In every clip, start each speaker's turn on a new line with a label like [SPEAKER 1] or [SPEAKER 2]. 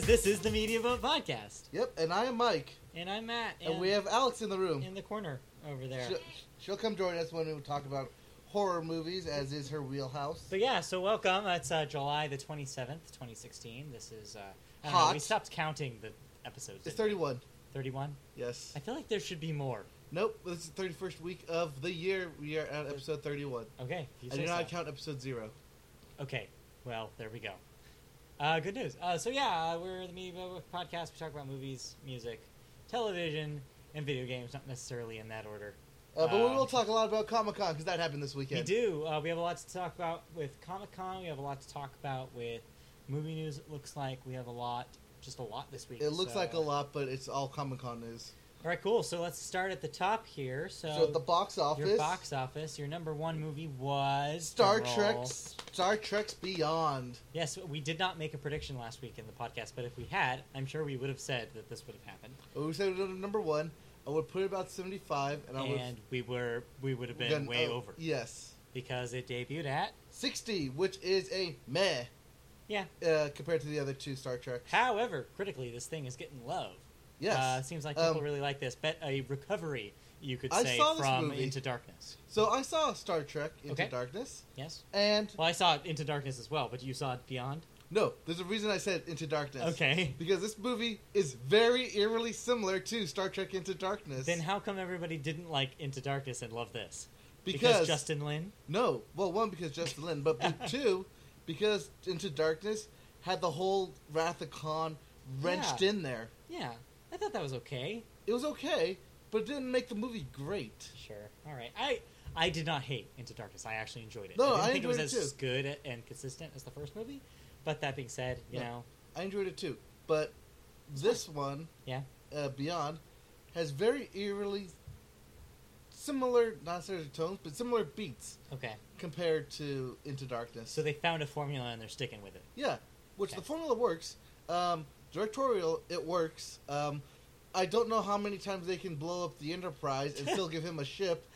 [SPEAKER 1] This is the Media Boat Podcast,
[SPEAKER 2] Yep, and I am Mike,
[SPEAKER 1] and I'm Matt,
[SPEAKER 2] and, we have Alex in the room.
[SPEAKER 1] in the corner over there.
[SPEAKER 2] She'll, she'll come join us when we talk about horror movies, as is her wheelhouse.
[SPEAKER 1] But yeah, so welcome. It's uh, July the 27th, 2016. This is uh, I don't Know,
[SPEAKER 2] Hot.
[SPEAKER 1] we stopped counting the episodes.
[SPEAKER 2] It's 31.
[SPEAKER 1] 31.
[SPEAKER 2] Yes.
[SPEAKER 1] I feel like there should be more.
[SPEAKER 2] Nope. This is the 31st week of the year. We are at episode 31.
[SPEAKER 1] Okay. if you
[SPEAKER 2] I
[SPEAKER 1] say
[SPEAKER 2] do not
[SPEAKER 1] so.
[SPEAKER 2] count episode zero.
[SPEAKER 1] Okay. Well, there we go. Uh, good news. Uh, so yeah, uh, we're the Media Boat Podcast. We talk about movies, music, television, and video games. Not necessarily in that order.
[SPEAKER 2] Uh, but
[SPEAKER 1] Um,
[SPEAKER 2] we will talk a lot about Comic Con because that happened this weekend.
[SPEAKER 1] We do. Uh, we have a lot to talk about with Comic Con. We have a lot to talk about with movie news. It looks like we have a lot, just a lot this week.
[SPEAKER 2] It looks
[SPEAKER 1] so-
[SPEAKER 2] like a lot, but it's all Comic Con news.
[SPEAKER 1] All right, cool. So let's start at the top here. So,
[SPEAKER 2] So at the box office,
[SPEAKER 1] your box office, your number one movie was
[SPEAKER 2] Star
[SPEAKER 1] drumroll.
[SPEAKER 2] Trek's Star Trek's Beyond.
[SPEAKER 1] Yes, we did not make a prediction last week in the podcast, but if we had, I'm sure we would have said that this would have happened,
[SPEAKER 2] We said it was number one. I would put it about seventy-five, and I would
[SPEAKER 1] and we were we would have been
[SPEAKER 2] then,
[SPEAKER 1] way
[SPEAKER 2] oh,
[SPEAKER 1] over
[SPEAKER 2] Yes,
[SPEAKER 1] because it debuted at
[SPEAKER 2] 60, which is a meh
[SPEAKER 1] yeah.
[SPEAKER 2] uh, compared to the other two Star Trek.
[SPEAKER 1] However, critically, this thing is getting love.
[SPEAKER 2] Yes.
[SPEAKER 1] Uh, seems like people
[SPEAKER 2] Um,
[SPEAKER 1] really like this. Bet a recovery, you could
[SPEAKER 2] I
[SPEAKER 1] say,
[SPEAKER 2] saw this
[SPEAKER 1] from
[SPEAKER 2] movie.
[SPEAKER 1] Into Darkness.
[SPEAKER 2] so I saw Star Trek Into
[SPEAKER 1] Okay.
[SPEAKER 2] Darkness,
[SPEAKER 1] Yes?
[SPEAKER 2] and
[SPEAKER 1] Well, I saw Into Darkness as well, but you saw it Beyond?
[SPEAKER 2] no, there's a reason I said Into Darkness.
[SPEAKER 1] Okay.
[SPEAKER 2] Because this movie is very eerily similar to Star Trek Into Darkness.
[SPEAKER 1] Then how come everybody didn't like Into Darkness and love this?
[SPEAKER 2] because
[SPEAKER 1] Justin Lin?
[SPEAKER 2] no, well, one because Justin Lin, but be- two because Into Darkness had the whole Wrath of Khan wrenched
[SPEAKER 1] Yeah.
[SPEAKER 2] in there.
[SPEAKER 1] Yeah. I thought that was okay.
[SPEAKER 2] It was okay, but it didn't make the movie great.
[SPEAKER 1] Sure. All right. I I did not hate Into Darkness. I actually enjoyed it.
[SPEAKER 2] No,
[SPEAKER 1] I didn't
[SPEAKER 2] I
[SPEAKER 1] think it was
[SPEAKER 2] enjoyed it
[SPEAKER 1] as
[SPEAKER 2] too.
[SPEAKER 1] good and consistent as the first movie. But that being said, you
[SPEAKER 2] No.
[SPEAKER 1] know,
[SPEAKER 2] I enjoyed it too, but this one
[SPEAKER 1] yeah.
[SPEAKER 2] uh, Beyond has very eerily similar, not necessarily tones, but similar beats
[SPEAKER 1] Okay.
[SPEAKER 2] compared to Into Darkness.
[SPEAKER 1] So they found a formula and they're sticking with it.
[SPEAKER 2] yeah, which the
[SPEAKER 1] Okay.
[SPEAKER 2] formula works. Um, directorial, it works. Um, I don't know how many times they can blow up the Enterprise and still give him a ship.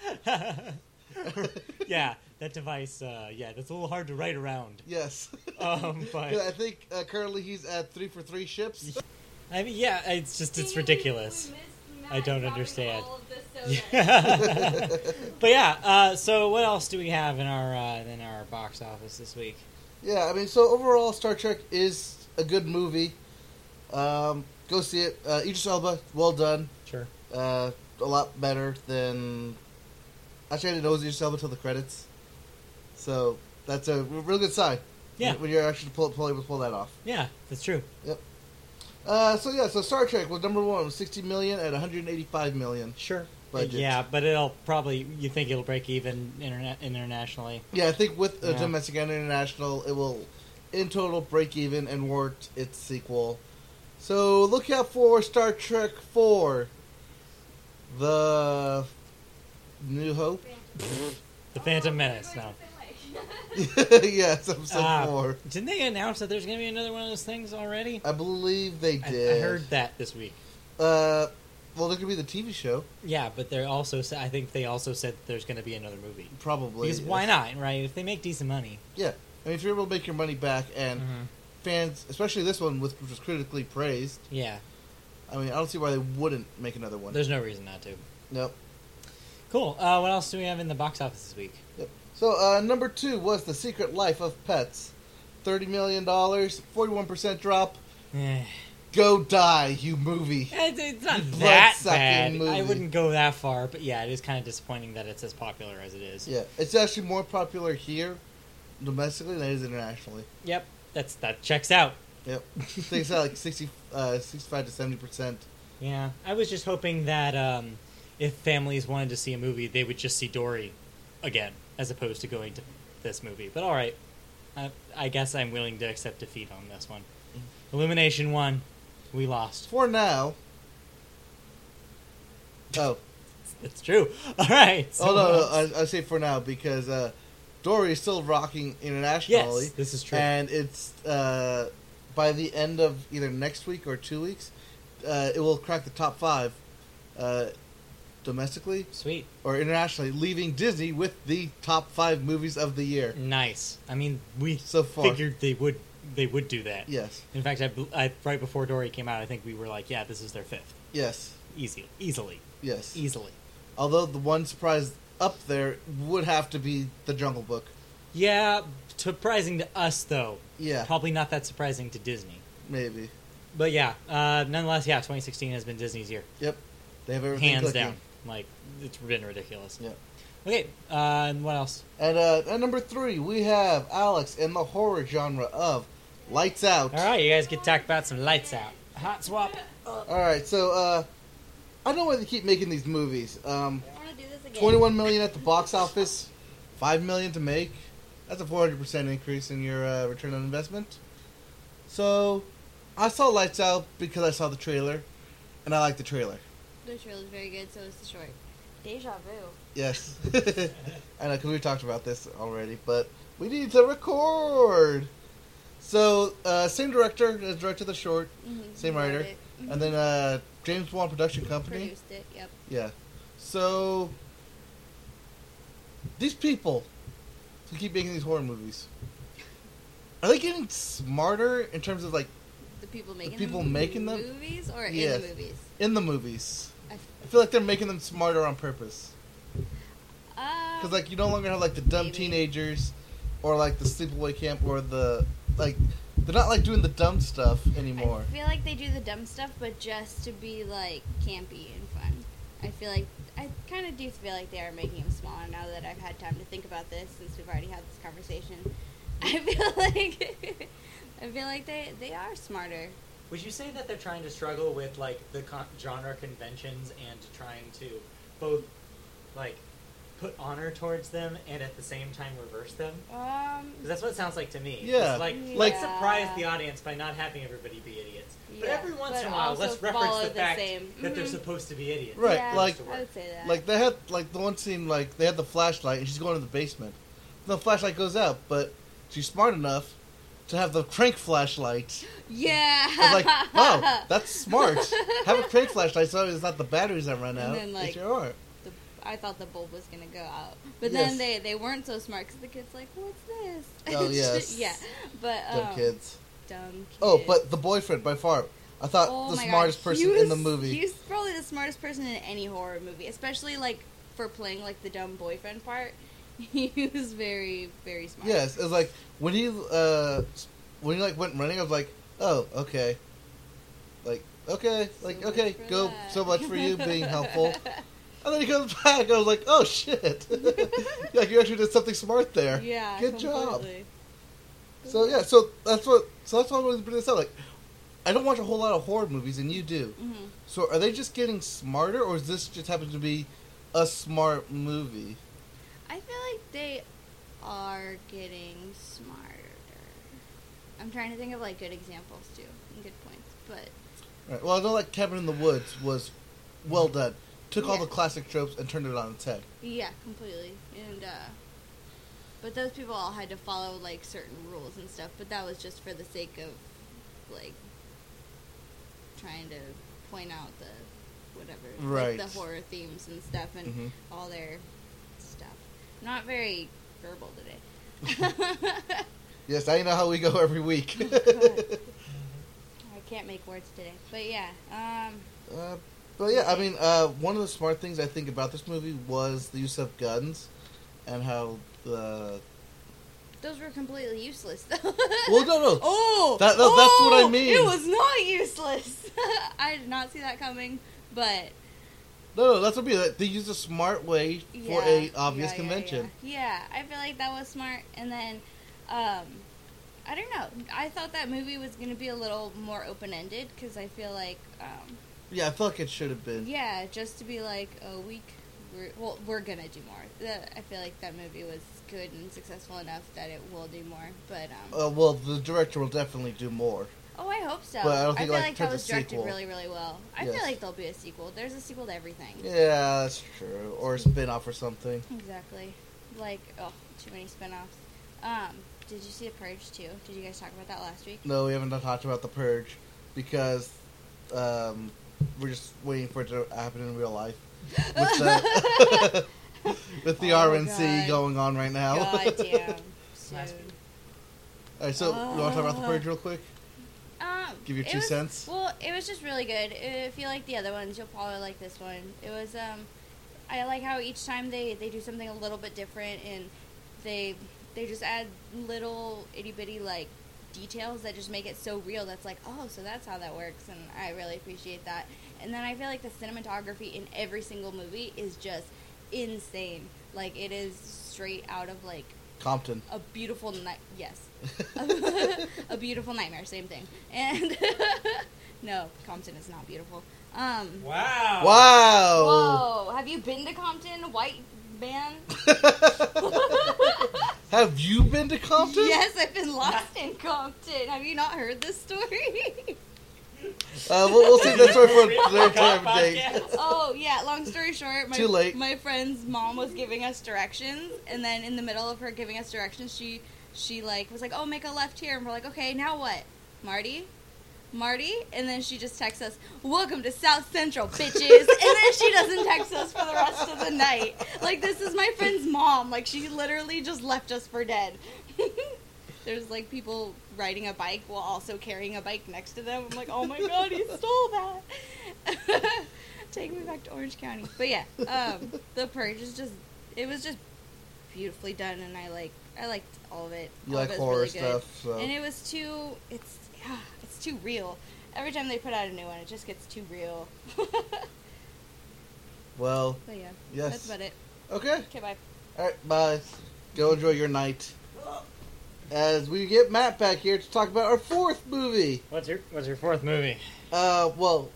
[SPEAKER 1] yeah, that device. Uh, yeah, that's a little hard to write around.
[SPEAKER 2] Yes.
[SPEAKER 1] Um, but-
[SPEAKER 2] 'Cause I think uh, currently he's at three for three ships.
[SPEAKER 1] I mean, yeah, it's just it's ridiculous. I don't understand.
[SPEAKER 2] soda.
[SPEAKER 1] but yeah, uh, so what else do we have in our uh, in our box office this week?
[SPEAKER 2] Yeah, I mean, so overall, Star Trek is a good movie. Um, go see it. Uh, Idris Elba, well done.
[SPEAKER 1] Sure.
[SPEAKER 2] Uh, a lot better than. Actually, I didn't know it was Idris Elba until the credits. So that's a r- real good sign.
[SPEAKER 1] Yeah.
[SPEAKER 2] When you're actually pull, pull, able to pull that off.
[SPEAKER 1] Yeah, that's true.
[SPEAKER 2] Uh, so yeah, so Star Trek was number one, 60 million at 185 million.
[SPEAKER 1] Sure.
[SPEAKER 2] Budget.
[SPEAKER 1] Uh, Yeah, but it'll probably you think it'll break even interna- internationally.
[SPEAKER 2] Yeah, I think with uh,
[SPEAKER 1] Yeah.
[SPEAKER 2] domestic and international, it will in total break even and warrant its sequel. So look out for Star Trek Four, the New Hope.
[SPEAKER 1] The Phantom
[SPEAKER 3] Oh,
[SPEAKER 1] Menace. No.
[SPEAKER 2] yes, episode
[SPEAKER 1] Ah,
[SPEAKER 2] four.
[SPEAKER 1] didn't they announce that there's going to be another one of those things already?
[SPEAKER 2] I believe they
[SPEAKER 1] I, I
[SPEAKER 2] did.
[SPEAKER 1] heard that this week.
[SPEAKER 2] Uh, well, there could be the TV show,
[SPEAKER 1] Yeah, but they're also. sa- I think they also said that there's going to be another movie.
[SPEAKER 2] probably.
[SPEAKER 1] Because why not, right? If they make decent money.
[SPEAKER 2] Yeah, I mean, if you're able to make your money back and
[SPEAKER 1] Mm-hmm.
[SPEAKER 2] fans, especially this one, which was critically praised.
[SPEAKER 1] Yeah,
[SPEAKER 2] I mean, I don't see why they wouldn't make another one.
[SPEAKER 1] there's no reason not to.
[SPEAKER 2] nope.
[SPEAKER 1] Cool. Uh, what else do we have in the box office this week?
[SPEAKER 2] Yep. So uh, number two was the Secret Life of Pets, thirty million dollars, forty-one percent drop.
[SPEAKER 1] Eh,
[SPEAKER 2] Go die, you movie.
[SPEAKER 1] it's, it's not
[SPEAKER 2] Blood-sucking
[SPEAKER 1] that bad. I
[SPEAKER 2] movie.
[SPEAKER 1] wouldn't go that far, but yeah, it is kind of disappointing that it's as popular as it is.
[SPEAKER 2] Yeah, it's actually more popular here, domestically, than it is internationally.
[SPEAKER 1] Yep, that's that checks out.
[SPEAKER 2] Yep, I think it's at like 60, uh, 65 to seventy percent.
[SPEAKER 1] Yeah, I was just hoping that um, if families wanted to see a movie, they would just see Dory again, as opposed to going to this movie. But all right, I, I guess I'm willing to accept defeat on this one.
[SPEAKER 2] Mm.
[SPEAKER 1] Illumination one, we lost.
[SPEAKER 2] For now. Oh,
[SPEAKER 1] It's true. All right. so
[SPEAKER 2] oh
[SPEAKER 1] what else?
[SPEAKER 2] no, no I, I say for now because uh, Dory is still rocking internationally.
[SPEAKER 1] Yes, this is true.
[SPEAKER 2] And it's uh, by the end of either next week or two weeks, uh, it will crack the top five uh, domestically
[SPEAKER 1] Sweet.
[SPEAKER 2] or internationally, leaving Disney
[SPEAKER 1] Mm.
[SPEAKER 2] with the top five movies of the year.
[SPEAKER 1] Nice. I mean, we
[SPEAKER 2] So far.
[SPEAKER 1] figured they would they would do that.
[SPEAKER 2] Yes.
[SPEAKER 1] In fact, I, bel- I right before Dory came out, I think we were like, yeah, this is their fifth,
[SPEAKER 2] Yes.
[SPEAKER 1] easy, easily,
[SPEAKER 2] Yes.
[SPEAKER 1] easily.
[SPEAKER 2] Although the one surprise up there would have to be the Jungle Book.
[SPEAKER 1] Yeah, surprising to us though.
[SPEAKER 2] Yeah.
[SPEAKER 1] Probably not that surprising to Disney.
[SPEAKER 2] Maybe.
[SPEAKER 1] But yeah, uh, nonetheless, yeah, 2016 has been Disney's year,
[SPEAKER 2] Yep. They have everything
[SPEAKER 1] hands
[SPEAKER 2] clicking.
[SPEAKER 1] down. Like it's been ridiculous.
[SPEAKER 2] Yep.
[SPEAKER 1] Okay, uh, and what else?
[SPEAKER 2] And uh, at number three, we have Alex in the horror genre of Lights Out.
[SPEAKER 1] All right, you guys get to talk about some lights out. Hot swap.
[SPEAKER 2] All right, so uh, I don't know why they keep making these movies. Um,
[SPEAKER 3] I want to do this again.
[SPEAKER 2] 21 million at the box office, 5 million to make. That's a 400% increase in your uh, return on investment. So, I saw Lights Out because I saw the trailer, and I like the trailer.
[SPEAKER 3] The trailer is very good, so is the short. Deja vu.
[SPEAKER 2] Yes. I know, because we talked about this already, but we need to record! So, uh, same director as directed the short,
[SPEAKER 3] Mm-hmm.
[SPEAKER 2] Same writer. and then uh, James Wan Production Company.
[SPEAKER 3] Produced it. Yep.
[SPEAKER 2] Yeah. So these people who keep making these horror movies are they getting smarter in terms of like
[SPEAKER 3] The people making
[SPEAKER 2] people
[SPEAKER 3] them.
[SPEAKER 2] making them?
[SPEAKER 3] movies or
[SPEAKER 2] Yes.
[SPEAKER 3] in the movies.
[SPEAKER 2] in the movies?
[SPEAKER 3] I,
[SPEAKER 2] I feel like they're making them smarter on purpose
[SPEAKER 3] uh,
[SPEAKER 2] because like you no longer have like the dumb
[SPEAKER 3] Maybe.
[SPEAKER 2] teenagers or like the sleepaway camp or the like they're not like doing the dumb stuff anymore.
[SPEAKER 3] I feel like they do the dumb stuff, but just to be like campy and fun. I feel like I kind of do feel like they are making them smaller now that I've had time to think about this since we've already had this conversation. I feel like I feel like they they are smarter.
[SPEAKER 1] Would you say that they're trying to struggle with like the con- genre conventions and trying to both like put honor towards them and at the same time reverse them?
[SPEAKER 3] Um,
[SPEAKER 1] 'Cause that's what it sounds like to me. It's
[SPEAKER 2] Yeah.
[SPEAKER 1] like
[SPEAKER 3] Like-
[SPEAKER 1] let's surprise the audience by not having everybody be idiots. But
[SPEAKER 3] Yeah,
[SPEAKER 1] every once
[SPEAKER 3] but
[SPEAKER 1] in a while,
[SPEAKER 3] also
[SPEAKER 1] let's
[SPEAKER 3] follow
[SPEAKER 1] reference the
[SPEAKER 3] the
[SPEAKER 1] fact
[SPEAKER 3] same.
[SPEAKER 1] that they're
[SPEAKER 3] Mhm.
[SPEAKER 1] supposed to be idiots.
[SPEAKER 2] Right,
[SPEAKER 3] yeah,
[SPEAKER 2] like-
[SPEAKER 3] I would say that.
[SPEAKER 2] Like they had like the one scene like they had the flashlight and she's going to the basement. The flashlight goes out, but she's smart enough to have the crank flashlight.
[SPEAKER 3] yeah.
[SPEAKER 2] I was like, wow, that's smart. have a crank flashlight so it's not the batteries that run
[SPEAKER 3] And
[SPEAKER 2] out.
[SPEAKER 3] then, like-
[SPEAKER 2] it's your arm.
[SPEAKER 3] the, I thought the bulb was gonna go out, but
[SPEAKER 2] Yes.
[SPEAKER 3] then they they weren't so smart because the kid's like, "What's this?"
[SPEAKER 2] Oh, yes.
[SPEAKER 3] yeah, but um,
[SPEAKER 2] Dumb kids.
[SPEAKER 3] dumb kid.
[SPEAKER 2] Oh, but the boyfriend by far. I thought
[SPEAKER 3] Oh
[SPEAKER 2] the
[SPEAKER 3] my God,
[SPEAKER 2] smartest
[SPEAKER 3] he
[SPEAKER 2] person in
[SPEAKER 3] was-
[SPEAKER 2] the movie.
[SPEAKER 3] He's probably the smartest person in any horror movie, especially like for playing like the dumb boyfriend part. He was very very smart.
[SPEAKER 2] Yes, it was like when he uh when he like went running, I was like, oh okay, like okay, like
[SPEAKER 3] So
[SPEAKER 2] okay,
[SPEAKER 3] much for
[SPEAKER 2] go
[SPEAKER 3] that.
[SPEAKER 2] so much for you being helpful. And then he comes back. I was like, "Oh shit! like you actually did something smart there.
[SPEAKER 3] yeah.
[SPEAKER 2] good job."
[SPEAKER 3] completely.
[SPEAKER 2] So yeah, so that's what. So that's why I wanted to bring this up. Like, I don't watch a whole lot of horror movies, and you do.
[SPEAKER 3] Mhm.
[SPEAKER 2] So are they just getting smarter, or is this just happens to be a smart movie?
[SPEAKER 3] I feel like they are getting smarter. I'm trying to think of like good examples too and good points, but
[SPEAKER 2] Right. Well, I know like Cabin in the Woods was well done. Took all
[SPEAKER 3] Yeah.
[SPEAKER 2] the classic tropes and turned it on its head.
[SPEAKER 3] yeah, completely. And uh but those people all had to follow like certain rules and stuff, but that was just for the sake of like trying to point out the whatever
[SPEAKER 2] Right.
[SPEAKER 3] like, the horror themes and stuff and
[SPEAKER 2] Mhm.
[SPEAKER 3] all their stuff. Not very verbal today.
[SPEAKER 2] Yes, I know how we go every week.
[SPEAKER 3] God. I can't make words today, but yeah. Um,
[SPEAKER 2] Uh, but yeah, I mean, uh, one of the smart things I think about this movie was the use of guns and how the.
[SPEAKER 3] those were completely useless, though.
[SPEAKER 2] Well, no, no.
[SPEAKER 3] oh,
[SPEAKER 2] That- no, that's what I
[SPEAKER 3] oh,
[SPEAKER 2] mean.
[SPEAKER 3] It was not useless. I did not see that coming, but
[SPEAKER 2] No, no, that's what I mean. They used a smart way for
[SPEAKER 3] yeah,
[SPEAKER 2] a obvious
[SPEAKER 3] yeah, yeah,
[SPEAKER 2] convention.
[SPEAKER 3] Yeah, Yeah, I feel like that was smart. And then, um, I don't know. I thought that movie was going to be a little more open ended because I feel like, um,
[SPEAKER 2] Yeah, I feel like it should have been.
[SPEAKER 3] yeah, just to be like, oh, we, c- we're, well, we're gonna do more. The, I feel like that movie was good and successful enough that it will do more. But um,
[SPEAKER 2] Uh, well, the director will definitely do more.
[SPEAKER 3] oh, I hope so.
[SPEAKER 2] but I don't think,
[SPEAKER 3] feel
[SPEAKER 2] like,
[SPEAKER 3] like,
[SPEAKER 2] towards
[SPEAKER 3] that
[SPEAKER 2] a
[SPEAKER 3] was directed
[SPEAKER 2] sequel.
[SPEAKER 3] really, really well. I
[SPEAKER 2] Yes.
[SPEAKER 3] feel like there'll be a sequel. There's a sequel to everything.
[SPEAKER 2] Yeah, that's true. Or a spin off or something.
[SPEAKER 3] Exactly. Like, oh, too many spin-offs. Um, did you see The Purge too? Did you guys talk about that last week?
[SPEAKER 2] No, we haven't talked about The Purge because um, we're just waiting for it to happen in real life. With the, with the
[SPEAKER 3] Oh my
[SPEAKER 2] RNC
[SPEAKER 3] God.
[SPEAKER 2] going on right now.
[SPEAKER 3] God damn. So,
[SPEAKER 1] Last week.
[SPEAKER 2] All right, so you want to talk about the
[SPEAKER 3] Uh.
[SPEAKER 2] purge real quick?
[SPEAKER 3] Um,
[SPEAKER 2] Give your
[SPEAKER 3] it
[SPEAKER 2] two
[SPEAKER 3] was-
[SPEAKER 2] cents.
[SPEAKER 3] Well, it was just really good. If you like the other ones, you'll probably like this one. It was um, I like how each time they they do something a little bit different, and they they just add little itty bitty like details that just make it so real. That's like, oh, so that's how that works, and I really appreciate that. And then I feel like the cinematography in every single movie is just insane. Like it is straight out of like
[SPEAKER 2] Compton.
[SPEAKER 3] a beautiful night. Yes, a beautiful nightmare. Same thing. And no, Compton is not beautiful. Um.
[SPEAKER 1] Wow.
[SPEAKER 2] wow.
[SPEAKER 3] Whoa! Have you been to Compton, white man?
[SPEAKER 2] Have you been to Compton?
[SPEAKER 3] Yes, I've been lost in Compton. Have you not heard this story?
[SPEAKER 2] Uh, we'll, we'll save that story for
[SPEAKER 1] Real
[SPEAKER 2] another
[SPEAKER 1] Cop
[SPEAKER 2] time day.
[SPEAKER 1] Podcast.
[SPEAKER 3] oh yeah. Long story short, my
[SPEAKER 2] Too late.
[SPEAKER 3] my friend's mom was giving us directions, and then in the middle of her giving us directions, she she like was like, "Oh, make a left here," and we're like, "Okay, now what, Marty?" Marty, and then she just texts us, "Welcome to South Central, bitches," and then she doesn't text us for the rest of the night. Like this is my friend's mom. Like she literally just left us for dead. There's like people riding a bike while also carrying a bike next to them. I'm like, oh my god, he stole that. Take me back to Orange County. But yeah, um, the purge is just it was just beautifully done, and I like I liked all of it.
[SPEAKER 2] You
[SPEAKER 3] all
[SPEAKER 2] like
[SPEAKER 3] of it was
[SPEAKER 2] horror
[SPEAKER 3] really good.
[SPEAKER 2] stuff, so.
[SPEAKER 3] And it was too. It's yeah, it's too real. Every time they put out a new one, it just gets too real. but
[SPEAKER 2] Well,
[SPEAKER 3] yeah,
[SPEAKER 2] Yes.
[SPEAKER 3] that's about it.
[SPEAKER 2] okay.
[SPEAKER 3] Okay, bye.
[SPEAKER 2] All right, bye. Go enjoy your night. As we get Matt back here to talk about our fourth movie.
[SPEAKER 1] What's your What's your fourth movie?
[SPEAKER 2] Uh, well,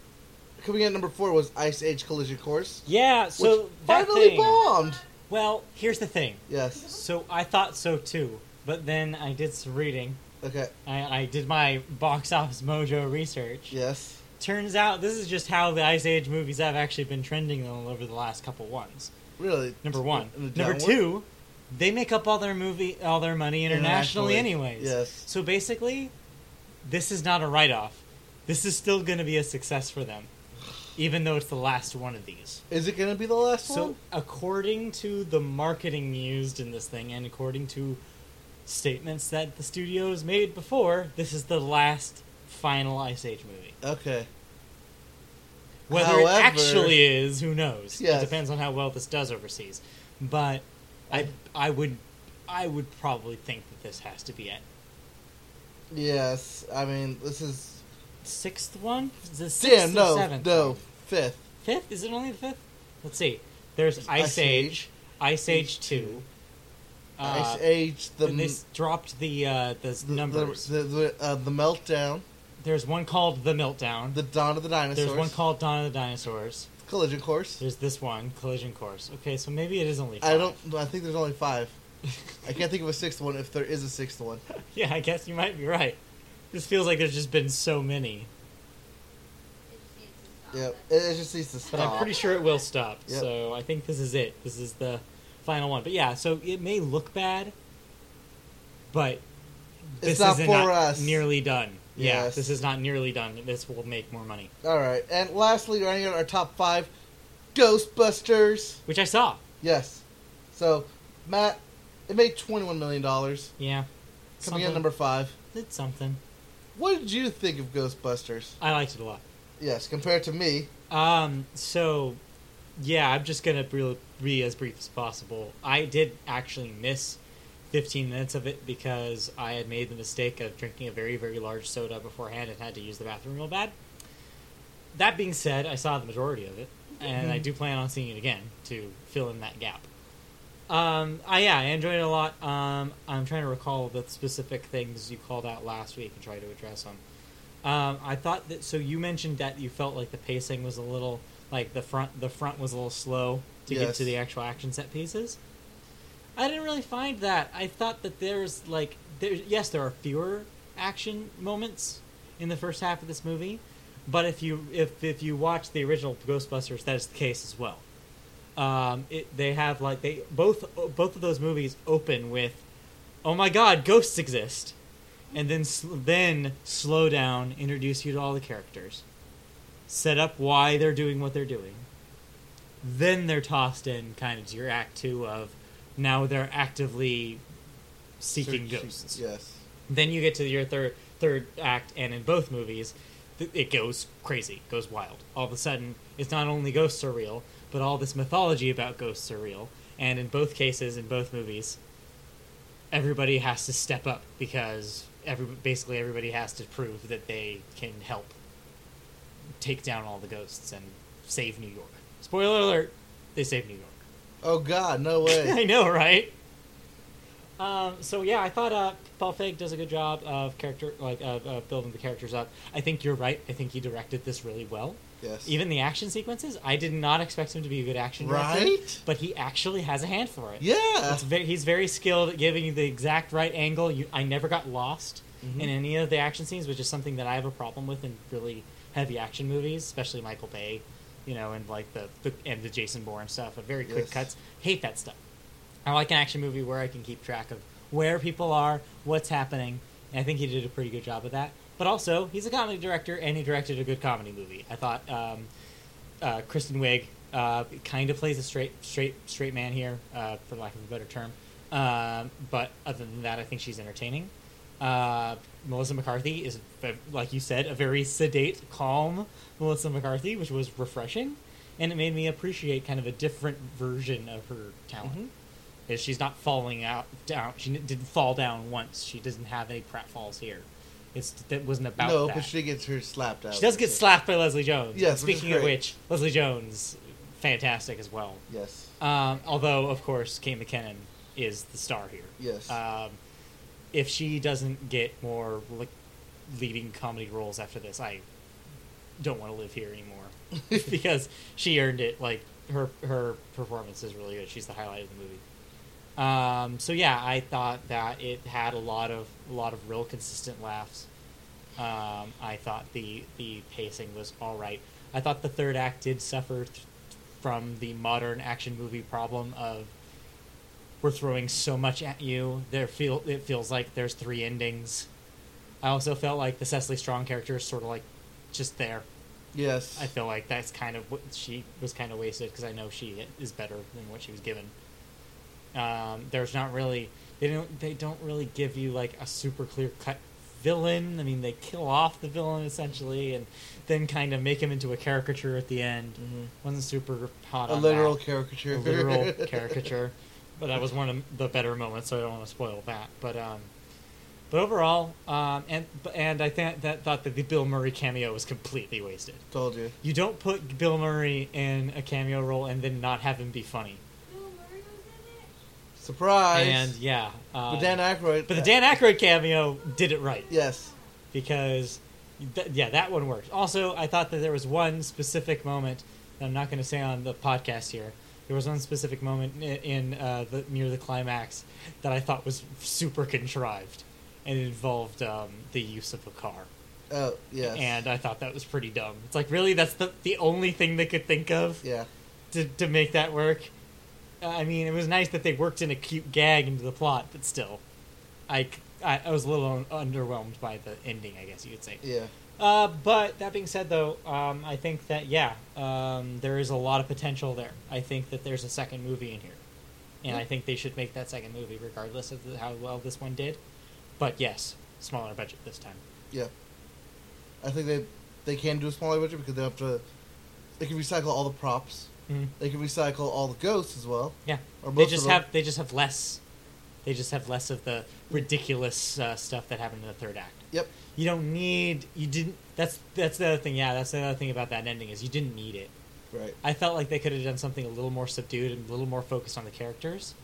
[SPEAKER 2] coming in at number four was Ice Age Collision Course,
[SPEAKER 1] Yeah.
[SPEAKER 2] which
[SPEAKER 1] So that
[SPEAKER 2] finally
[SPEAKER 1] thing.
[SPEAKER 2] bombed.
[SPEAKER 1] Well, here's the thing.
[SPEAKER 2] Yes.
[SPEAKER 1] So I thought so too, but then I did some reading.
[SPEAKER 2] Okay.
[SPEAKER 1] I, I did my box office mojo research.
[SPEAKER 2] Yes.
[SPEAKER 1] Turns out this is just how the Ice Age movies have actually been trending all over the last couple ones.
[SPEAKER 2] Really.
[SPEAKER 1] Number one.
[SPEAKER 2] In the
[SPEAKER 1] Number
[SPEAKER 2] downward?
[SPEAKER 1] two, they make up all their movie all their money internationally, anyways.
[SPEAKER 2] Yes.
[SPEAKER 1] So basically, this is not a write off. This is still gonna be a success for them. Even though it's the last one of these.
[SPEAKER 2] Is it gonna be the last
[SPEAKER 1] So
[SPEAKER 2] one?
[SPEAKER 1] according to the marketing used in this thing and according to statements that the studios made before, this is the last final Ice Age movie.
[SPEAKER 2] Okay.
[SPEAKER 1] Whether it
[SPEAKER 2] However-
[SPEAKER 1] actually is, who knows?
[SPEAKER 2] Yes.
[SPEAKER 1] It depends on how well this does overseas. But I, I would, I would probably think that this has to be it.
[SPEAKER 2] Yes. I mean, this is
[SPEAKER 1] Sixth one, Is the sixth
[SPEAKER 2] damn.
[SPEAKER 1] or
[SPEAKER 2] No.
[SPEAKER 1] seventh
[SPEAKER 2] No.
[SPEAKER 1] one?
[SPEAKER 2] Fifth.
[SPEAKER 1] fifth is it only the fifth? Let's see. There's Ice,
[SPEAKER 2] Ice
[SPEAKER 1] Age,
[SPEAKER 2] Age.
[SPEAKER 1] Ice Age
[SPEAKER 2] Age
[SPEAKER 1] two.
[SPEAKER 2] two.
[SPEAKER 1] Uh,
[SPEAKER 2] Ice Age. The
[SPEAKER 1] and they s- dropped the uh, the,
[SPEAKER 2] the-
[SPEAKER 1] numbers.
[SPEAKER 2] The, the, uh, the meltdown.
[SPEAKER 1] There's one called The Meltdown.
[SPEAKER 2] The dawn of the dinosaurs.
[SPEAKER 1] There's one called Dawn of the Dinosaurs.
[SPEAKER 2] collision course.
[SPEAKER 1] There's this one, Collision Course. Okay, so maybe it is only. Five.
[SPEAKER 2] I don't. I think there's only five. I can't think of a sixth one if there is a sixth one.
[SPEAKER 1] Yeah, I guess you might be right. This feels like there's just been so many,
[SPEAKER 2] Yep. It, it just needs to
[SPEAKER 1] but
[SPEAKER 2] stop.
[SPEAKER 1] I'm pretty sure it will stop.
[SPEAKER 2] Yep.
[SPEAKER 1] So I think this is it. This is the final one. But yeah, so it may look bad, but this
[SPEAKER 2] not
[SPEAKER 1] is
[SPEAKER 2] for
[SPEAKER 1] not
[SPEAKER 2] us.
[SPEAKER 1] nearly done. Yeah,
[SPEAKER 2] Yes.
[SPEAKER 1] this is not nearly done. This will make more money,
[SPEAKER 2] All right. And lastly, running out our top five, Ghostbusters.
[SPEAKER 1] which I saw.
[SPEAKER 2] Yes. So, Matt, it made twenty-one million dollars.
[SPEAKER 1] Yeah,
[SPEAKER 2] Coming in
[SPEAKER 1] Something.
[SPEAKER 2] at number five.
[SPEAKER 1] did something.
[SPEAKER 2] What did you think of Ghostbusters?
[SPEAKER 1] I liked it a lot.
[SPEAKER 2] Yes, compared to me.
[SPEAKER 1] Um. So, yeah, I'm just gonna be, be as brief as possible. I did actually miss 15 minutes of it because I had made the mistake of drinking a very, very large soda beforehand and had to use the bathroom real bad. That being said, I saw the majority of it, and I do plan on seeing it again to fill in that gap. Um, I yeah, I enjoyed it a lot. Um, I'm trying to recall the specific things you called out last week and try to address them. Um, I thought that so you mentioned that you felt like the pacing was a little like the front the front was a little slow to get
[SPEAKER 2] Yes.
[SPEAKER 1] to the actual action set pieces. I didn't really find that. I thought that there's like there yes, there are fewer action moments in the first half of this movie, but if you if if you watch the original Ghostbusters, that is the case as well. Um, it, they have like they both both of those movies open with, oh my god, ghosts exist, and then sl- then slow down, introduce you to all the characters, set up why they're doing what they're doing, then they're tossed in kind of to your act two of now they're actively seeking
[SPEAKER 2] Search-
[SPEAKER 1] ghosts.
[SPEAKER 2] Yes.
[SPEAKER 1] Then you get to your third third act, and in both movies, th- it goes crazy, goes wild. All of a sudden, it's not only ghosts are real, but all this mythology about ghosts are real. And in both cases, in both movies, everybody has to step up because every basically everybody has to prove that they can help take down all the ghosts and save New York. Spoiler alert: they save New York.
[SPEAKER 2] Oh God, no way.
[SPEAKER 1] I know, right? Um, so yeah, I thought uh, Paul Feig does a good job of character, like of, of building the characters up. I think you're right. I think he directed this really well.
[SPEAKER 2] yes.
[SPEAKER 1] Even the action sequences, I did not expect him to be a good action director,
[SPEAKER 2] right?
[SPEAKER 1] but he actually has a hand for it.
[SPEAKER 2] Yeah.
[SPEAKER 1] It's ve- he's very skilled at giving you the exact right angle. You, I never got lost
[SPEAKER 2] Mhm.
[SPEAKER 1] in any of the action scenes, which is something that I have a problem with in really heavy action movies, especially Michael Bay, you know, and like the, the and the Jason Bourne stuff. Of very quick
[SPEAKER 2] Yes.
[SPEAKER 1] cuts, hate that stuff. I like an action movie where I can keep track of where people are, what's happening. And I think he did a pretty good job of that. But also, he's a comedy director, and he directed a good comedy movie. I thought um, uh, Kristen Wiig uh, kind of plays a straight, straight, straight man here, uh, for lack of a better term. Um, but other than that, I think she's entertaining. Uh, Melissa McCarthy is, ve- like you said, a very sedate, calm Melissa McCarthy, which was refreshing, and it made me appreciate kind of a different version of her talent.
[SPEAKER 2] Mm-hmm.
[SPEAKER 1] Is she's not falling out down? She n- didn't fall down once. She doesn't have any pratfalls here. It's that wasn't about
[SPEAKER 2] no,
[SPEAKER 1] that.
[SPEAKER 2] but she gets her slapped out.
[SPEAKER 1] She does get
[SPEAKER 2] so-
[SPEAKER 1] slapped by Leslie Jones.
[SPEAKER 2] Yes,
[SPEAKER 1] And
[SPEAKER 2] which is
[SPEAKER 1] Speaking of
[SPEAKER 2] great.
[SPEAKER 1] which, Leslie Jones, fantastic as well.
[SPEAKER 2] Yes.
[SPEAKER 1] Um, although, of course, Kate McKinnon is the star here.
[SPEAKER 2] Yes.
[SPEAKER 1] Um, if she doesn't get more like leading comedy roles after this, I don't want to live here anymore because she earned it. Like her her performance is really good. She's the highlight of the movie. Um, so yeah, I thought that it had a lot of a lot of real consistent laughs. Um, I thought the the pacing was all right. I thought the third act did suffer th- from the modern action movie problem of we're throwing so much at you. There feel it feels like there's three endings. I also felt like the Cecily Strong character is sort of like just there.
[SPEAKER 2] yes.
[SPEAKER 1] I feel like that's kind of what she was kind of wasted because I know she is better than what she was given. Um, there's not really they don't they don't really give you like a super clear cut villain. I mean, they kill off the villain essentially and then kind of make him into a caricature at the end.
[SPEAKER 2] Mhm.
[SPEAKER 1] Wasn't super hot.
[SPEAKER 2] A
[SPEAKER 1] on
[SPEAKER 2] literal
[SPEAKER 1] that
[SPEAKER 2] caricature.
[SPEAKER 1] a literal caricature. But that was one of the better moments, so I don't want to spoil that. But um, but overall, um, and and I think that thought that the Bill Murray cameo was completely wasted.
[SPEAKER 2] Told you.
[SPEAKER 1] You don't put Bill Murray in a cameo role and then not have him be funny.
[SPEAKER 2] Surprise.
[SPEAKER 1] And yeah, um,
[SPEAKER 2] but Dan Aykroyd.
[SPEAKER 1] but the Dan Aykroyd cameo did it right
[SPEAKER 2] Yes.
[SPEAKER 1] because th- yeah, that one worked. Also, I thought that there was one specific moment that I'm not going to say on the podcast here. There was one specific moment in, in uh, the near the climax that I thought was super contrived, and it involved um, the use of a car.
[SPEAKER 2] Oh yes.
[SPEAKER 1] And uh, I thought that was pretty dumb. It's like really that's the the only thing they could think of
[SPEAKER 2] yeah.
[SPEAKER 1] to to make that work. Uh, I mean, it was nice that they worked in a cute gag into the plot, but still, I, c- I- I was a little un- underwhelmed by the ending. I guess you could say.
[SPEAKER 2] Yeah.
[SPEAKER 1] Uh, but that being said, though, um, I think that yeah, um, there is a lot of potential there. I think that there's a second movie in here, and
[SPEAKER 2] Hmm.
[SPEAKER 1] I think they should make that second movie regardless of the, how well this one did. But yes, smaller budget this time.
[SPEAKER 2] Yeah. I think they they can do a smaller budget because they have to. They can recycle all the props.
[SPEAKER 1] Mm.
[SPEAKER 2] They can recycle all the ghosts as well.
[SPEAKER 1] Yeah, they
[SPEAKER 2] Or Hmm. most
[SPEAKER 1] just
[SPEAKER 2] of them.
[SPEAKER 1] have they just have less. They just have less of the ridiculous uh, stuff that happened in the third act.
[SPEAKER 2] Yep.
[SPEAKER 1] You don't need you didn't. That's that's the other thing. Yeah, that's the other thing about that ending is you didn't need it.
[SPEAKER 2] Right.
[SPEAKER 1] I felt like they could have done something a little more subdued and a little more focused on the characters.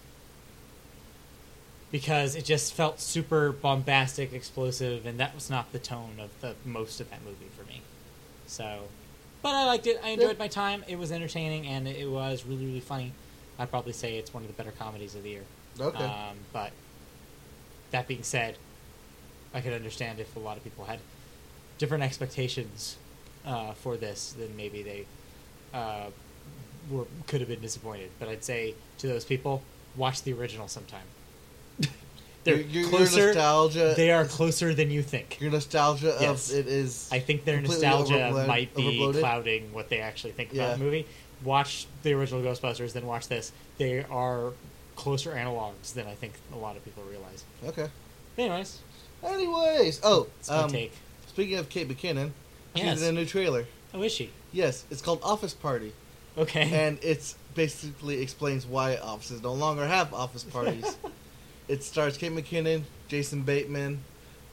[SPEAKER 1] Because it just felt super bombastic, explosive, and that was not the tone of the most of that movie for me. So, but I liked it. I enjoyed my time. It was entertaining and it was really, really funny. I'd probably say it's one of the better comedies of the year.
[SPEAKER 2] Okay.
[SPEAKER 1] Um, but that being said, I could understand if a lot of people had different expectations uh, for this, then maybe they uh, were could have been disappointed. But I'd say to those people, watch the original sometime. They're
[SPEAKER 2] Your- your- your
[SPEAKER 1] closer.
[SPEAKER 2] nostalgia-
[SPEAKER 1] they are closer than you think.
[SPEAKER 2] Your nostalgia
[SPEAKER 1] Yes.
[SPEAKER 2] of it is.
[SPEAKER 1] I think their
[SPEAKER 2] completely
[SPEAKER 1] nostalgia
[SPEAKER 2] overblown-
[SPEAKER 1] might be
[SPEAKER 2] overbloated.
[SPEAKER 1] clouding what they actually think about
[SPEAKER 2] Yeah.
[SPEAKER 1] the movie. Watch the original Ghostbusters, then watch this. They are closer analogs than I think a lot of people realize.
[SPEAKER 2] Okay.
[SPEAKER 1] Anyways,
[SPEAKER 2] Anyways, oh,
[SPEAKER 1] It's my
[SPEAKER 2] um,
[SPEAKER 1] take.
[SPEAKER 2] speaking of Kate McKinnon,
[SPEAKER 1] Yes.
[SPEAKER 2] she's in a new trailer.
[SPEAKER 1] How is she?
[SPEAKER 2] Yes, it's called Office Party,
[SPEAKER 1] Okay.
[SPEAKER 2] and it's basically explains why offices no longer have office parties. it stars Kate McKinnon, Jason Bateman,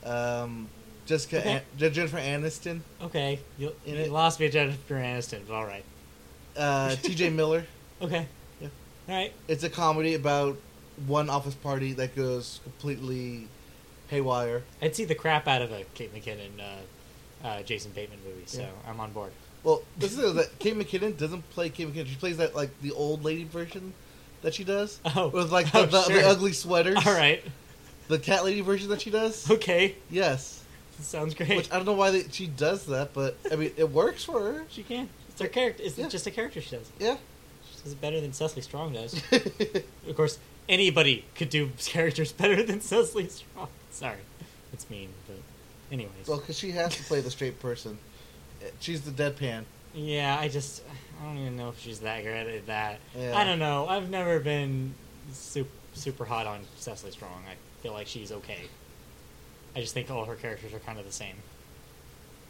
[SPEAKER 2] um, Jessica
[SPEAKER 1] Okay.
[SPEAKER 2] An- Je- Jennifer Aniston,
[SPEAKER 1] okay. You,
[SPEAKER 2] In
[SPEAKER 1] you
[SPEAKER 2] it-
[SPEAKER 1] lost me at Jennifer Aniston, but all right.
[SPEAKER 2] uh, T.J. Miller.
[SPEAKER 1] Okay.
[SPEAKER 2] Yeah.
[SPEAKER 1] All right.
[SPEAKER 2] It's a comedy about one office party that goes completely haywire.
[SPEAKER 1] I'd see the crap out of a Kate McKinnon, uh, uh, Jason Bateman movie, so
[SPEAKER 2] Yeah.
[SPEAKER 1] I'm on board.
[SPEAKER 2] Well, the thing is that Kate McKinnon doesn't play Kate McKinnon. She plays that like the old lady version that she does
[SPEAKER 1] Oh,
[SPEAKER 2] with like the,
[SPEAKER 1] oh,
[SPEAKER 2] the,
[SPEAKER 1] sure.
[SPEAKER 2] the ugly sweaters.
[SPEAKER 1] All right.
[SPEAKER 2] the cat lady version that she does.
[SPEAKER 1] Okay.
[SPEAKER 2] Yes.
[SPEAKER 1] Sounds great.
[SPEAKER 2] Which I don't know why they, she does that, but I mean, it works for her.
[SPEAKER 1] she can. It's her character. It's
[SPEAKER 2] Yeah.
[SPEAKER 1] just a character she does.
[SPEAKER 2] Yeah.
[SPEAKER 1] She does it better than Cecily Strong does. of course, anybody could do characters better than Cecily Strong. Sorry, that's mean, but anyways.
[SPEAKER 2] well, because she has to play the straight person. She's the deadpan.
[SPEAKER 1] yeah, I just I don't even know if she's that good at that.
[SPEAKER 2] Yeah.
[SPEAKER 1] I don't know. I've never been super super hot on Cecily Strong. I feel like she's okay. I just think all her characters are kind of the same.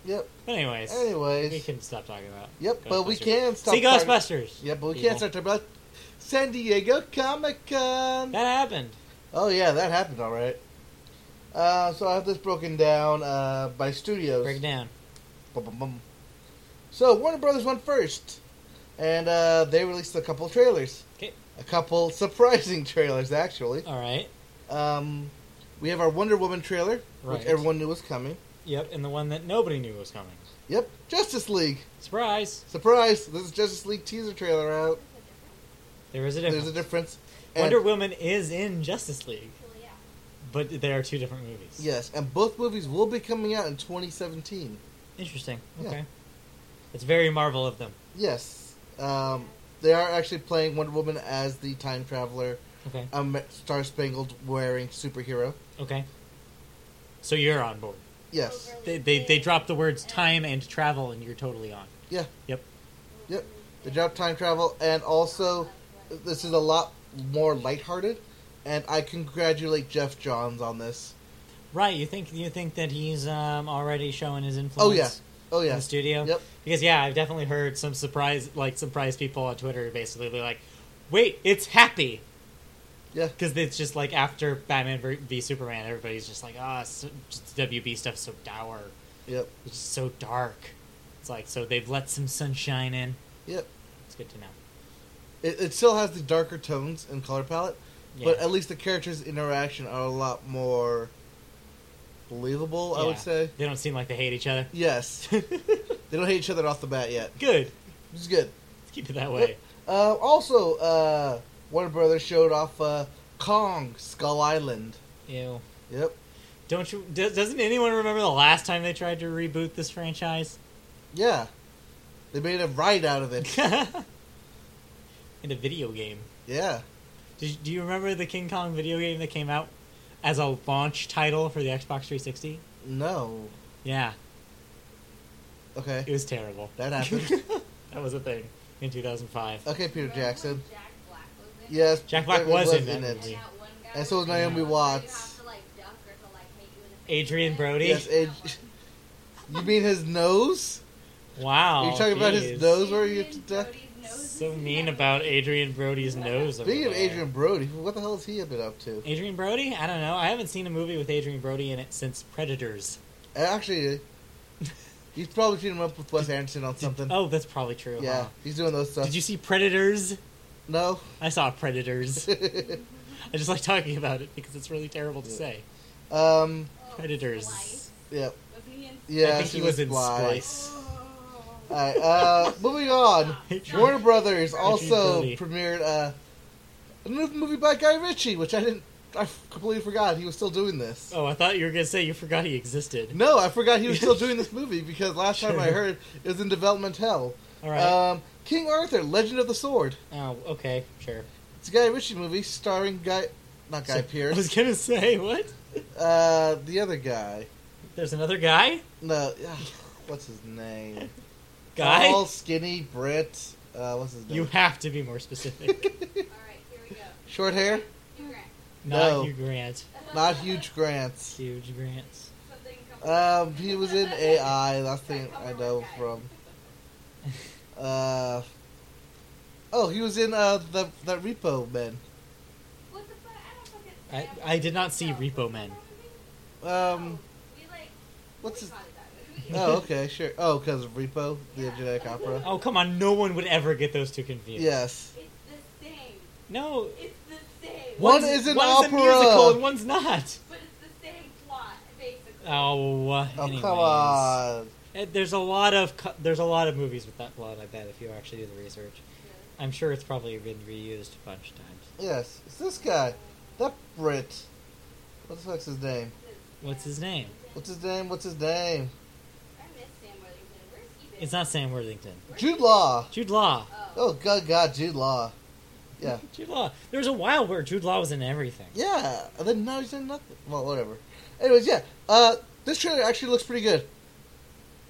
[SPEAKER 2] Yep.
[SPEAKER 1] But anyways,
[SPEAKER 2] Anyways.
[SPEAKER 1] we can stop talking about.
[SPEAKER 2] Yep, but we
[SPEAKER 1] Ghostbusters.
[SPEAKER 2] can stop
[SPEAKER 1] See
[SPEAKER 2] talking-
[SPEAKER 1] Ghostbusters.
[SPEAKER 2] Yeah, but we
[SPEAKER 1] people.
[SPEAKER 2] can't start talking about San Diego Comic Con.
[SPEAKER 1] That happened.
[SPEAKER 2] Oh yeah, that happened all right. Uh, so I have this broken down uh, by studios.
[SPEAKER 1] Break it down.
[SPEAKER 2] Bum, bum, bum. So Warner Brothers went first, and uh, they released a couple trailers.
[SPEAKER 1] 'Kay.
[SPEAKER 2] A couple surprising trailers, actually.
[SPEAKER 1] All right.
[SPEAKER 2] Um, we have our Wonder Woman trailer,
[SPEAKER 1] Right.
[SPEAKER 2] which everyone knew was coming.
[SPEAKER 1] Yep, and the one that nobody knew was coming.
[SPEAKER 2] Yep, Justice League.
[SPEAKER 1] Surprise!
[SPEAKER 2] Surprise! This is Justice League teaser trailer out.
[SPEAKER 1] There is a difference.
[SPEAKER 2] There's a difference.
[SPEAKER 1] Wonder
[SPEAKER 2] and,
[SPEAKER 1] Woman is in Justice League, but they are two different movies.
[SPEAKER 2] Yes, and both movies will be coming out in 2017.
[SPEAKER 1] Interesting.
[SPEAKER 2] Yeah.
[SPEAKER 1] Okay. It's very Marvel of them,
[SPEAKER 2] Yes, um, they are actually playing Wonder Woman as the time traveler,
[SPEAKER 1] Okay.
[SPEAKER 2] a ma- star spangled wearing superhero.
[SPEAKER 1] Okay. So you're on board.
[SPEAKER 2] Yes.
[SPEAKER 1] They they, they drop the words time and travel, and you're totally on.
[SPEAKER 2] Yeah.
[SPEAKER 1] Yep.
[SPEAKER 2] Yep. They dropped time travel, and also, this is a lot more lighthearted. And I congratulate Jeff Johns on this.
[SPEAKER 1] Right. You think you think that he's um, already showing his influence?
[SPEAKER 2] Oh yeah. Oh
[SPEAKER 1] In
[SPEAKER 2] yeah.
[SPEAKER 1] the studio.
[SPEAKER 2] Yep.
[SPEAKER 1] Because yeah, I've definitely heard some surprise like surprise people on Twitter basically be like, "Wait, it's happy."
[SPEAKER 2] Yeah.
[SPEAKER 1] Because it's just like after Batman ver- v Superman, everybody's just like, ah, so, just WB stuff's so dour,
[SPEAKER 2] Yep.
[SPEAKER 1] it's just so dark. It's like so they've let some sunshine in.
[SPEAKER 2] Yep.
[SPEAKER 1] It's good to know.
[SPEAKER 2] It, it still has the darker tones and color palette,
[SPEAKER 1] Yeah.
[SPEAKER 2] but at least the characters' interaction are a lot more believable. I
[SPEAKER 1] Yeah.
[SPEAKER 2] would say.
[SPEAKER 1] they don't seem like they hate each other.
[SPEAKER 2] Yes. they don't hate each other off the bat yet.
[SPEAKER 1] Good.
[SPEAKER 2] Which is good.
[SPEAKER 1] Let's keep it that way.
[SPEAKER 2] Uh, also, uh, Warner Brothers showed off uh, Kong Skull Island.
[SPEAKER 1] Ew.
[SPEAKER 2] Yep.
[SPEAKER 1] Don't you? do- Doesn't anyone remember the last time they tried to reboot this franchise?
[SPEAKER 2] Yeah. They made a ride out of it.
[SPEAKER 1] In a video game.
[SPEAKER 2] yeah.
[SPEAKER 1] Did, do you remember the King Kong video game that came out as a launch title for the Xbox 360?
[SPEAKER 2] No.
[SPEAKER 1] Yeah, it
[SPEAKER 2] Okay.
[SPEAKER 1] was terrible.
[SPEAKER 2] That happened.
[SPEAKER 1] that was a thing in 2005.
[SPEAKER 2] Okay, Peter Jackson.
[SPEAKER 4] Jack Black was in it,
[SPEAKER 2] Yes.
[SPEAKER 1] Jack Black
[SPEAKER 2] it
[SPEAKER 1] was in that
[SPEAKER 4] and
[SPEAKER 1] movie.
[SPEAKER 4] that one guy
[SPEAKER 2] And so was
[SPEAKER 4] with the
[SPEAKER 1] Naomi
[SPEAKER 4] gun, so
[SPEAKER 2] Watts.
[SPEAKER 4] You have to, like, duck or he'll, like, hit you in the face.
[SPEAKER 1] Adrian Brody?
[SPEAKER 2] Yes,
[SPEAKER 4] That
[SPEAKER 2] Ad- You mean his nose?
[SPEAKER 1] Wow.
[SPEAKER 2] Are you talking about his
[SPEAKER 1] geez.
[SPEAKER 2] nose?
[SPEAKER 4] one.
[SPEAKER 2] Those were you to
[SPEAKER 4] Adrian
[SPEAKER 2] duck?
[SPEAKER 4] Brody's nose is
[SPEAKER 1] So
[SPEAKER 4] in
[SPEAKER 1] mean
[SPEAKER 4] that
[SPEAKER 1] about
[SPEAKER 4] one.
[SPEAKER 1] Adrian Brody's nose. over
[SPEAKER 2] Speaking of
[SPEAKER 1] there.
[SPEAKER 2] Adrian Brody, what the hell has he been up to?
[SPEAKER 1] Adrian Brody? I don't know. I haven't seen a movie with Adrian Brody in it since Predators.
[SPEAKER 2] Actually, he's probably teaming up with Wes Anderson on something.
[SPEAKER 1] Oh, that's probably true.
[SPEAKER 2] Yeah,
[SPEAKER 1] huh?
[SPEAKER 2] he's doing those stuff.
[SPEAKER 1] Did you see Predators?
[SPEAKER 2] No.
[SPEAKER 1] I saw Predators. I just like talking about it because it's really terrible to say.
[SPEAKER 2] um.
[SPEAKER 4] Oh,
[SPEAKER 1] Predators.
[SPEAKER 4] Splice.
[SPEAKER 2] Yep.
[SPEAKER 4] Wasn't he in
[SPEAKER 2] Yeah.
[SPEAKER 1] I think
[SPEAKER 2] she
[SPEAKER 1] he was in
[SPEAKER 2] fly.
[SPEAKER 1] Splice.
[SPEAKER 4] Oh.
[SPEAKER 2] Alright, uh, moving on.
[SPEAKER 1] Adrian-
[SPEAKER 2] Warner Brothers also
[SPEAKER 1] Brody.
[SPEAKER 2] premiered uh, a new movie by Guy Ritchie, which I didn't. I completely forgot he was still doing this.
[SPEAKER 1] Oh, I thought you were gonna say you forgot he existed.
[SPEAKER 2] No, I forgot he was still doing this movie because last time I
[SPEAKER 1] Sure.
[SPEAKER 2] heard it was in development hell.
[SPEAKER 1] All right.
[SPEAKER 2] Um, King Arthur, Legend of the Sword.
[SPEAKER 1] oh, okay, sure.
[SPEAKER 2] It's a Guy Ritchie movie starring Guy. Not Guy
[SPEAKER 1] So- I was
[SPEAKER 2] Pierce.
[SPEAKER 1] gonna say what?
[SPEAKER 2] Uh, the other guy.
[SPEAKER 1] There's another guy.
[SPEAKER 2] No, yeah, what's his name?
[SPEAKER 1] Guy,
[SPEAKER 2] Tall, skinny, Brit. Uh, what's his name?
[SPEAKER 1] you have to be more specific.
[SPEAKER 4] All right, here we go.
[SPEAKER 2] Short hair?
[SPEAKER 4] Immigrant.
[SPEAKER 1] Not
[SPEAKER 2] No.
[SPEAKER 1] Hugh Grant.
[SPEAKER 2] Not huge grants.
[SPEAKER 1] Huge Grants.
[SPEAKER 4] Something comes
[SPEAKER 2] Um, he was in AI. That's the thing I know him from. Uh, oh, he was in uh the that Repo Man.
[SPEAKER 4] What the fuck? I don't fucking.
[SPEAKER 1] I, I did not see Repo Man.
[SPEAKER 2] Um,
[SPEAKER 4] We like.
[SPEAKER 2] what's
[SPEAKER 4] we
[SPEAKER 2] his?
[SPEAKER 4] call it that. We-
[SPEAKER 2] Oh, okay, sure. Oh, because of Repo, the genetic opera.
[SPEAKER 1] Oh come on, no one would ever get those two confused.
[SPEAKER 2] Yes.
[SPEAKER 4] It's the same.
[SPEAKER 1] No.
[SPEAKER 4] It's the same.
[SPEAKER 2] What?
[SPEAKER 1] one's-
[SPEAKER 2] is an
[SPEAKER 1] one's
[SPEAKER 2] opera?
[SPEAKER 1] a musical and one's not.
[SPEAKER 4] But it's the same plot, basically.
[SPEAKER 1] Oh. uh,
[SPEAKER 2] Oh,
[SPEAKER 1] anyways.
[SPEAKER 2] come on.
[SPEAKER 1] Eh, There's a lot of co- there's a lot of movies with that plot. I bet if you actually do the research, I'm sure it's probably been reused a bunch of times.
[SPEAKER 2] Yes, it's this guy, that Brit. What the fuck's his name?
[SPEAKER 1] What's his name?
[SPEAKER 2] What's his name? What's his name?
[SPEAKER 4] I miss Sam Worthington. Where's he been?
[SPEAKER 1] It's not Sam Worthington.
[SPEAKER 4] Where's he
[SPEAKER 2] Jude
[SPEAKER 4] been?
[SPEAKER 2] Law.
[SPEAKER 1] Jude Law.
[SPEAKER 4] Oh.
[SPEAKER 2] Oh God, God, Jude Law. Yeah,
[SPEAKER 1] Jude Law. There was a while where Jude Law was in everything.
[SPEAKER 2] yeah. And then now he's in nothing. Well, whatever. Anyways, yeah. Uh, this trailer actually looks pretty good.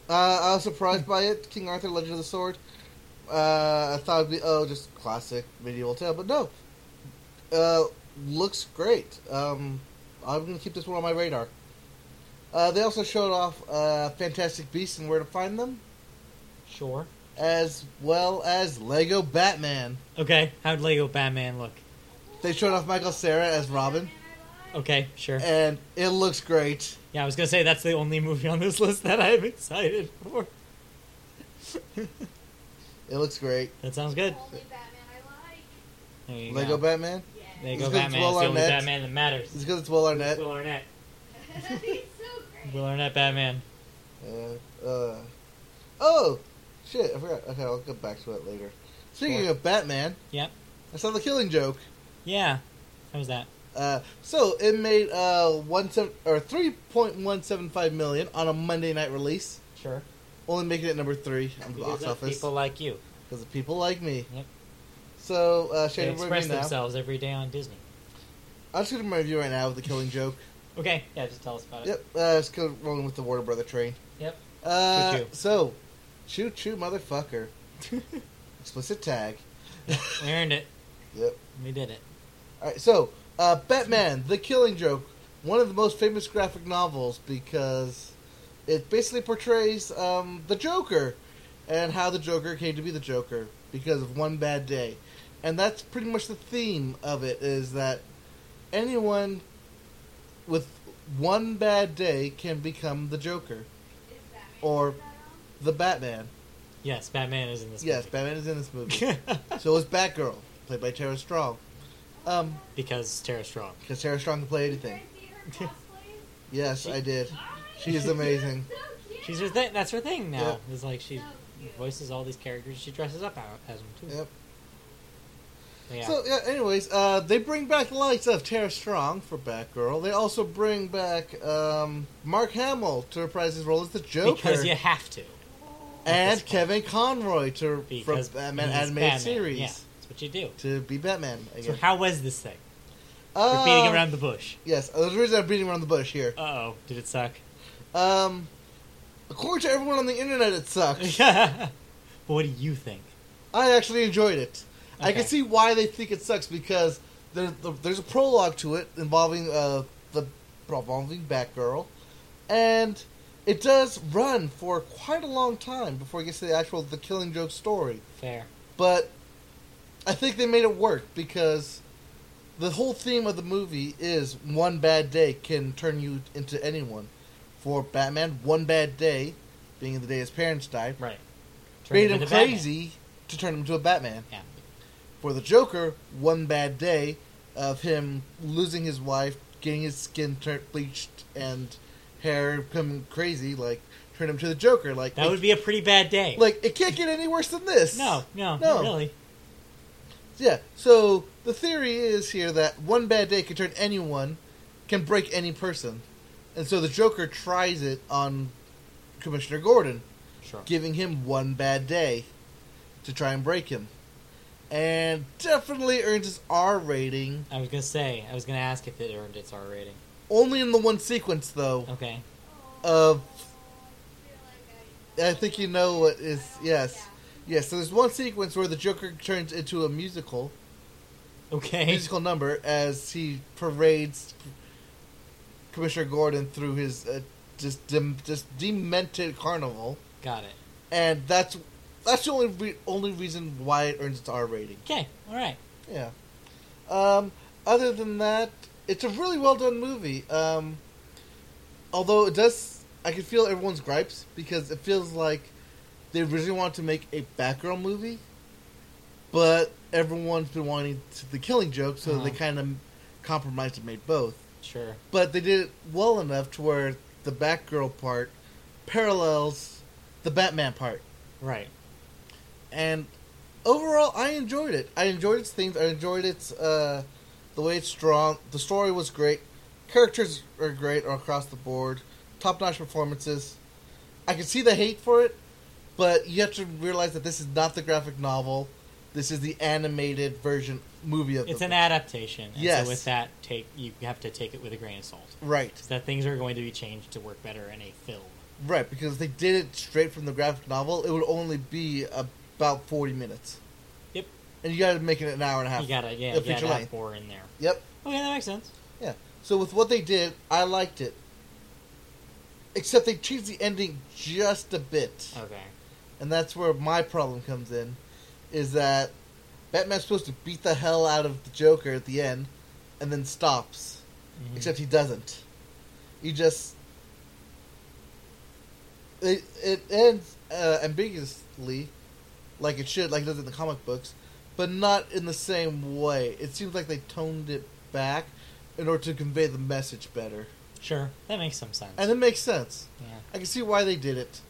[SPEAKER 2] Uh, I was surprised by it. King Arthur, Legend of the Sword. Uh, I thought it'd be oh, just classic medieval tale, but no. Uh, looks great. Um, I'm gonna keep this one on my radar. Uh, they also showed off uh, Fantastic Beasts and Where to Find Them,
[SPEAKER 1] Sure.
[SPEAKER 2] as well as Lego Batman.
[SPEAKER 1] Okay. How'd Lego Batman look?
[SPEAKER 2] They showed off Michael Sarah as Robin,
[SPEAKER 1] Okay. Sure.
[SPEAKER 2] and it looks great.
[SPEAKER 1] Yeah, I was gonna say that's the only movie on this list that I'm excited for.
[SPEAKER 2] It looks great.
[SPEAKER 1] That sounds good.
[SPEAKER 4] Only Batman I like.
[SPEAKER 1] There you
[SPEAKER 2] Lego
[SPEAKER 1] go.
[SPEAKER 2] Batman.
[SPEAKER 4] Yeah.
[SPEAKER 1] Lego
[SPEAKER 2] It's good
[SPEAKER 1] Batman.
[SPEAKER 2] Will
[SPEAKER 1] It's the only
[SPEAKER 2] Arnett.
[SPEAKER 1] Batman that matters.
[SPEAKER 2] It's because it's Will Arnett.
[SPEAKER 1] Will Arnett.
[SPEAKER 4] He's so great.
[SPEAKER 1] Will Arnett Batman.
[SPEAKER 2] Uh, uh, oh, shit! I forgot. Okay, I'll get back to it later. Speaking
[SPEAKER 1] Sure.
[SPEAKER 2] of Batman,
[SPEAKER 1] Yep.
[SPEAKER 2] I saw the Killing Joke.
[SPEAKER 1] Yeah. How was that?
[SPEAKER 2] Uh, so it made uh one seven or three point one seven five million on a Monday night release,
[SPEAKER 1] Sure.
[SPEAKER 2] only making it number three on the
[SPEAKER 1] Because
[SPEAKER 2] box
[SPEAKER 1] of
[SPEAKER 2] office
[SPEAKER 1] People like you.
[SPEAKER 2] because of people like me.
[SPEAKER 1] Yep.
[SPEAKER 2] So uh,
[SPEAKER 1] They
[SPEAKER 2] Shane,
[SPEAKER 1] express
[SPEAKER 2] review now.
[SPEAKER 1] themselves every day on Disney.
[SPEAKER 2] I'm just gonna review right now with the Killing Joke.
[SPEAKER 1] Okay. Yeah. Just tell us about it.
[SPEAKER 2] Yep, uh, it's go- rolling with the Warner Brother train.
[SPEAKER 1] Yep.
[SPEAKER 2] Uh,
[SPEAKER 1] Choo-choo.
[SPEAKER 2] So, choo choo, motherfucker. Explicit tag.
[SPEAKER 1] We earned it.
[SPEAKER 2] Yep.
[SPEAKER 1] We did it.
[SPEAKER 2] All right. So, uh, Batman: The Killing Joke, one of the most famous graphic novels because it basically portrays um, the Joker and how the Joker came to be the Joker because of one bad day, and that's pretty much the theme of it. Is that anyone with one bad day can become the Joker
[SPEAKER 4] Is Batman
[SPEAKER 2] or
[SPEAKER 4] that on?
[SPEAKER 2] the Batman.
[SPEAKER 1] Yes, Batman is in this.
[SPEAKER 2] Yes, Batman is in this movie. so is Batgirl, played by Tara Strong. Um,
[SPEAKER 1] because Tara Strong.
[SPEAKER 2] because Tara Strong can play
[SPEAKER 4] Did you
[SPEAKER 2] anything.
[SPEAKER 4] guys see her cosplay?
[SPEAKER 2] Yes,
[SPEAKER 1] She-
[SPEAKER 2] I did.
[SPEAKER 4] I-
[SPEAKER 2] She is amazing.
[SPEAKER 4] So cute.
[SPEAKER 1] She's her thing. That's her thing now.
[SPEAKER 2] Yep.
[SPEAKER 1] It's like she
[SPEAKER 4] So cute.
[SPEAKER 1] voices all these characters. She dresses up out- as them too.
[SPEAKER 2] Yep.
[SPEAKER 1] But yeah.
[SPEAKER 2] So yeah. Anyways, uh, they bring back the likes of Tara Strong for Batgirl. They also bring back um, Mark Hamill to reprise his role as the Joker,
[SPEAKER 1] because you have to. That's
[SPEAKER 2] and
[SPEAKER 1] fine.
[SPEAKER 2] Kevin Conroy to
[SPEAKER 1] Because
[SPEAKER 2] from Batman
[SPEAKER 1] he's
[SPEAKER 2] animated
[SPEAKER 1] Batman.
[SPEAKER 2] series
[SPEAKER 1] Yeah, that's what you do.
[SPEAKER 2] to be Batman
[SPEAKER 1] So
[SPEAKER 2] again.
[SPEAKER 1] how was this thing? We're
[SPEAKER 2] Uh,
[SPEAKER 1] beating around the bush.
[SPEAKER 2] Yes, uh, there's a reason I'm beating around the bush here.
[SPEAKER 1] Uh oh, did it suck?
[SPEAKER 2] Um, according to everyone on the internet, it sucks.
[SPEAKER 1] but what do you think?
[SPEAKER 2] I actually enjoyed it. I can
[SPEAKER 1] Okay.
[SPEAKER 2] see why they think it sucks because there, the, there's a prologue to it involving uh, the involving Batgirl, and it does run for quite a long time before it gets to the actual the Killing Joke story.
[SPEAKER 1] Fair.
[SPEAKER 2] But I think they made it work because the whole theme of the movie is one bad day can turn you into anyone. For Batman, one bad day, being the day his parents died,
[SPEAKER 1] Right. Turn
[SPEAKER 2] made
[SPEAKER 1] it
[SPEAKER 2] him
[SPEAKER 1] into Batman.
[SPEAKER 2] crazy to turn him into a Batman.
[SPEAKER 1] Yeah.
[SPEAKER 2] For the Joker, one bad day of him losing his wife, getting his skin turned bleached and hair coming crazy, like turned him to the Joker. Like
[SPEAKER 1] That
[SPEAKER 2] it,
[SPEAKER 1] would be a pretty bad day.
[SPEAKER 2] like it can't get any worse than this.
[SPEAKER 1] no, no, no,
[SPEAKER 2] No.
[SPEAKER 1] really.
[SPEAKER 2] Yeah. So the theory is here that one bad day can turn anyone, can break any person, and so the Joker tries it on Commissioner Gordon.
[SPEAKER 1] Sure.
[SPEAKER 2] giving him one bad day to try and break him. And definitely earns his R rating.
[SPEAKER 1] I was gonna say. I was gonna ask if it earned its R rating.
[SPEAKER 2] Only in the one sequence, though.
[SPEAKER 1] Okay.
[SPEAKER 2] Of
[SPEAKER 4] I feel like
[SPEAKER 2] I think you know what is yes, yes. So there's one sequence where the Joker turns into a musical,
[SPEAKER 1] Okay.
[SPEAKER 2] musical number as he parades Commissioner Gordon through his uh, just dem- just demented carnival,
[SPEAKER 1] Got it.
[SPEAKER 2] and that's that's the only re- only reason why it earns its R rating.
[SPEAKER 1] Okay. All right.
[SPEAKER 2] Yeah. Um, other than that, it's a really well done movie. Um, although it does, I can feel everyone's gripes because it feels like they originally wanted to make a Batgirl movie, but everyone's been wanting to, the Killing Joke, so
[SPEAKER 1] Uh-huh.
[SPEAKER 2] they kind of compromised and made both.
[SPEAKER 1] Sure.
[SPEAKER 2] But they did it well enough to where the Batgirl part parallels the Batman part
[SPEAKER 1] Right.
[SPEAKER 2] and overall i enjoyed it i enjoyed its themes i enjoyed its uh the way it's strong the story was great characters are great across the board top-notch performances i can see the hate for it but you have to realize that this is not the graphic novel this is the animated version movie of
[SPEAKER 1] It's
[SPEAKER 2] the
[SPEAKER 1] an adaptation. And
[SPEAKER 2] Yes.
[SPEAKER 1] So with that, take you have to take it with a grain of salt.
[SPEAKER 2] right
[SPEAKER 1] So that things are going to be changed to work better in a film.
[SPEAKER 2] right because if they did it straight from the graphic novel it would only be about 40 minutes
[SPEAKER 1] Yep.
[SPEAKER 2] and you gotta make it an hour and a half
[SPEAKER 1] You gotta yeah,
[SPEAKER 2] a
[SPEAKER 1] you
[SPEAKER 2] feature
[SPEAKER 1] gotta
[SPEAKER 2] length.
[SPEAKER 1] have more in there.
[SPEAKER 2] yep
[SPEAKER 1] Okay, that makes sense.
[SPEAKER 2] Yeah. So with what they did, I liked it. Except they changed the ending just a bit.
[SPEAKER 1] Okay.
[SPEAKER 2] And that's where my problem comes in. Is that Batman's supposed to beat the hell out of the Joker at the end and then stops.
[SPEAKER 1] Mhm.
[SPEAKER 2] Except he doesn't. He just. It, it ends uh, ambiguously, like it should, like it does in the comic books, but not in the same way. It seems like they toned it back in order to convey the message better.
[SPEAKER 1] Mm-hmm. sure. That makes some sense.
[SPEAKER 2] And it makes sense.
[SPEAKER 1] yeah.
[SPEAKER 2] I can see why they did it.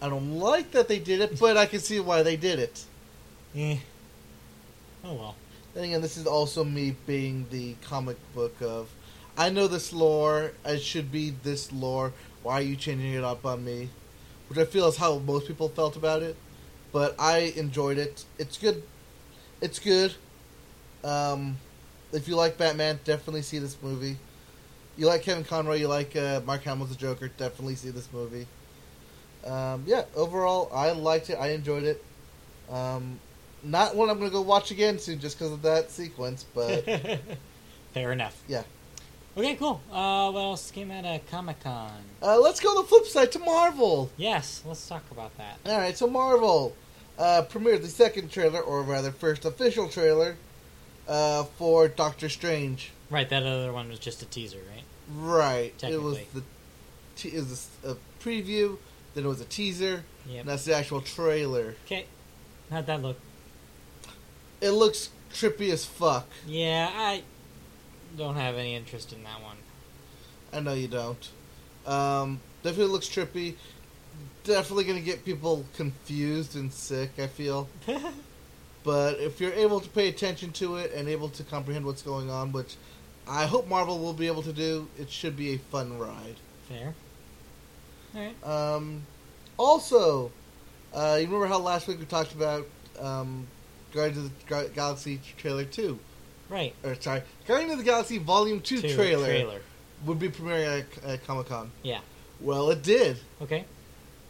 [SPEAKER 2] I don't like that they did it, but I can see why they did it.
[SPEAKER 1] Eh. Oh well.
[SPEAKER 2] Then again, this is also me being the comic book of, I know this lore. It should be this lore. Why are you changing it up on me? Which I feel is how most people felt about it. But I enjoyed it. It's good. It's good. Um, if you like Batman, definitely see this movie. You like Kevin Conroy, you like uh, Mark Hamill's the Joker, definitely see this movie. Um, yeah, overall, I liked it. I enjoyed it. Um, not one I'm going to go watch again soon just because of that sequence, but
[SPEAKER 1] Fair enough.
[SPEAKER 2] yeah.
[SPEAKER 1] Okay, cool. Uh, what else came out of Comic Con?
[SPEAKER 2] Uh, let's go to the flip side to Marvel.
[SPEAKER 1] Yes, let's talk about that.
[SPEAKER 2] All right, so Marvel uh, premiered the second trailer, or rather, first official trailer uh, for Doctor Strange.
[SPEAKER 1] Right, that other one was just a teaser, right?
[SPEAKER 2] Right. It was
[SPEAKER 1] Technically.
[SPEAKER 2] the te- it was a preview, then it was a teaser, and
[SPEAKER 1] Yep.
[SPEAKER 2] that's the actual trailer.
[SPEAKER 1] Okay. How'd that look?
[SPEAKER 2] It looks trippy as fuck.
[SPEAKER 1] Yeah, I don't have any interest in that one.
[SPEAKER 2] I know you don't. Um, definitely looks trippy. Definitely gonna get people confused and sick. I feel. But if you're able to pay attention to it and able to comprehend what's going on, which I hope Marvel will be able to do, it should be a fun ride.
[SPEAKER 1] Fair. Alright.
[SPEAKER 2] Um, also, uh, you remember how last week we talked about um, Guardians of the Ga- Galaxy trailer 2?
[SPEAKER 1] Right.
[SPEAKER 2] Or, sorry, Guardians of the Galaxy Volume 2
[SPEAKER 1] Two,
[SPEAKER 2] trailer, would be premiering at, at Comic Con.
[SPEAKER 1] Yeah.
[SPEAKER 2] Well, it did,
[SPEAKER 1] Okay.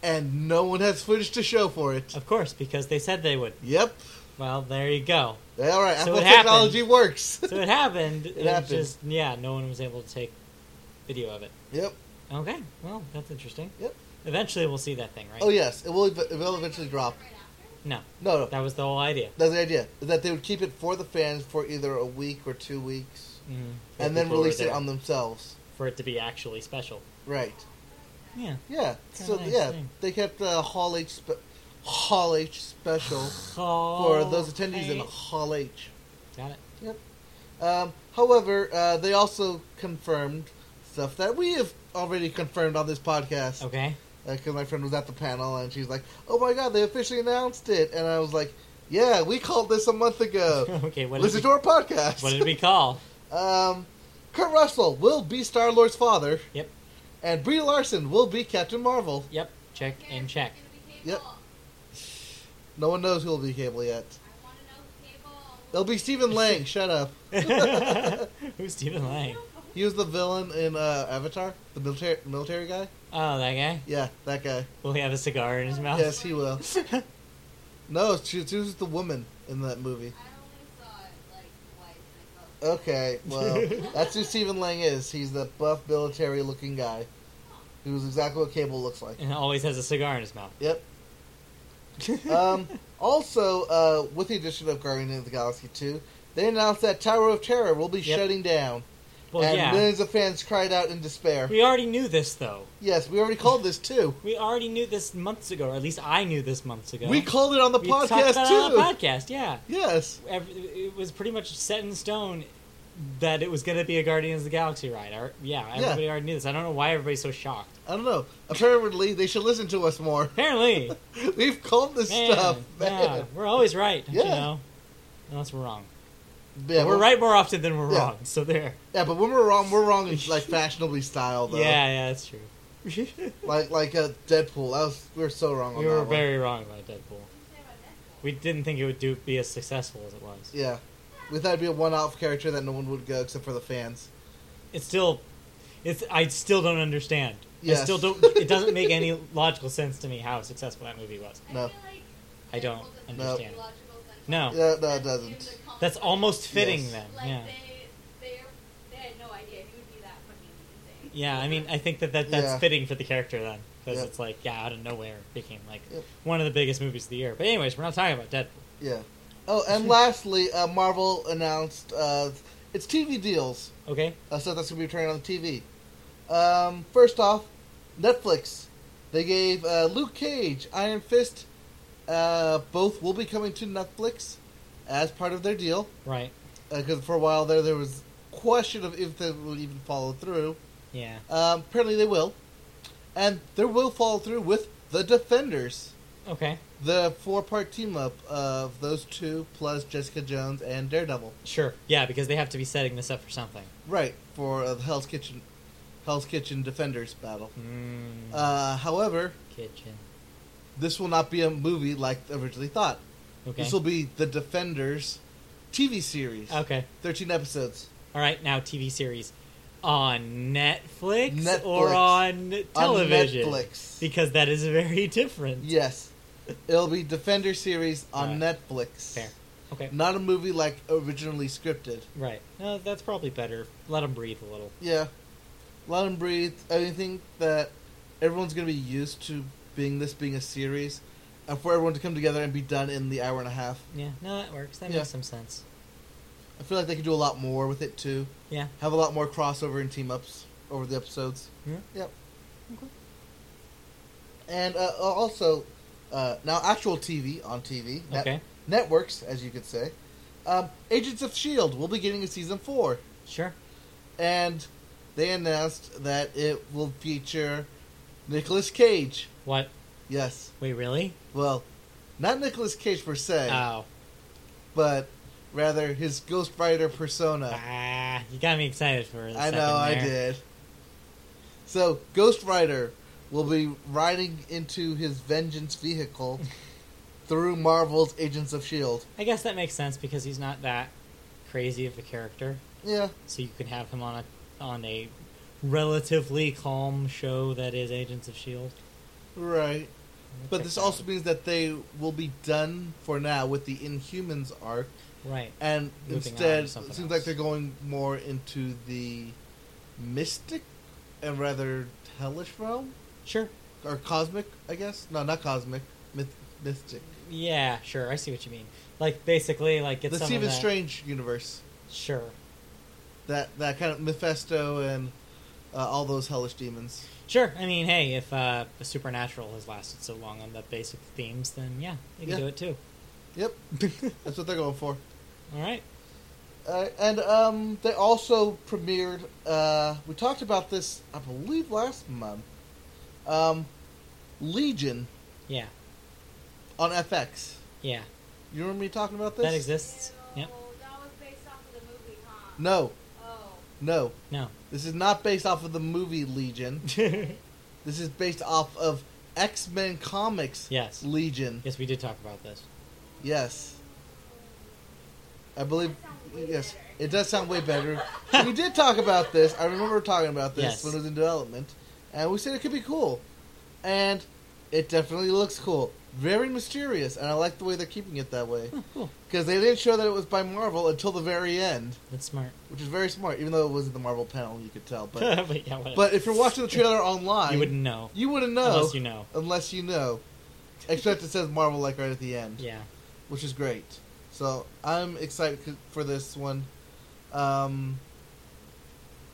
[SPEAKER 2] and no one has footage to show for it.
[SPEAKER 1] Of course, because they said they would.
[SPEAKER 2] Yep.
[SPEAKER 1] Well, there you go.
[SPEAKER 2] All right,
[SPEAKER 1] So
[SPEAKER 2] Apple
[SPEAKER 1] it happened.
[SPEAKER 2] technology works.
[SPEAKER 1] So it happened. it
[SPEAKER 2] happened.
[SPEAKER 1] just yeah, no one was able to take video of it.
[SPEAKER 2] yep.
[SPEAKER 1] Okay. Well, that's interesting.
[SPEAKER 2] Yep.
[SPEAKER 1] Eventually we'll see that thing, right?
[SPEAKER 2] Oh, yes, it will, it will eventually drop.
[SPEAKER 1] No.
[SPEAKER 2] No, no.
[SPEAKER 1] That was the whole idea.
[SPEAKER 2] That's the idea. Is that they would keep it for the fans for either a week or two weeks,
[SPEAKER 1] Mm, for
[SPEAKER 2] and then
[SPEAKER 1] people who
[SPEAKER 2] release
[SPEAKER 1] were
[SPEAKER 2] it
[SPEAKER 1] there,
[SPEAKER 2] on themselves.
[SPEAKER 1] for it to be actually special.
[SPEAKER 2] Right.
[SPEAKER 1] Yeah.
[SPEAKER 2] Yeah.
[SPEAKER 1] Kinda
[SPEAKER 2] so
[SPEAKER 1] nice
[SPEAKER 2] yeah,
[SPEAKER 1] thing.
[SPEAKER 2] they kept the Hall H spe- Hall H special for
[SPEAKER 1] Oh,
[SPEAKER 2] those attendees in
[SPEAKER 1] Okay.
[SPEAKER 2] Hall H.
[SPEAKER 1] Got it.
[SPEAKER 2] Um, however, uh, they also confirmed stuff that we have already confirmed on this podcast.
[SPEAKER 1] Okay.
[SPEAKER 2] Because my friend was at the panel and she's like, "Oh my god, they officially announced it!" And I was like, "Yeah, we called this a month ago.
[SPEAKER 1] okay. What did,
[SPEAKER 2] Uh, Listen
[SPEAKER 1] we,
[SPEAKER 2] to our podcast."
[SPEAKER 1] what did we call?
[SPEAKER 2] Um, Kurt Russell will be Star Lord's father.
[SPEAKER 1] Yep.
[SPEAKER 2] And Brie Larson will be Captain Marvel.
[SPEAKER 1] Yep. Check and check.
[SPEAKER 2] Yep. No one knows who will be Cable yet. It'll be Stephen Lang. Shut up.
[SPEAKER 1] Who's Stephen Lang?
[SPEAKER 2] He was the villain in uh, Avatar, the military military guy.
[SPEAKER 1] Oh, that guy.
[SPEAKER 2] Yeah, that guy.
[SPEAKER 1] Will he have a cigar in his mouth?
[SPEAKER 2] Yes, he will. No, she, she was the woman in that movie.
[SPEAKER 4] I only saw it like twice.
[SPEAKER 2] Okay, well, that's who Stephen Lang is. He's the buff, military-looking guy. He was exactly what Cable looks like.
[SPEAKER 1] and always has a cigar in his mouth.
[SPEAKER 2] Yep. Um, also, uh, with the addition of Guardians of the Galaxy 2, they announced that Tower of Terror will be
[SPEAKER 1] Yep.
[SPEAKER 2] shutting down.
[SPEAKER 1] well,
[SPEAKER 2] and
[SPEAKER 1] yeah.
[SPEAKER 2] millions of fans cried out in despair.
[SPEAKER 1] We already knew this though.
[SPEAKER 2] Yes, we already called this, too.
[SPEAKER 1] We already knew this months ago, or at least I knew this months ago.
[SPEAKER 2] We called it on the
[SPEAKER 1] We talked
[SPEAKER 2] podcast,
[SPEAKER 1] about it
[SPEAKER 2] too.
[SPEAKER 1] on the podcast, yeah.
[SPEAKER 2] Yes.
[SPEAKER 1] Every, it was pretty much set in stone that it was going to be a Guardians of the Galaxy ride. Our- yeah, everybody already knew this. I don't know why everybody's so shocked.
[SPEAKER 2] I don't know. Apparently, they should listen to us more.
[SPEAKER 1] Apparently,
[SPEAKER 2] We've called this
[SPEAKER 1] man,
[SPEAKER 2] stuff,
[SPEAKER 1] yeah,
[SPEAKER 2] man.
[SPEAKER 1] we're always right,
[SPEAKER 2] Yeah.
[SPEAKER 1] you know, unless we're wrong.
[SPEAKER 2] Yeah,
[SPEAKER 1] we're
[SPEAKER 2] but-
[SPEAKER 1] right more often than we're
[SPEAKER 2] Yeah.
[SPEAKER 1] wrong. So there.
[SPEAKER 2] Yeah, but when we're wrong, we're wrong in like fashionably style, though.
[SPEAKER 1] Yeah, yeah, that's true. we
[SPEAKER 2] Like like uh, Deadpool. That was we were so wrong on that
[SPEAKER 1] were
[SPEAKER 2] one.
[SPEAKER 1] very wrong about Deadpool. We didn't think it would do be as successful as it was.
[SPEAKER 2] Yeah. We thought it'd be a one-off character that no one would go except for the fans.
[SPEAKER 1] It's still, it's I still don't understand. I
[SPEAKER 2] Yes.
[SPEAKER 1] still don't. It doesn't make any logical sense to me how successful that movie was.
[SPEAKER 2] No.
[SPEAKER 1] I don't understand. No.
[SPEAKER 2] Yeah, no, it doesn't.
[SPEAKER 1] That's almost fitting
[SPEAKER 2] Yes.
[SPEAKER 1] then.
[SPEAKER 4] Like
[SPEAKER 1] yeah.
[SPEAKER 4] they, they, they had no idea he would be that fucking insane.
[SPEAKER 1] Yeah, I mean, I think that, that that's
[SPEAKER 2] Yeah.
[SPEAKER 1] fitting for the character then, because
[SPEAKER 2] Yeah.
[SPEAKER 1] it's like, yeah, out of nowhere it became like
[SPEAKER 2] Yep.
[SPEAKER 1] one of the biggest movies of the year. But anyways, we're not talking about Deadpool.
[SPEAKER 2] Yeah. Oh, and lastly, uh, Marvel announced uh, its TV deals.
[SPEAKER 1] Okay,
[SPEAKER 2] Uh, so that's gonna be returning on the TV. Um, first off, Netflix. They gave uh, Luke Cage, Iron Fist. Uh, both will be coming to Netflix as part of their deal.
[SPEAKER 1] right?
[SPEAKER 2] Because for a while there, there was question of if they would even follow through.
[SPEAKER 1] Yeah.
[SPEAKER 2] Um, apparently they will. And they will follow through with The Defenders,
[SPEAKER 1] Okay.
[SPEAKER 2] the four part team up of those two plus Jessica Jones and Daredevil.
[SPEAKER 1] Sure. Yeah, because they have to be setting this up for something.
[SPEAKER 2] Right, for uh, the Hell's Kitchen Hell's Kitchen Defenders battle.
[SPEAKER 1] Mm,
[SPEAKER 2] Uh, however,
[SPEAKER 1] kitchen.
[SPEAKER 2] this will not be a movie like originally thought.
[SPEAKER 1] Okay.
[SPEAKER 2] This will be The Defenders TV series.
[SPEAKER 1] Okay.
[SPEAKER 2] 13 episodes.
[SPEAKER 1] All right. Now TV series on Netflix,
[SPEAKER 2] Netflix.
[SPEAKER 1] or on television
[SPEAKER 2] On Netflix.
[SPEAKER 1] because that is very different.
[SPEAKER 2] Yes. It'll be Defender series on Netflix.
[SPEAKER 1] Fair. Okay.
[SPEAKER 2] Not a movie like originally scripted.
[SPEAKER 1] Right. No, that's probably better. Let them breathe a little.
[SPEAKER 2] Yeah. Let them breathe. I think that everyone's going to be used to being this being a series and for everyone to come together and be done in the hour and a half.
[SPEAKER 1] Yeah. No, that works. That
[SPEAKER 2] Yeah.
[SPEAKER 1] makes some sense.
[SPEAKER 2] I feel like they could do a lot more with it too.
[SPEAKER 1] Yeah.
[SPEAKER 2] Have a lot more crossover and team ups over the episodes.
[SPEAKER 1] Yeah.
[SPEAKER 2] Yep. And uh, also, uh, now actual TV on TV. net-
[SPEAKER 1] Okay.
[SPEAKER 2] networks, as you could say. Um, Agents of S.H.I.E.L.D. will be getting a season four.
[SPEAKER 1] Sure.
[SPEAKER 2] and they announced that it will feature Nicolas Cage.
[SPEAKER 1] What?
[SPEAKER 2] Yes,
[SPEAKER 1] Wait, really?
[SPEAKER 2] well, not Nicolas Cage per se,
[SPEAKER 1] Oh.
[SPEAKER 2] but rather his Ghost Rider persona.
[SPEAKER 1] Ah, you got me excited for this.
[SPEAKER 2] Uh, I know, I did. So Ghost Rider will be riding into his vengeance vehicle through Marvel's Agents of Shield.
[SPEAKER 1] I guess that makes sense because he's not that crazy of a character,
[SPEAKER 2] Yeah,
[SPEAKER 1] so you can have him on a on a relatively calm show that is Agents of Shield.
[SPEAKER 2] right. But
[SPEAKER 1] Check
[SPEAKER 2] this
[SPEAKER 1] that
[SPEAKER 2] also means that they will be done for now with the Inhumans arc
[SPEAKER 1] out. right.
[SPEAKER 2] and
[SPEAKER 1] Moving on to
[SPEAKER 2] instead it
[SPEAKER 1] something
[SPEAKER 2] seems
[SPEAKER 1] else.
[SPEAKER 2] like they're going more into the mystic and rather hellish realm
[SPEAKER 1] Sure.
[SPEAKER 2] or cosmic i guess no not cosmic myth- mystic
[SPEAKER 1] Yeah, sure. I see what you mean. Like basically, like it's
[SPEAKER 2] the
[SPEAKER 1] some
[SPEAKER 2] stephen
[SPEAKER 1] of that-
[SPEAKER 2] strange universe
[SPEAKER 1] Sure.
[SPEAKER 2] that that kind of mephisto and uh, all those hellish demons
[SPEAKER 1] Sure. I mean, hey, if uh, the supernatural has lasted so long on the basic themes, then yeah, they can
[SPEAKER 2] Yeah.
[SPEAKER 1] do it too.
[SPEAKER 2] yep that's what they're going for
[SPEAKER 1] All right.
[SPEAKER 2] uh, and um, they also premiered. Uh, we talked about this, I believe, last month. Um, Legion
[SPEAKER 1] Yeah.
[SPEAKER 2] on FX.
[SPEAKER 1] Yeah.
[SPEAKER 2] You remember me talking about this?
[SPEAKER 1] That exists. Yep.
[SPEAKER 4] uh, That was based off of the movie, huh?
[SPEAKER 2] No,
[SPEAKER 4] Oh.
[SPEAKER 2] no.
[SPEAKER 1] No.
[SPEAKER 2] This is not based off of the movie Legion. This is based off of X Men comics
[SPEAKER 1] yes.
[SPEAKER 2] Legion.
[SPEAKER 1] Yes, we did talk about this.
[SPEAKER 2] Yes. I believe.
[SPEAKER 4] That sounds way
[SPEAKER 2] Yes,
[SPEAKER 4] better.
[SPEAKER 2] it does sound way better. we did talk about this. I remember talking about this
[SPEAKER 1] Yes.
[SPEAKER 2] when it was in development, and we said it could be cool, and it definitely looks cool. very mysterious, and I like the way they're keeping it that way
[SPEAKER 1] Oh, cool.
[SPEAKER 2] because they didn't show that it was by Marvel until the very end,
[SPEAKER 1] That's smart.
[SPEAKER 2] which is very smart. Even though it wasn't the Marvel panel, you could tell. But
[SPEAKER 1] But, yeah, whatever.
[SPEAKER 2] but if you're watching the trailer online,
[SPEAKER 1] you wouldn't know
[SPEAKER 2] you wouldn't know
[SPEAKER 1] unless you know.
[SPEAKER 2] unless you know. Except it says Marvel like right at the end,
[SPEAKER 1] Yeah.
[SPEAKER 2] which is great. So I'm excited c- for this one. Um,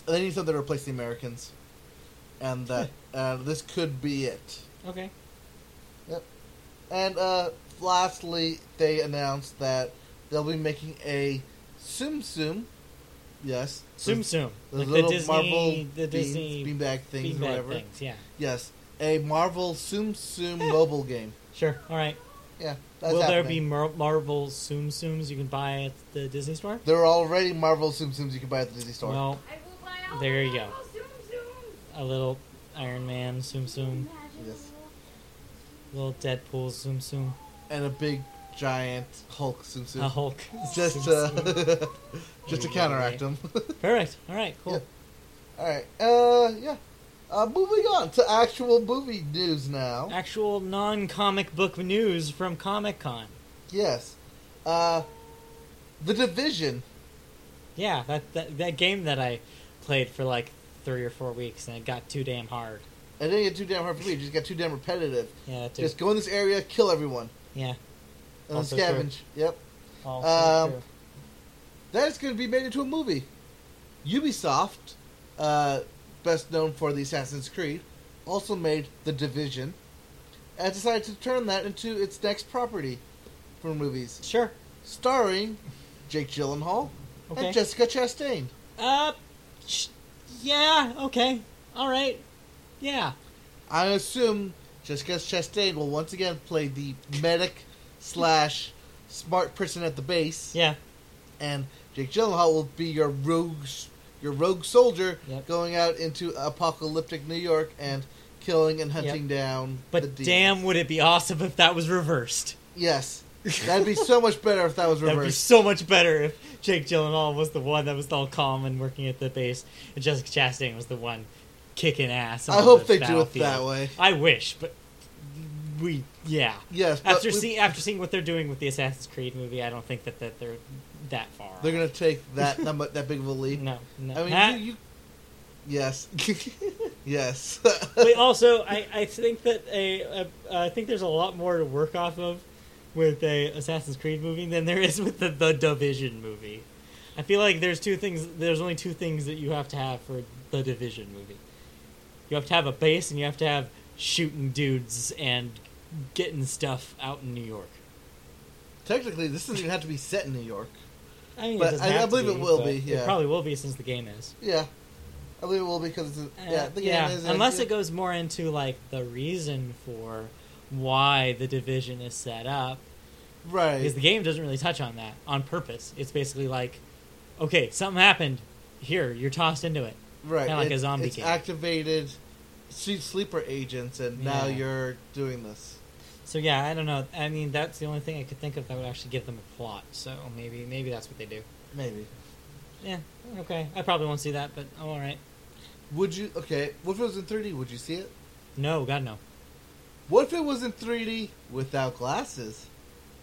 [SPEAKER 2] they need something to replace the Americans, and that uh, this could be it.
[SPEAKER 1] Okay.
[SPEAKER 2] And uh, lastly, they announced that they'll be making a Tsum Tsum. Yes,
[SPEAKER 1] Zoom,
[SPEAKER 2] those-
[SPEAKER 1] zoom.
[SPEAKER 2] those
[SPEAKER 1] Like the
[SPEAKER 2] little
[SPEAKER 1] Disney,
[SPEAKER 2] marble
[SPEAKER 1] the
[SPEAKER 2] beans,
[SPEAKER 1] Disney
[SPEAKER 2] beanbag things, or
[SPEAKER 1] feedback
[SPEAKER 2] whatever.
[SPEAKER 1] things. Yeah.
[SPEAKER 2] Yes, a Marvel Tsum Tsum mobile game.
[SPEAKER 1] Sure. All right.
[SPEAKER 2] Yeah, that's
[SPEAKER 1] Eh. Will there be
[SPEAKER 2] happening.
[SPEAKER 1] mar- Marvel Zoom Zooms you can buy at the Disney store?
[SPEAKER 2] There are already Marvel Tsum Tsums you can buy at the Disney store.
[SPEAKER 1] Well,
[SPEAKER 4] I will buy all
[SPEAKER 1] There
[SPEAKER 4] the
[SPEAKER 1] you go.
[SPEAKER 4] Marvel Zoom Zooms.
[SPEAKER 1] a little Iron Man Zoom Zoom,
[SPEAKER 4] Imagine
[SPEAKER 2] Yes.
[SPEAKER 1] little Deadpool Zoom Zoom,
[SPEAKER 2] And a big giant Hulk Tsum Tsum.
[SPEAKER 1] a Hulk.
[SPEAKER 2] Just uh,
[SPEAKER 1] Tsum Tsum.
[SPEAKER 2] to, just to
[SPEAKER 1] Yeah,
[SPEAKER 2] counteract them.
[SPEAKER 1] Perfect. All right. Cool.
[SPEAKER 2] All right. Uh, yeah. Uh, moving on to actual movie news now.
[SPEAKER 1] Actual non-comic book news from Comic Con.
[SPEAKER 2] Yes. Uh, the Division.
[SPEAKER 1] Yeah, that, that that game that I played for like three or four weeks and it got too damn hard.
[SPEAKER 2] I didn't get too damn hard for me. It just got too damn repetitive.
[SPEAKER 1] Yeah, that too. Oh,
[SPEAKER 2] Just go in this area, kill everyone,
[SPEAKER 1] yeah.
[SPEAKER 2] and
[SPEAKER 1] Also
[SPEAKER 2] then scavenge. Yep.
[SPEAKER 1] Also
[SPEAKER 2] Um,
[SPEAKER 1] true.
[SPEAKER 2] That is going to be made into a movie. Ubisoft, uh, best known for the Assassin's Creed, also made The Division, and decided to turn that into its next property for movies,
[SPEAKER 1] Sure.
[SPEAKER 2] starring Jake Gyllenhaal
[SPEAKER 1] Okay.
[SPEAKER 2] and Jessica Chastain.
[SPEAKER 1] uh, sh- yeah. Okay. All right. Yeah.
[SPEAKER 2] I assume Jessica Chastain will once again play the medic slash smart person at the base,
[SPEAKER 1] Yeah.
[SPEAKER 2] and Jake Gyllenhaal will be your rogue, s- your rogue soldier
[SPEAKER 1] Yep.
[SPEAKER 2] going out into apocalyptic New York and killing and hunting down.
[SPEAKER 1] But
[SPEAKER 2] the demons.
[SPEAKER 1] damn, would it be awesome if that was reversed?
[SPEAKER 2] yes, that'd be so much better if that was
[SPEAKER 1] That'd be
[SPEAKER 2] reversed.
[SPEAKER 1] so much better if Jake Gyllenhaal was the one that was all calm and working at the base, and Jessica Chastain was the one kicking ass.
[SPEAKER 2] I
[SPEAKER 1] on
[SPEAKER 2] hope
[SPEAKER 1] the
[SPEAKER 2] they do it that
[SPEAKER 1] battlefield.
[SPEAKER 2] way.
[SPEAKER 1] I wish, but we yeah.
[SPEAKER 2] Yes, but
[SPEAKER 1] After
[SPEAKER 2] we-
[SPEAKER 1] seeing after seeing what they're doing with the Assassin's Creed movie, I don't think that, that they're that far.
[SPEAKER 2] they're gonna take that that, mu- that big of a leap.
[SPEAKER 1] no, no.
[SPEAKER 2] I mean,
[SPEAKER 1] Huh?
[SPEAKER 2] you, you, yes, yes.
[SPEAKER 1] Wait, also, I, I think that a, a I think there's a lot more to work off of with a Assassin's Creed movie than there is with the the Division movie. I feel like there's two things. There's only two things that you have to have for the Division movie. You have to have a base, and you have to have shooting dudes and getting stuff out in New York.
[SPEAKER 2] Technically, this doesn't even have to be set in New York.
[SPEAKER 1] I mean,
[SPEAKER 2] But
[SPEAKER 1] it doesn't
[SPEAKER 2] I- I
[SPEAKER 1] have to
[SPEAKER 2] believe it
[SPEAKER 1] be,
[SPEAKER 2] will
[SPEAKER 1] but
[SPEAKER 2] be, yeah.
[SPEAKER 1] It probably will be since the game is.
[SPEAKER 2] Yeah, I believe it will because it's
[SPEAKER 1] Uh,
[SPEAKER 2] yeah, the game is
[SPEAKER 1] unless it goes more into like the reason for why the division is set up
[SPEAKER 2] right.
[SPEAKER 1] because the game doesn't really touch on that on purpose. It's basically like, okay, something happened here. You're tossed into it.
[SPEAKER 2] right,
[SPEAKER 1] kinda like a
[SPEAKER 2] It's-
[SPEAKER 1] zombie
[SPEAKER 2] It's
[SPEAKER 1] game.
[SPEAKER 2] activated se- sleeper agents, and now
[SPEAKER 1] Yeah.
[SPEAKER 2] you're doing this.
[SPEAKER 1] So yeah, I don't know. I mean, that's the only thing I could think of that would actually give them a plot. So maybe maybe that's what they do.
[SPEAKER 2] Maybe
[SPEAKER 1] Yeah. Okay. I probably won't see that, but I'm all right.
[SPEAKER 2] would you? Okay, what if it was in 3D? Would you see it?
[SPEAKER 1] No, God no.
[SPEAKER 2] What if it was in 3D without glasses?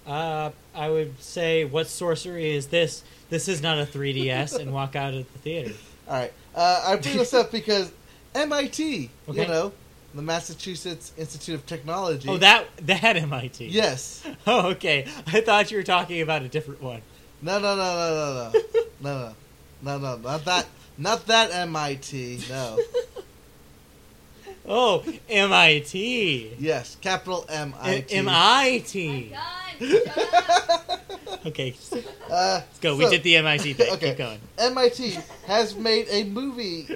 [SPEAKER 1] Uh, I would say, what sorcery is this? This is not a 3DS, and walk out of the theater.
[SPEAKER 2] All right, uh, I bring this up because MIT, you
[SPEAKER 1] Okay.
[SPEAKER 2] know, the Massachusetts Institute of Technology.
[SPEAKER 1] Oh, that that MIT.
[SPEAKER 2] Yes.
[SPEAKER 1] Oh, okay. I thought you were talking about a different one.
[SPEAKER 2] No, no, no, no, no, no, no, no, no, no, not that, not that MIT. No.
[SPEAKER 1] Oh, MIT.
[SPEAKER 2] Yes, capital M I T.
[SPEAKER 1] MIT.
[SPEAKER 4] I'm done. Shut up.
[SPEAKER 1] Okay, just- let's
[SPEAKER 2] Uh,
[SPEAKER 1] go. we
[SPEAKER 2] so,
[SPEAKER 1] did the MIT thing.
[SPEAKER 2] Okay.
[SPEAKER 1] Keep going.
[SPEAKER 2] MIT has made a movie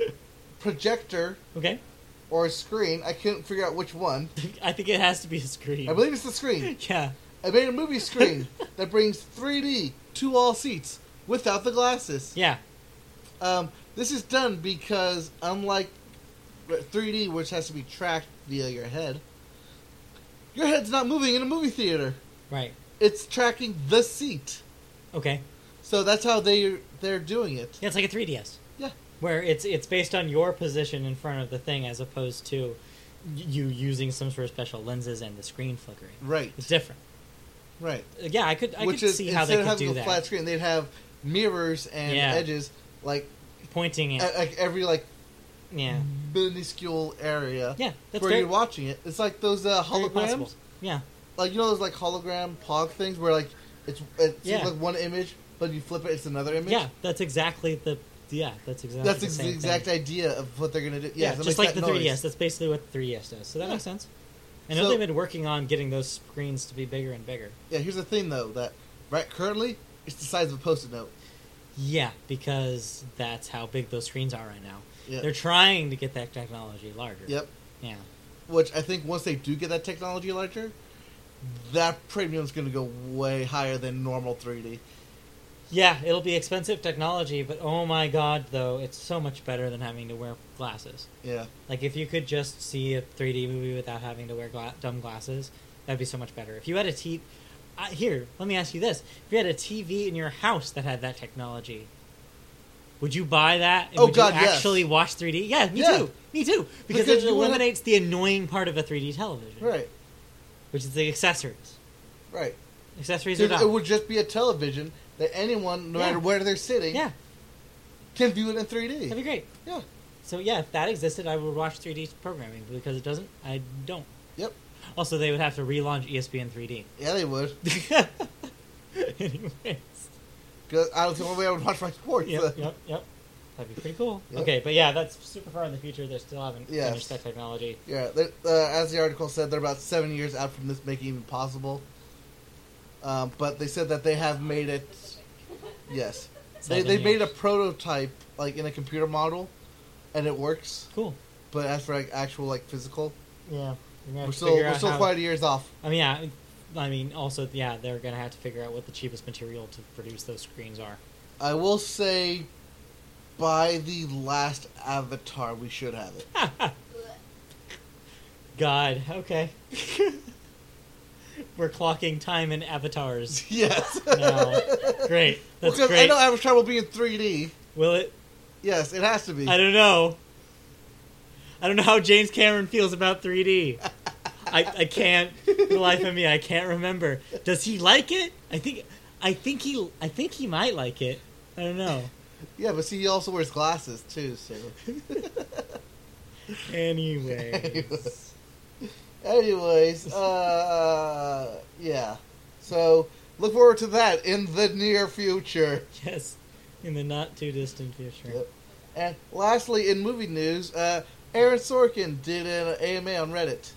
[SPEAKER 2] projector
[SPEAKER 1] Okay.
[SPEAKER 2] or screen. I couldn't figure out which one.
[SPEAKER 1] I think it has to be a screen.
[SPEAKER 2] I believe it's the screen.
[SPEAKER 1] Yeah.
[SPEAKER 2] I made a movie screen that brings 3D to all seats without the glasses.
[SPEAKER 1] Yeah.
[SPEAKER 2] Um, this is done because unlike 3D, which has to be tracked via your head, your head's not moving in a movie theater.
[SPEAKER 1] Right.
[SPEAKER 2] It's tracking the seat.
[SPEAKER 1] Okay.
[SPEAKER 2] So that's how they they're doing it.
[SPEAKER 1] Yeah, it's like a 3DS.
[SPEAKER 2] Yeah.
[SPEAKER 1] Where it's it's based on your position in front of the thing as opposed to you using some sort of special lenses and the screen flickering.
[SPEAKER 2] Right.
[SPEAKER 1] It's different.
[SPEAKER 2] Right.
[SPEAKER 1] Yeah, I could I
[SPEAKER 2] Which
[SPEAKER 1] could
[SPEAKER 2] is
[SPEAKER 1] see
[SPEAKER 2] instead
[SPEAKER 1] how they
[SPEAKER 2] of
[SPEAKER 1] could
[SPEAKER 2] having
[SPEAKER 1] do
[SPEAKER 2] a
[SPEAKER 1] that.
[SPEAKER 2] flat screen, they'd have mirrors and
[SPEAKER 1] Yeah.
[SPEAKER 2] edges like
[SPEAKER 1] Pointing
[SPEAKER 2] at,
[SPEAKER 1] at
[SPEAKER 2] like every like
[SPEAKER 1] yeah,
[SPEAKER 2] minuscule area
[SPEAKER 1] yeah, that's
[SPEAKER 2] where
[SPEAKER 1] very,
[SPEAKER 2] you're watching it. It's like those uh,
[SPEAKER 1] very possible.
[SPEAKER 2] holograms,
[SPEAKER 1] Yeah,
[SPEAKER 2] like you know those like hologram pog things where like it's it's
[SPEAKER 1] Yeah.
[SPEAKER 2] like one image, but you flip it, it's another image.
[SPEAKER 1] yeah, that's exactly the yeah, that's exactly
[SPEAKER 2] that's
[SPEAKER 1] the
[SPEAKER 2] ex- the
[SPEAKER 1] same thing.
[SPEAKER 2] exact idea of what they're gonna do.
[SPEAKER 1] Yeah,
[SPEAKER 2] Yeah, so it
[SPEAKER 1] just
[SPEAKER 2] makes
[SPEAKER 1] like the
[SPEAKER 2] that
[SPEAKER 1] 3DS.
[SPEAKER 2] noise.
[SPEAKER 1] That's basically what the 3DS does. So that
[SPEAKER 2] Yeah.
[SPEAKER 1] makes sense. I know
[SPEAKER 2] So-
[SPEAKER 1] they've been working on getting those screens to be bigger and bigger.
[SPEAKER 2] Yeah, here's the thing though that right currently it's the size of a post-it note.
[SPEAKER 1] Yeah, because that's how big those screens are right now.
[SPEAKER 2] Yeah.
[SPEAKER 1] They're trying to get that technology larger.
[SPEAKER 2] Yep.
[SPEAKER 1] Yeah.
[SPEAKER 2] Which I think once they do get that technology larger, that premium's going to go way higher than normal 3D.
[SPEAKER 1] Yeah, it'll be expensive technology, but oh my god, though, it's so much better than having to wear glasses.
[SPEAKER 2] Yeah.
[SPEAKER 1] Like, if you could just see a 3D movie without having to wear gla- dumb glasses, that'd be so much better. If you had a TV. Uh, here, let me ask you this. If you had a TV in your house that had that technology, would you buy that? And
[SPEAKER 2] Oh,
[SPEAKER 1] would
[SPEAKER 2] God,
[SPEAKER 1] you
[SPEAKER 2] yes.
[SPEAKER 1] actually watch 3D? Yeah, me
[SPEAKER 2] Yeah.
[SPEAKER 1] too. Me too. Because,
[SPEAKER 2] Because
[SPEAKER 1] it
[SPEAKER 2] you wanna-
[SPEAKER 1] eliminates the annoying part of a 3D television,
[SPEAKER 2] Right.
[SPEAKER 1] which is the accessories.
[SPEAKER 2] Right.
[SPEAKER 1] Accessories are
[SPEAKER 2] Dude, it
[SPEAKER 1] dumb.
[SPEAKER 2] would just be a television that anyone, no
[SPEAKER 1] Yeah.
[SPEAKER 2] matter where they're sitting,
[SPEAKER 1] Yeah,
[SPEAKER 2] can view it in 3D.
[SPEAKER 1] that'd be great.
[SPEAKER 2] yeah.
[SPEAKER 1] So yeah, if that existed, I would watch 3D programming. But because it doesn't, I don't.
[SPEAKER 2] Yep.
[SPEAKER 1] Also, they would have to relaunch E ESPN 3D.
[SPEAKER 2] Yeah, they would.
[SPEAKER 1] Anyways,
[SPEAKER 2] 'Cause I was the only way I would watch my sports.
[SPEAKER 1] yep, yep, yep. That'd be pretty cool.
[SPEAKER 2] Yep.
[SPEAKER 1] Okay, but yeah, that's super far in the future. They still haven't
[SPEAKER 2] Yes.
[SPEAKER 1] finished that technology.
[SPEAKER 2] Yeah, they- uh, as the article said, they're about seven years out from this making it possible. Um, but they said that they have made it. Yes, they
[SPEAKER 1] Seven
[SPEAKER 2] they made a
[SPEAKER 1] years.
[SPEAKER 2] prototype like in a computer model, and it works.
[SPEAKER 1] Cool.
[SPEAKER 2] But as for like actual like physical,
[SPEAKER 1] Yeah. We're, gonna
[SPEAKER 2] we're
[SPEAKER 1] have to
[SPEAKER 2] still
[SPEAKER 1] figure
[SPEAKER 2] we're
[SPEAKER 1] out
[SPEAKER 2] still
[SPEAKER 1] how-
[SPEAKER 2] quite years off.
[SPEAKER 1] I mean, yeah. I mean, also, yeah, they're gonna have to figure out what the cheapest material to produce those screens are.
[SPEAKER 2] I will say, by the last Avatar, we should have it.
[SPEAKER 1] God. Okay. We're clocking time in avatars.
[SPEAKER 2] yes.
[SPEAKER 1] No. Great. That's
[SPEAKER 2] because I
[SPEAKER 1] great.
[SPEAKER 2] know Avatar will be in 3D.
[SPEAKER 1] Will it?
[SPEAKER 2] Yes, it has to be.
[SPEAKER 1] I don't know. I don't know how James Cameron feels about 3D. I, I can't. For the life of me, I can't remember. Does he like it? I think. I think he. I think he might like it. I don't know.
[SPEAKER 2] Yeah, but see, he also wears glasses too. So,
[SPEAKER 1] Anyways.
[SPEAKER 2] anyways, uh, yeah. So look forward to that in the near future.
[SPEAKER 1] yes. In the not too distant future.
[SPEAKER 2] Yep. And lastly, in movie news, uh, Aaron Sorkin did an AMA on Reddit,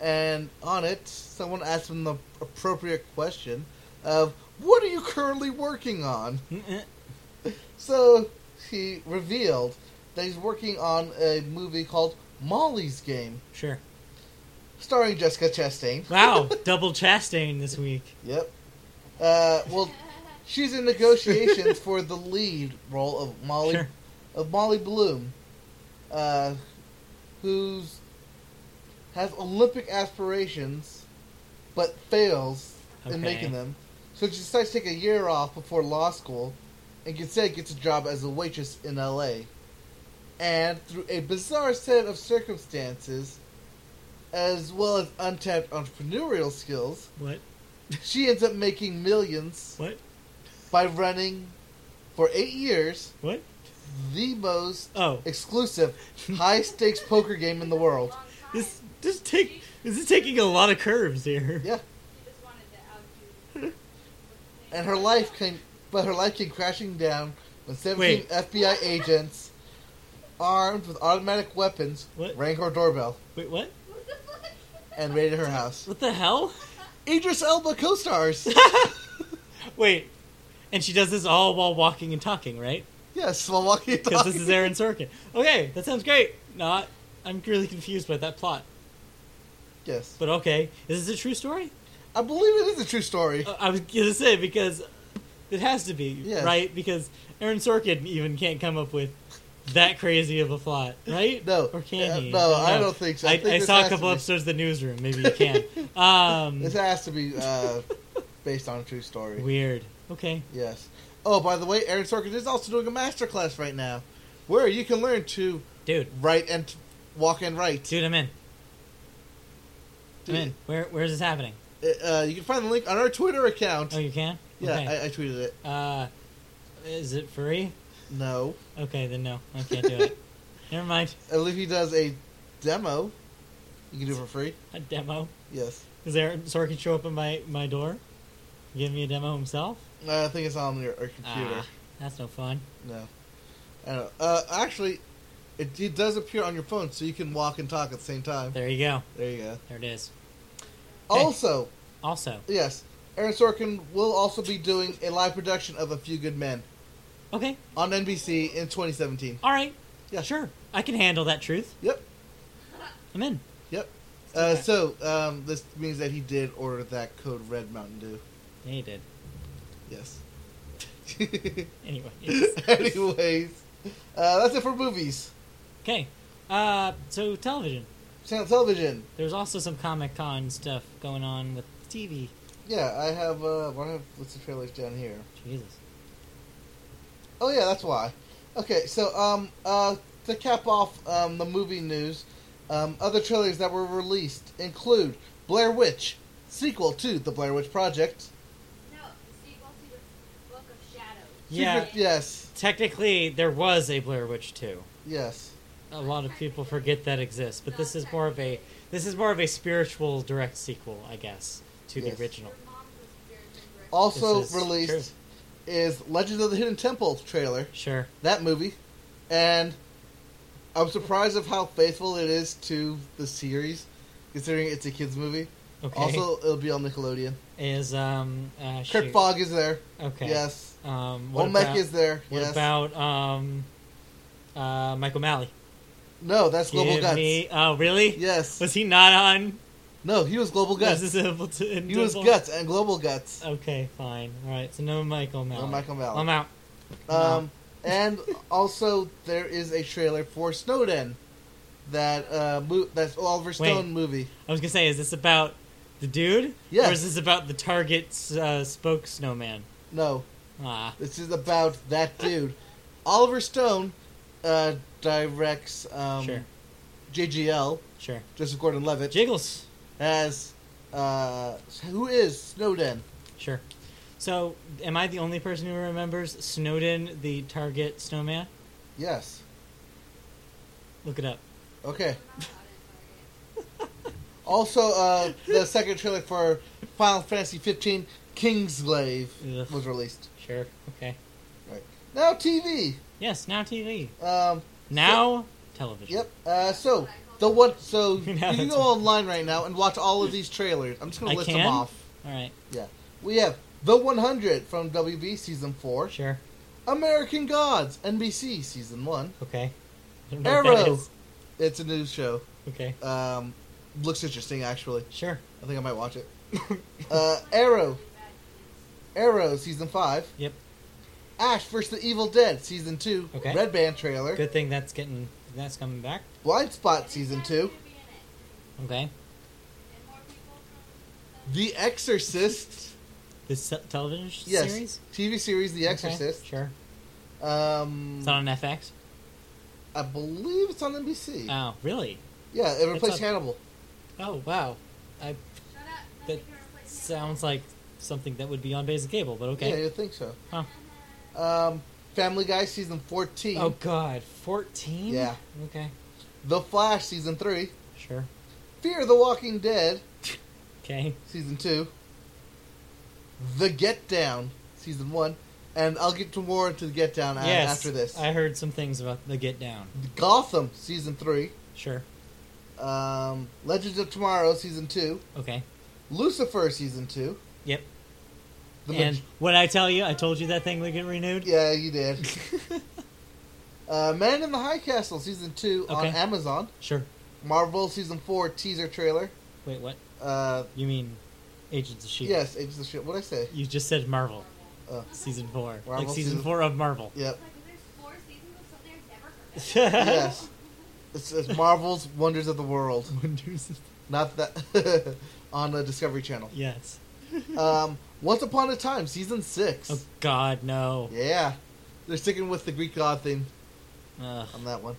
[SPEAKER 2] and on it, someone asked him the appropriate question of, "What are you currently working on?"
[SPEAKER 1] Mm-mm.
[SPEAKER 2] So he revealed that he's working on a movie called Molly's Game,
[SPEAKER 1] Sure.
[SPEAKER 2] starring Jessica Chastain.
[SPEAKER 1] Wow. Double Chastain this week.
[SPEAKER 2] Yep. Uh, well, she's in negotiations for the lead role of Molly
[SPEAKER 1] Sure.
[SPEAKER 2] of Molly Bloom, uh, who's has Olympic aspirations, but fails
[SPEAKER 1] Okay.
[SPEAKER 2] in making them. So she decides to take a year off before law school, and instead gets a job as a waitress in L.A. And through a bizarre set of circumstances, as well as untapped entrepreneurial skills,
[SPEAKER 1] What?
[SPEAKER 2] she ends up making millions
[SPEAKER 1] What?
[SPEAKER 2] by running for eight years
[SPEAKER 1] What?
[SPEAKER 2] the most
[SPEAKER 1] Oh.
[SPEAKER 2] exclusive high stakes poker game in the world.
[SPEAKER 4] Long time.
[SPEAKER 1] This this take this is taking a lot of curves here.
[SPEAKER 2] Yeah,
[SPEAKER 4] He just wanted to outdo.
[SPEAKER 2] and her life came, but her life came crashing down when seventeen
[SPEAKER 1] Wait.
[SPEAKER 2] FBI agents, armed with automatic weapons,
[SPEAKER 1] What?
[SPEAKER 2] rang her doorbell
[SPEAKER 1] Wait, what?
[SPEAKER 4] What the fuck?
[SPEAKER 2] and raided her house.
[SPEAKER 1] What the hell?
[SPEAKER 2] Idris Elba co-stars.
[SPEAKER 1] Wait, and she does this all while walking and talking, right?
[SPEAKER 2] yes, while walking. and
[SPEAKER 1] Because this is
[SPEAKER 2] talking.
[SPEAKER 1] Aaron Sorkin. Okay, that sounds great. Not, I'm really confused by that plot.
[SPEAKER 2] Yes,
[SPEAKER 1] But okay, is this a true story?
[SPEAKER 2] I believe it is a true story.
[SPEAKER 1] Uh, I was gonna say because it has to be
[SPEAKER 2] Yes.
[SPEAKER 1] right because Aaron Sorkin even can't come up with that crazy of a plot, right?
[SPEAKER 2] No.
[SPEAKER 1] or can
[SPEAKER 2] Uh,
[SPEAKER 1] he?
[SPEAKER 2] no, I
[SPEAKER 1] know.
[SPEAKER 2] don't think so. I
[SPEAKER 1] I,
[SPEAKER 2] think
[SPEAKER 1] I
[SPEAKER 2] this
[SPEAKER 1] saw a
[SPEAKER 2] has to
[SPEAKER 1] couple
[SPEAKER 2] be-
[SPEAKER 1] episodes of the newsroom. Maybe you can. Um,
[SPEAKER 2] This has to be uh, based on a true story.
[SPEAKER 1] weird. Okay.
[SPEAKER 2] Yes. Oh, by the way, Aaron Sorkin is also doing a masterclass right now, where you can learn to
[SPEAKER 1] Dude,
[SPEAKER 2] write and t- walk and write.
[SPEAKER 1] Dude, I'm in. I'm
[SPEAKER 2] Dude,
[SPEAKER 1] in. Where where is this happening?
[SPEAKER 2] uh, you can find the link on our Twitter account.
[SPEAKER 1] Oh, you can.
[SPEAKER 2] yeah,
[SPEAKER 1] Okay.
[SPEAKER 2] I, I tweeted it.
[SPEAKER 1] uh, is it free?
[SPEAKER 2] No,
[SPEAKER 1] Okay, then no, I can't do it. Never mind.
[SPEAKER 2] Olivia does a demo. You can do it for free.
[SPEAKER 1] A demo.
[SPEAKER 2] Yes,
[SPEAKER 1] Is there Sorkin show up at my my door, give me a demo himself?
[SPEAKER 2] Uh, I think it's on your, our computer.
[SPEAKER 1] Ah, that's no fun.
[SPEAKER 2] No, I don't know. Uh, actually, it, it does appear on your phone, so you can walk and talk at the same time.
[SPEAKER 1] There you go.
[SPEAKER 2] There you go.
[SPEAKER 1] There it is.
[SPEAKER 2] Also,
[SPEAKER 1] Also,
[SPEAKER 2] yes, Aaron Sorkin will also be doing a live production of A Few Good Men
[SPEAKER 1] okay,
[SPEAKER 2] on NBC in 2017.
[SPEAKER 1] all right.
[SPEAKER 2] Yeah.
[SPEAKER 1] sure. I can handle that truth.
[SPEAKER 2] Yep.
[SPEAKER 1] I'm in.
[SPEAKER 2] Yep. Uh,
[SPEAKER 1] Okay.
[SPEAKER 2] so um, this means that he did order that code Red Mountain Dew.
[SPEAKER 1] Yeah, you did.
[SPEAKER 2] Yes.
[SPEAKER 1] Anyway.
[SPEAKER 2] Anyways, uh, that's it for movies.
[SPEAKER 1] okay. Uh, so television.
[SPEAKER 2] Channel television.
[SPEAKER 1] There's also some Comic Con stuff going on with TV.
[SPEAKER 2] Yeah, I have. Uh, what I have what's the trailers down here?
[SPEAKER 1] Jesus.
[SPEAKER 2] Oh yeah, that's why. Okay, so um, uh, to cap off um, the movie news, um, other trailers that were released include Blair Witch, sequel to the Blair Witch Project.
[SPEAKER 4] No, the sequel to the Book of Shadows.
[SPEAKER 1] Yeah.
[SPEAKER 2] Secret- yes.
[SPEAKER 1] Technically, there was a Blair Witch too.
[SPEAKER 2] Yes.
[SPEAKER 1] A lot of people forget that exists, but this is more of a this is more of a spiritual direct sequel, I guess, to
[SPEAKER 2] Yes.
[SPEAKER 1] the original.
[SPEAKER 4] Your mom was very good.
[SPEAKER 2] Also
[SPEAKER 1] This is
[SPEAKER 2] released is Legends of the Hidden Temple trailer.
[SPEAKER 1] Sure.
[SPEAKER 2] That movie, and I'm surprised of how faithful it is to the series, considering it's a kids movie.
[SPEAKER 1] Okay.
[SPEAKER 2] Also, it'll be on Nickelodeon.
[SPEAKER 1] is um uh,
[SPEAKER 2] Kurt
[SPEAKER 1] shoot.
[SPEAKER 2] Fogg is there.
[SPEAKER 1] Okay.
[SPEAKER 2] Yes.
[SPEAKER 1] Um, what
[SPEAKER 2] Olmec
[SPEAKER 1] about,
[SPEAKER 2] is there.
[SPEAKER 1] What
[SPEAKER 2] yes.
[SPEAKER 1] about um, uh, Michael Malley?
[SPEAKER 2] No, that's Global
[SPEAKER 1] Give
[SPEAKER 2] Guts.
[SPEAKER 1] me- oh, really?
[SPEAKER 2] Yes.
[SPEAKER 1] Was he not on?
[SPEAKER 2] No, he was Global Guts.
[SPEAKER 1] Was able to
[SPEAKER 2] He was
[SPEAKER 1] Invisible?
[SPEAKER 2] Guts and Global Guts.
[SPEAKER 1] Okay, fine. All right. So no Michael Malley.
[SPEAKER 2] No Michael Malley.
[SPEAKER 1] I'm out.
[SPEAKER 2] Um, and also there is a trailer for Snowden, that uh, mo- that's Oliver Stone
[SPEAKER 1] Wait.
[SPEAKER 2] movie.
[SPEAKER 1] I was gonna say, is this about the dude?
[SPEAKER 2] Yes.
[SPEAKER 1] Or is this about the Target's uh, spoke snowman?
[SPEAKER 2] No,
[SPEAKER 1] Ah,
[SPEAKER 2] This is about that dude. Oliver Stone uh, directs um,
[SPEAKER 1] sure,
[SPEAKER 2] JGL,
[SPEAKER 1] sure.
[SPEAKER 2] Joseph Gordon Levitt,
[SPEAKER 1] Jiggles.
[SPEAKER 2] as uh, who is Snowden?
[SPEAKER 1] Sure. So, am I the only person who remembers Snowden, the Target snowman?
[SPEAKER 2] Yes.
[SPEAKER 1] Look it up.
[SPEAKER 2] Okay. Also, uh, the second trailer for Final Fantasy 15 Kingsglaive
[SPEAKER 1] Ugh.
[SPEAKER 2] was released.
[SPEAKER 1] Sure. Okay.
[SPEAKER 2] Right. Now TV.
[SPEAKER 1] Yes. Now TV.
[SPEAKER 2] Um,
[SPEAKER 1] Now television.
[SPEAKER 2] yep. Uh, so the one
[SPEAKER 1] Now
[SPEAKER 2] so you can
[SPEAKER 1] that's-
[SPEAKER 2] go online right now and watch all of these trailers. I'm just gonna
[SPEAKER 1] I
[SPEAKER 2] list
[SPEAKER 1] can?
[SPEAKER 2] them off.
[SPEAKER 1] All right.
[SPEAKER 2] We have The 100 from WB Season 4,
[SPEAKER 1] Sure.
[SPEAKER 2] American Gods, NBC Season 1.
[SPEAKER 1] Okay. I don't know what that
[SPEAKER 2] Arrow.
[SPEAKER 1] is.
[SPEAKER 2] It's a news show.
[SPEAKER 1] Okay.
[SPEAKER 2] Um, looks interesting, actually.
[SPEAKER 1] Sure.
[SPEAKER 2] I think I might watch it. uh, Arrow. Arrow Season 5.
[SPEAKER 1] Yep.
[SPEAKER 2] Ash vs. the Evil Dead Season 2.
[SPEAKER 1] Okay.
[SPEAKER 2] Red Band trailer.
[SPEAKER 1] Good thing that's getting that's coming back.
[SPEAKER 2] Blind Spot Season 2.
[SPEAKER 1] Okay.
[SPEAKER 2] The Exorcist.
[SPEAKER 1] This se- television sh-
[SPEAKER 2] yes.
[SPEAKER 1] series.
[SPEAKER 2] TV series The
[SPEAKER 1] Okay,
[SPEAKER 2] Exorcist.
[SPEAKER 1] Sure.
[SPEAKER 2] Um,
[SPEAKER 1] It's not on FX.
[SPEAKER 2] I believe it's on NBC.
[SPEAKER 1] Oh, really?
[SPEAKER 2] yeah, it replaced
[SPEAKER 1] on-
[SPEAKER 2] Hannibal.
[SPEAKER 1] Oh, wow.
[SPEAKER 4] Shut up. Nobody
[SPEAKER 1] That
[SPEAKER 4] can replace him.
[SPEAKER 1] sounds like something that would be on basic cable, but
[SPEAKER 2] Yeah,
[SPEAKER 1] okay.
[SPEAKER 2] you'd think so.
[SPEAKER 1] Huh.
[SPEAKER 2] Um, Family Guy season fourteen.
[SPEAKER 1] Oh God, fourteen.
[SPEAKER 2] Yeah.
[SPEAKER 1] Okay.
[SPEAKER 2] The Flash season three.
[SPEAKER 1] Sure.
[SPEAKER 2] Fear the Walking Dead
[SPEAKER 1] Okay.
[SPEAKER 2] season two. The Get Down season one, and I'll get to more to the Get Down a-
[SPEAKER 1] yes.
[SPEAKER 2] Uh, after this.
[SPEAKER 1] I heard some things about the Get Down.
[SPEAKER 2] Gotham season three.
[SPEAKER 1] Sure.
[SPEAKER 2] Um, Legends of Tomorrow season two.
[SPEAKER 1] Okay.
[SPEAKER 2] Lucifer season two.
[SPEAKER 1] Yep.
[SPEAKER 2] The
[SPEAKER 1] and
[SPEAKER 2] Maj-
[SPEAKER 1] what I tell you, I told you that thing would get renewed.
[SPEAKER 2] yeah, you did. uh, Man in the High Castle season two on
[SPEAKER 1] Okay.
[SPEAKER 2] Amazon.
[SPEAKER 1] sure.
[SPEAKER 2] Marvel season four teaser trailer.
[SPEAKER 1] Wait, what?
[SPEAKER 2] Uh,
[SPEAKER 1] You mean Agents of Shield?
[SPEAKER 2] yes, Agents of Shield. What I say?
[SPEAKER 1] E You just said Marvel
[SPEAKER 2] Oh.
[SPEAKER 1] season four,
[SPEAKER 2] Marvel
[SPEAKER 1] like season,
[SPEAKER 2] season-
[SPEAKER 1] four of Marvel.
[SPEAKER 2] Yep.
[SPEAKER 4] Like, there's four seasons of something I've never heard of.
[SPEAKER 2] yes. It's, it's Marvel's Wonders of the World.
[SPEAKER 1] Wonders. of-
[SPEAKER 2] Not that on the Discovery Channel.
[SPEAKER 1] Yes.
[SPEAKER 2] Um, Once Upon a Time, season six.
[SPEAKER 1] Oh God, no.
[SPEAKER 2] Yeah, they're sticking with the Greek god theme
[SPEAKER 1] Ugh.
[SPEAKER 2] on that one.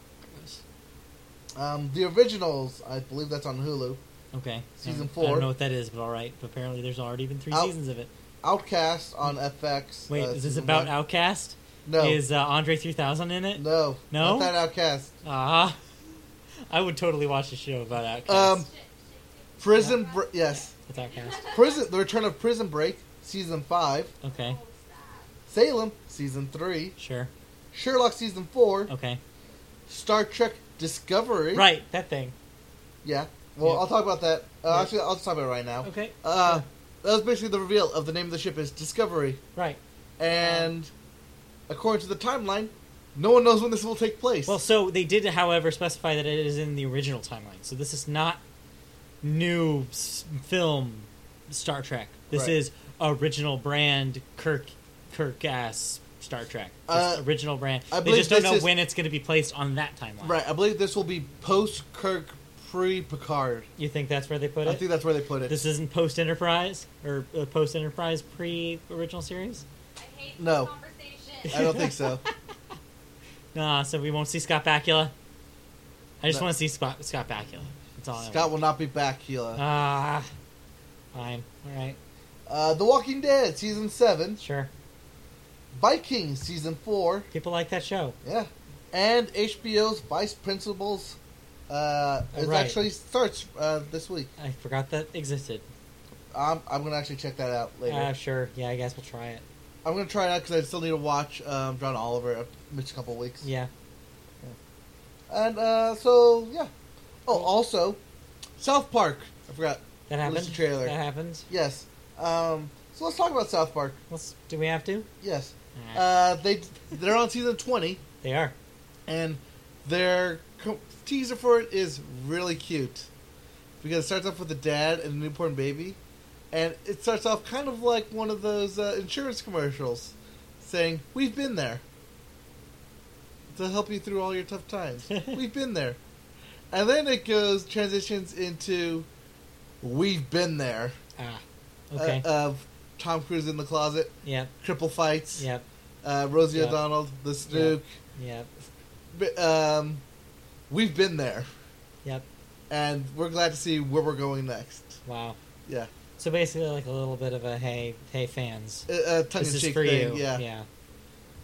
[SPEAKER 2] Um, the originals, I believe that's on Hulu.
[SPEAKER 1] Okay.
[SPEAKER 2] Season
[SPEAKER 1] Um, I
[SPEAKER 2] four.
[SPEAKER 1] don't know what that is, but all right. But apparently, there's already been three
[SPEAKER 2] Out-
[SPEAKER 1] seasons of it.
[SPEAKER 2] Outcast on FX.
[SPEAKER 1] Wait,
[SPEAKER 2] uh,
[SPEAKER 1] is this
[SPEAKER 2] season
[SPEAKER 1] about
[SPEAKER 2] one.
[SPEAKER 1] Outcast?
[SPEAKER 2] No,
[SPEAKER 1] Is uh, Andre 3000 in it?
[SPEAKER 2] no,
[SPEAKER 1] No?
[SPEAKER 2] not that Outcast.
[SPEAKER 1] Ah, I would totally watch a show about Outcast.
[SPEAKER 2] Um, Prison.
[SPEAKER 4] Yeah.
[SPEAKER 2] Br- yes,
[SPEAKER 1] it's Outcast.
[SPEAKER 2] Prison. The Return of Prison Break, season five.
[SPEAKER 1] Okay,
[SPEAKER 2] Salem, season three.
[SPEAKER 1] sure.
[SPEAKER 2] Sherlock, season four.
[SPEAKER 1] Okay,
[SPEAKER 2] Star Trek Discovery.
[SPEAKER 1] right. That thing.
[SPEAKER 2] Yeah. Well,
[SPEAKER 1] Yeah.
[SPEAKER 2] I'll talk about that. Uh,
[SPEAKER 1] Yeah.
[SPEAKER 2] Actually, I'll just talk about it right now.
[SPEAKER 1] Okay,
[SPEAKER 2] Uh, that was basically the reveal of the name of the ship is Discovery,
[SPEAKER 1] right.
[SPEAKER 2] and according to the timeline, no one knows when this will take place.
[SPEAKER 1] Well, so they did, however, specify that it is in the original timeline. So this is not new s- film Star Trek. This
[SPEAKER 2] Right.
[SPEAKER 1] is original brand Kirk Kirk ass Star Trek. This
[SPEAKER 2] Uh,
[SPEAKER 1] original brand.
[SPEAKER 2] I
[SPEAKER 1] they
[SPEAKER 2] believe
[SPEAKER 1] just don't
[SPEAKER 2] this
[SPEAKER 1] know
[SPEAKER 2] is-
[SPEAKER 1] when it's going to be placed on that timeline.
[SPEAKER 2] right. I believe this will be post Kirk, pre Picard.
[SPEAKER 1] You think that's where they put
[SPEAKER 2] I
[SPEAKER 1] it?
[SPEAKER 2] think that's where they put it.
[SPEAKER 1] This isn't post Enterprise or uh, post Enterprise pre original series.
[SPEAKER 4] I hate
[SPEAKER 2] No.
[SPEAKER 4] this conversation.
[SPEAKER 2] I don't think so.
[SPEAKER 1] Nah, so we won't see Scott Bakula. I just
[SPEAKER 2] No.
[SPEAKER 1] want to see Scott, Scott Bakula. That's all.
[SPEAKER 2] Scott will not be back, Hila.
[SPEAKER 1] Ah, fine. All right,
[SPEAKER 2] Uh, the Walking Dead season seven,
[SPEAKER 1] sure.
[SPEAKER 2] Vikings season four,
[SPEAKER 1] People like that show.
[SPEAKER 2] yeah, and HBO's Vice Principals. Uh, it
[SPEAKER 1] Right.
[SPEAKER 2] actually starts uh, this week.
[SPEAKER 1] I forgot that existed.
[SPEAKER 2] I'm, I'm gonna actually check that out later.
[SPEAKER 1] Ah, sure. Yeah, I guess we'll try it.
[SPEAKER 2] I'm gonna try it out because I still need to watch um, John Oliver up in just a couple weeks.
[SPEAKER 1] Yeah.
[SPEAKER 2] And uh, so yeah. Oh, also, South Park. I forgot.
[SPEAKER 1] That happened.
[SPEAKER 2] Release the trailer.
[SPEAKER 1] That happened.
[SPEAKER 2] Yes. Um, so let's talk about South Park.
[SPEAKER 1] Let's, do we have to?
[SPEAKER 2] Yes.
[SPEAKER 1] Alright.
[SPEAKER 2] Uh, they they're on season twenty,
[SPEAKER 1] they are.
[SPEAKER 2] and their co- teaser for it is really cute because it starts off with a dad and a newborn baby, and it starts off kind of like one of those uh, insurance commercials, saying, "We've been there to help you through all your tough times. We've been there," and then it goes transitions into, "We've been there."
[SPEAKER 1] Ah.
[SPEAKER 2] uh,
[SPEAKER 1] Okay.
[SPEAKER 2] of Tom Cruise in the closet,
[SPEAKER 1] yep.
[SPEAKER 2] cripple fights,
[SPEAKER 1] Yep.
[SPEAKER 2] uh, Rosie
[SPEAKER 1] Yeah.
[SPEAKER 2] O'Donnell, the Snook.
[SPEAKER 1] Yep.
[SPEAKER 2] But, um, we've been there,
[SPEAKER 1] Yep.
[SPEAKER 2] and we're glad to see where we're going next.
[SPEAKER 1] Wow.
[SPEAKER 2] Yeah,
[SPEAKER 1] So basically, like a little bit of a hey, hey, fans.
[SPEAKER 2] uh, uh, tongue
[SPEAKER 1] this
[SPEAKER 2] in
[SPEAKER 1] is
[SPEAKER 2] cheek
[SPEAKER 1] for
[SPEAKER 2] thing.
[SPEAKER 1] you.
[SPEAKER 2] Yeah.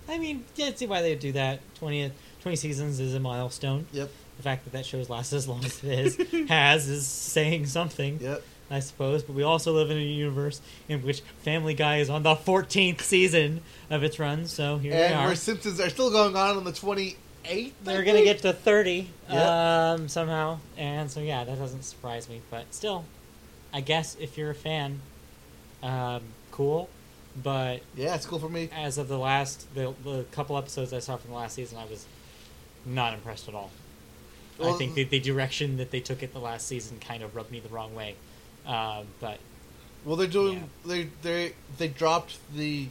[SPEAKER 1] I mean, yeah, see why they would do that. 20, 20 seasons is a milestone.
[SPEAKER 2] Yep.
[SPEAKER 1] The fact that that show's lasted as long as it is, has is saying something,
[SPEAKER 2] Yep.
[SPEAKER 1] I suppose. But we also live in a universe in which Family Guy is on the 14th season of its run, so here
[SPEAKER 2] and
[SPEAKER 1] we are.
[SPEAKER 2] where Simpsons are still going on on the twenty eighth.
[SPEAKER 1] They're going to get to 30
[SPEAKER 2] Yep.
[SPEAKER 1] um, somehow. And so, yeah, that doesn't surprise me. But still, I guess if you're a fan, um, cool. But
[SPEAKER 2] Yeah, it's cool for me.
[SPEAKER 1] as of the last the, the couple episodes I saw from the last season, I was not impressed at all. I
[SPEAKER 2] Well,
[SPEAKER 1] think the, the direction that they took it the last season kind of rubbed me the wrong way. Um, but
[SPEAKER 2] Well, they're doing
[SPEAKER 1] Yeah.
[SPEAKER 2] they they they dropped the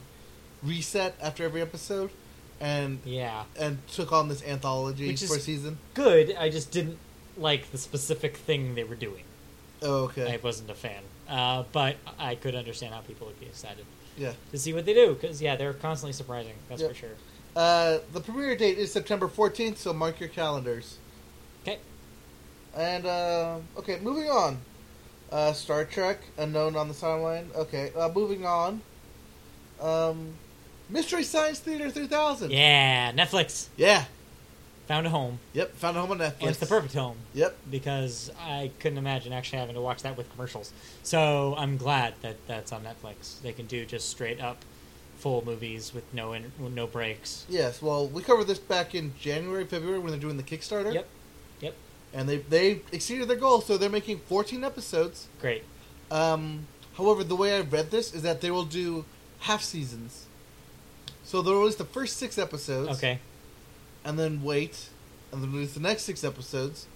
[SPEAKER 2] reset after every episode, and
[SPEAKER 1] yeah,
[SPEAKER 2] and took on this anthology
[SPEAKER 1] Which is-
[SPEAKER 2] for a season.
[SPEAKER 1] good. I just didn't like the specific thing they were doing.
[SPEAKER 2] Oh, okay.
[SPEAKER 1] I wasn't a fan, uh, but I could understand how people would be excited
[SPEAKER 2] yeah.
[SPEAKER 1] to see what they do because yeah, they're constantly surprising. That's
[SPEAKER 2] Yep.
[SPEAKER 1] for sure.
[SPEAKER 2] Uh, the premiere date is September fourteenth, so mark your calendars.
[SPEAKER 1] Okay,
[SPEAKER 2] And uh, okay, moving on. Uh, Star Trek, unknown on the timeline. Okay, uh, moving on. Um, Mystery Science Theater three thousand.
[SPEAKER 1] yeah, Netflix
[SPEAKER 2] Yeah.
[SPEAKER 1] found a home.
[SPEAKER 2] Yep. Found a home on Netflix.
[SPEAKER 1] And Oh, it's the perfect home.
[SPEAKER 2] Yep.
[SPEAKER 1] because I couldn't imagine actually having to watch that with commercials. So I'm glad that that's on Netflix. They can do just straight up full movies with no in, no breaks.
[SPEAKER 2] Yes. Well, we covered this back in January, February when they're doing the Kickstarter.
[SPEAKER 1] Yep, yep,
[SPEAKER 2] And they they exceeded their goal, so they're making fourteen episodes.
[SPEAKER 1] great.
[SPEAKER 2] Um, however, the way I read this is that they will do half seasons. So they'll release the first six episodes.
[SPEAKER 1] Okay,
[SPEAKER 2] and then wait, and then release the next six episodes,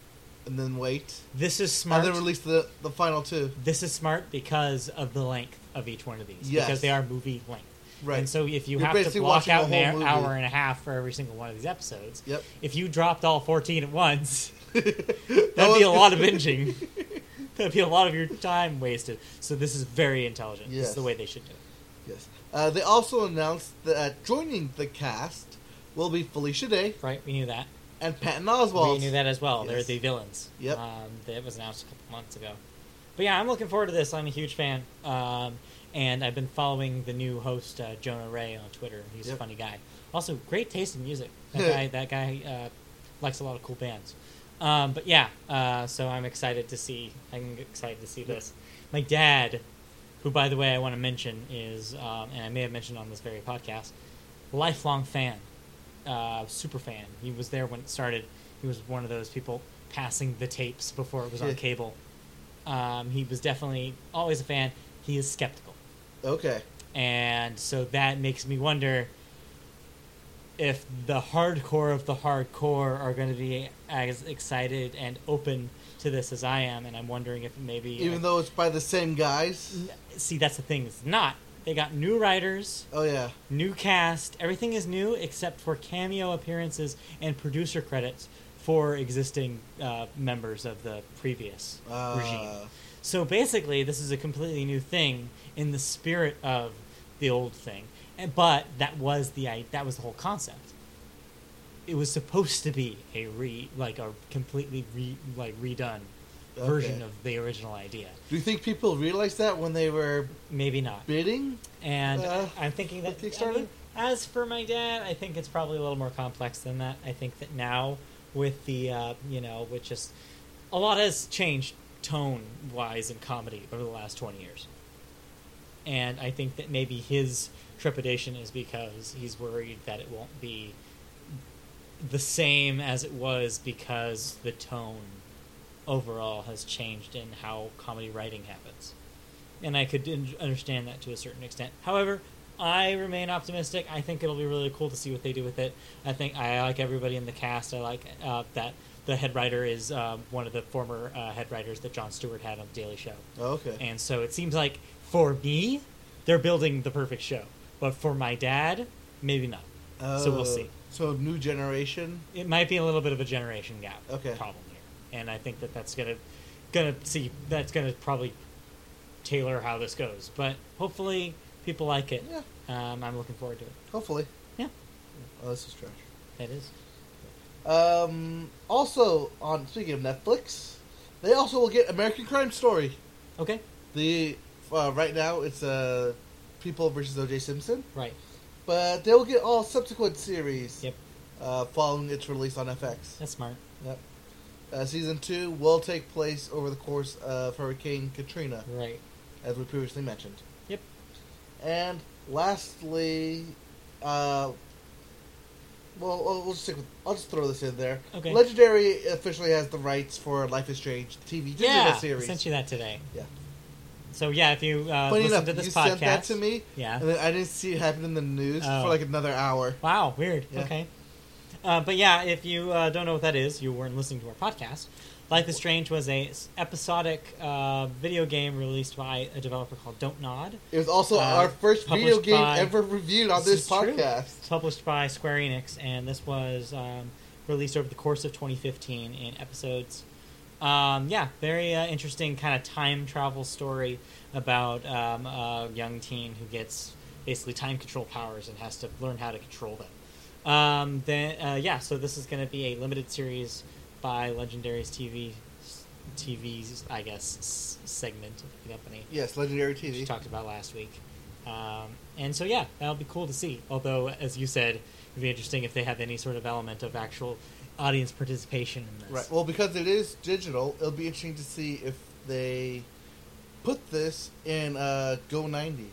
[SPEAKER 2] and then wait,
[SPEAKER 1] this is smart.
[SPEAKER 2] and then release the the final two.
[SPEAKER 1] This is smart because of the length of each one of these
[SPEAKER 2] Yes.
[SPEAKER 1] because they are movie length.
[SPEAKER 2] Right.
[SPEAKER 1] And so if you
[SPEAKER 2] You're
[SPEAKER 1] have to
[SPEAKER 2] basically
[SPEAKER 1] block
[SPEAKER 2] watching the
[SPEAKER 1] out
[SPEAKER 2] whole
[SPEAKER 1] an
[SPEAKER 2] movie.
[SPEAKER 1] hour and a half for every single one of these episodes,
[SPEAKER 2] yep.
[SPEAKER 1] if you dropped all 14 at once,
[SPEAKER 2] That'd
[SPEAKER 1] That'd be a lot of binging. That'd be a lot of your time wasted. So this is very intelligent. This is
[SPEAKER 2] Yes.
[SPEAKER 1] the way they should do it.
[SPEAKER 2] yes. Uh, they also announced that joining the cast will be Felicia Day
[SPEAKER 1] Right? We knew that.
[SPEAKER 2] and Patton Oswalt.
[SPEAKER 1] We knew that as well.
[SPEAKER 2] Yes.
[SPEAKER 1] They're the villains.
[SPEAKER 2] Yep.
[SPEAKER 1] Um, that was announced a couple months ago. But yeah, I'm looking forward to this. I'm a huge fan. Um, and I've been following the new host, uh, Jonah Ray, on Twitter. He's a
[SPEAKER 2] Yep.
[SPEAKER 1] funny guy. Also, great taste in music. That guy, that guy uh, likes a lot of cool bands. Um, but yeah, uh, so I'm excited to see. I'm excited to see this. My dad, who by the way I want to mention is, um, and I may have mentioned on this very podcast, lifelong fan, uh, super fan. He was there when it started. He was one of those people passing the tapes before it was on
[SPEAKER 2] Yeah.
[SPEAKER 1] cable. Um, he was definitely always a fan. He is skeptical,
[SPEAKER 2] Okay.
[SPEAKER 1] and so that makes me wonder if the hardcore of the hardcore are going to be as excited and open to this as I am. And I'm wondering if maybe
[SPEAKER 2] Even though it's by the same guys.
[SPEAKER 1] see that's the thing it's not they got new writers
[SPEAKER 2] Oh yeah.
[SPEAKER 1] new cast everything is new except for cameo appearances and producer credits for existing uh, members of the previous
[SPEAKER 2] Uh,
[SPEAKER 1] regime so basically this is a completely new thing in the spirit of the old thing And- but that was the i- that was the whole concept it was supposed to be a re like a completely re like redone version
[SPEAKER 2] Okay.
[SPEAKER 1] of the original idea
[SPEAKER 2] Do you think people realized that when they were
[SPEAKER 1] maybe not
[SPEAKER 2] bidding?
[SPEAKER 1] and
[SPEAKER 2] Uh,
[SPEAKER 1] I'm thinking that
[SPEAKER 2] with
[SPEAKER 1] I
[SPEAKER 2] Kickstarter?
[SPEAKER 1] mean, as for my dad, I think it's probably a little more complex than that. I think that now with the uh, you know, with just a lot has changed tone wise in comedy over the last twenty years, and I think that maybe his trepidation is because he's worried that it won't be the same as it was because the tone overall has changed in how comedy writing happens and I could un- understand that to a certain extent. However, I remain optimistic. I think it'll be really cool to see what they do with it. I think I like everybody in the cast. I like uh, that the head writer is um, one of the former uh, head writers that Jon Stewart had on The Daily Show,
[SPEAKER 2] Oh, okay.
[SPEAKER 1] and so it seems like for me, they're building the perfect show. But for my dad, maybe not. so we'll
[SPEAKER 2] Oh,
[SPEAKER 1] see.
[SPEAKER 2] So new generation.
[SPEAKER 1] It might be a little bit of a generation gap
[SPEAKER 2] Okay.
[SPEAKER 1] problem here, and I think that that's gonna gonna see that's gonna probably tailor how this goes. But hopefully, people like it.
[SPEAKER 2] Yeah.
[SPEAKER 1] Um, I'm looking forward to it.
[SPEAKER 2] Hopefully.
[SPEAKER 1] Yeah.
[SPEAKER 2] Oh, this is trash.
[SPEAKER 1] That is
[SPEAKER 2] Um, also, on speaking of Netflix, they also will get American Crime Story.
[SPEAKER 1] okay.
[SPEAKER 2] The uh, right now it's uh, People versus O.J. Simpson,
[SPEAKER 1] Right.
[SPEAKER 2] but they will get all subsequent series.
[SPEAKER 1] Yep.
[SPEAKER 2] Uh, following its release on FX.
[SPEAKER 1] That's smart.
[SPEAKER 2] Yep. Uh, season two will take place over the course of Hurricane Katrina,
[SPEAKER 1] Right.
[SPEAKER 2] as we previously mentioned.
[SPEAKER 1] Yep.
[SPEAKER 2] And lastly, uh, well, we'll we'll stick with. I'll just throw this in there.
[SPEAKER 1] Okay.
[SPEAKER 2] Legendary officially has the rights for Life is Strange TV digital
[SPEAKER 1] yeah. I
[SPEAKER 2] series.
[SPEAKER 1] sent you that today.
[SPEAKER 2] Yeah.
[SPEAKER 1] So yeah, if you uh,
[SPEAKER 2] Funny
[SPEAKER 1] listen
[SPEAKER 2] enough,
[SPEAKER 1] to this
[SPEAKER 2] you
[SPEAKER 1] podcast,
[SPEAKER 2] sent that to me,
[SPEAKER 1] yeah.
[SPEAKER 2] and then I didn't see it happen in the news
[SPEAKER 1] Oh.
[SPEAKER 2] for like another hour.
[SPEAKER 1] Wow, weird.
[SPEAKER 2] Yeah.
[SPEAKER 1] Okay. Uh, but yeah, if you uh, don't know what that is, you weren't listening to our podcast. Life is Strange was a s- episodic uh, video game released by a developer called Don't Nod,
[SPEAKER 2] It was also
[SPEAKER 1] Uh,
[SPEAKER 2] our first video
[SPEAKER 1] published
[SPEAKER 2] game
[SPEAKER 1] by-
[SPEAKER 2] ever reviewed on
[SPEAKER 1] This
[SPEAKER 2] this,
[SPEAKER 1] is true.
[SPEAKER 2] podcast.
[SPEAKER 1] It's published by Square Enix, and this was um, released over the course of 2015 in episodes. Um, yeah, very uh, interesting kind of time travel story about um, a young teen who gets basically time control powers and has to learn how to control them. Um, then uh, yeah, so this is going to be a limited series by Legendary's TV, TV's I guess s- segment of the company
[SPEAKER 2] Yes, Legendary
[SPEAKER 1] which we
[SPEAKER 2] TV.
[SPEAKER 1] talked about last week. Um, and so, yeah, that'll be cool to see. Although, as you said, it'd be interesting if they have any sort of element of actual audience participation in this.
[SPEAKER 2] Right. Well, because it is digital, it'll be interesting to see if they put this in uh, Go ninety.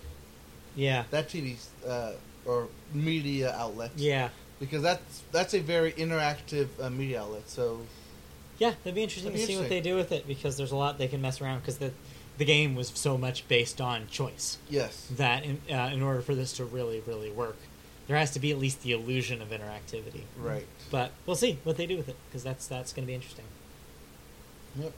[SPEAKER 1] yeah.
[SPEAKER 2] that TV uh, or media outlet.
[SPEAKER 1] Yeah.
[SPEAKER 2] Because that's that's a very interactive uh, media outlet. So
[SPEAKER 1] Yeah, that'd be interesting
[SPEAKER 2] That'd
[SPEAKER 1] to
[SPEAKER 2] be
[SPEAKER 1] see what they
[SPEAKER 2] interesting.
[SPEAKER 1] do with it because there's a lot they can mess around because the, the game was so much based on choice
[SPEAKER 2] yes,
[SPEAKER 1] that in, uh, in order for this to really, really work, there has to be at least the illusion of interactivity.
[SPEAKER 2] right.
[SPEAKER 1] But we'll see what they do with it because that's, that's going to be interesting.
[SPEAKER 2] Yep.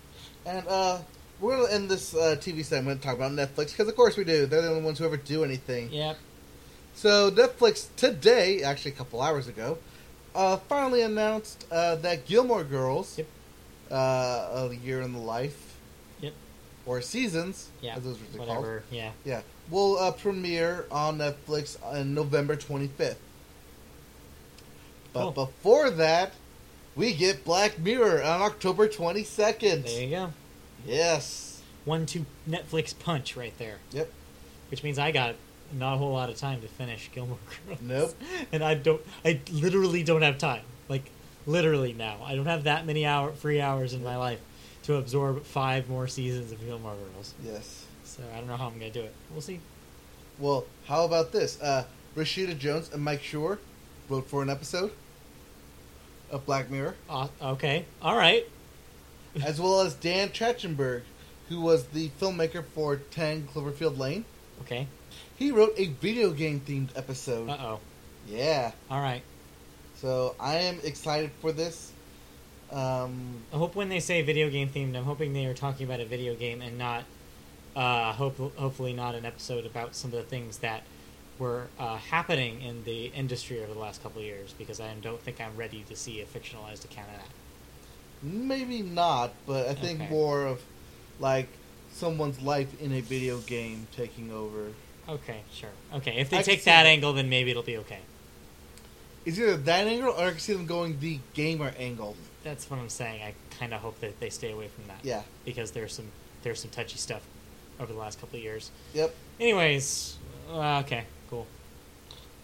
[SPEAKER 2] And uh, we're gonna end this uh, TV segment talking about Netflix because of course we do. They're the only ones who ever do anything.
[SPEAKER 1] Yep.
[SPEAKER 2] So Netflix today, actually a couple hours ago, uh, finally announced uh, that Gilmore Girls,
[SPEAKER 1] Yep.
[SPEAKER 2] uh, a year in the life,
[SPEAKER 1] Yep.
[SPEAKER 2] or seasons,
[SPEAKER 1] Yeah.
[SPEAKER 2] as those were called.
[SPEAKER 1] Whatever. Yeah.
[SPEAKER 2] Yeah, will uh, premiere on Netflix on November 25th. But
[SPEAKER 1] Cool.
[SPEAKER 2] before that, we get Black Mirror on October twenty second.
[SPEAKER 1] There you go.
[SPEAKER 2] Yes.
[SPEAKER 1] One two Netflix punch right there.
[SPEAKER 2] Yep.
[SPEAKER 1] Which means I got not a whole lot of time to finish Gilmore Girls.
[SPEAKER 2] Nope.
[SPEAKER 1] And I don't. I literally don't have time. Like literally now, I don't have that many hour free hours in my life to absorb five more seasons of Gilmore Girls.
[SPEAKER 2] Yes.
[SPEAKER 1] So I don't know how I'm gonna do it. We'll see.
[SPEAKER 2] Well, how about this? Uh, Rashida Jones and Mike Shore wrote for an episode of Black Mirror,
[SPEAKER 1] Aw okay. All right.
[SPEAKER 2] as well as Dan Trachtenberg, who was the filmmaker for Ten Cloverfield Lane.
[SPEAKER 1] Okay.
[SPEAKER 2] He wrote a video game themed episode.
[SPEAKER 1] Uh oh.
[SPEAKER 2] Yeah.
[SPEAKER 1] All right.
[SPEAKER 2] So I am excited for this. Um,
[SPEAKER 1] I hope when they say video game themed, I'm hoping they are talking about a video game and not, uh, hope, hopefully not an episode about some of the things that were uh, happening in the industry over the last couple of years because I don't think I'm ready to see a fictionalized account of that.
[SPEAKER 2] maybe not, but I think
[SPEAKER 1] Okay.
[SPEAKER 2] more of like someone's life in a video game taking over.
[SPEAKER 1] Okay, sure. Okay, if they
[SPEAKER 2] I can
[SPEAKER 1] take
[SPEAKER 2] see
[SPEAKER 1] that
[SPEAKER 2] that.
[SPEAKER 1] angle, then maybe it'll be okay.
[SPEAKER 2] It's either that angle, or I can see them going the gamer angle.
[SPEAKER 1] That's what I'm saying. I kind of hope that they stay away from that.
[SPEAKER 2] Yeah.
[SPEAKER 1] Because there's some there's some touchy stuff over the last couple of years.
[SPEAKER 2] Yep.
[SPEAKER 1] Anyways, uh, okay, cool.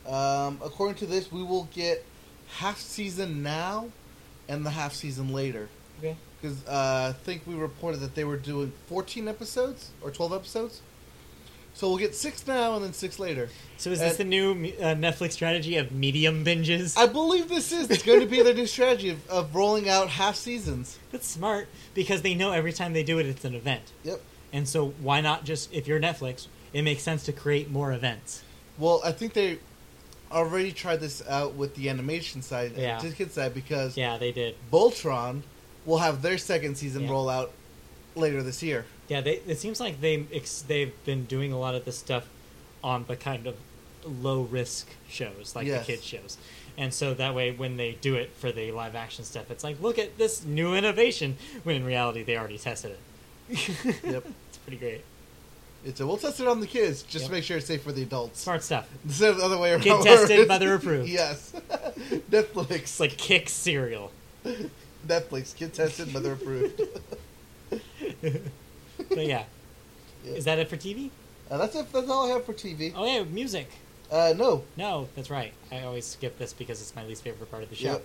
[SPEAKER 2] Um, according to this, we will get half season now and the half season later.
[SPEAKER 1] Okay.
[SPEAKER 2] Because uh, I think we reported that they were doing 14 episodes or 12 episodes. So we'll get six now and then six later.
[SPEAKER 1] So is this
[SPEAKER 2] Uh,
[SPEAKER 1] the new uh, Netflix strategy of medium binges?
[SPEAKER 2] I believe this is it's going to be their new strategy of, of rolling out half seasons.
[SPEAKER 1] That's smart because they know every time they do it, it's an event.
[SPEAKER 2] Yep.
[SPEAKER 1] And so why not just if you're Netflix, it makes sense to create more events.
[SPEAKER 2] Well, I think they already tried this out with the animation side,
[SPEAKER 1] Yeah.
[SPEAKER 2] and the kids side, because
[SPEAKER 1] Yeah, they did.
[SPEAKER 2] Voltron will have their second season
[SPEAKER 1] Yeah.
[SPEAKER 2] rollout later this year.
[SPEAKER 1] Yeah, they, it seems like they ex- they've been doing a lot of this stuff on the kind of low risk shows like
[SPEAKER 2] Yes.
[SPEAKER 1] the kids shows. And so that way when they do it for the live action stuff, it's like, look at this new innovation when in reality they already tested it.
[SPEAKER 2] Yep.
[SPEAKER 1] It's pretty great.
[SPEAKER 2] It's a, we'll test it on the kids just
[SPEAKER 1] Yep.
[SPEAKER 2] to make sure it's safe for the adults.
[SPEAKER 1] Smart stuff.
[SPEAKER 2] Instead of the other way around.
[SPEAKER 1] Get
[SPEAKER 2] where
[SPEAKER 1] tested,
[SPEAKER 2] it's-
[SPEAKER 1] mother approved.
[SPEAKER 2] yes.
[SPEAKER 1] It's
[SPEAKER 2] Netflix.
[SPEAKER 1] like kick cereal.
[SPEAKER 2] Netflix. Get tested, mother approved.
[SPEAKER 1] But yeah.
[SPEAKER 2] Yeah.
[SPEAKER 1] Is that it for TV?
[SPEAKER 2] Uh, that's it. That's all I have for TV.
[SPEAKER 1] Oh yeah, music.
[SPEAKER 2] Uh, no.
[SPEAKER 1] No, that's right. I always skip this because it's my least favorite part of the show.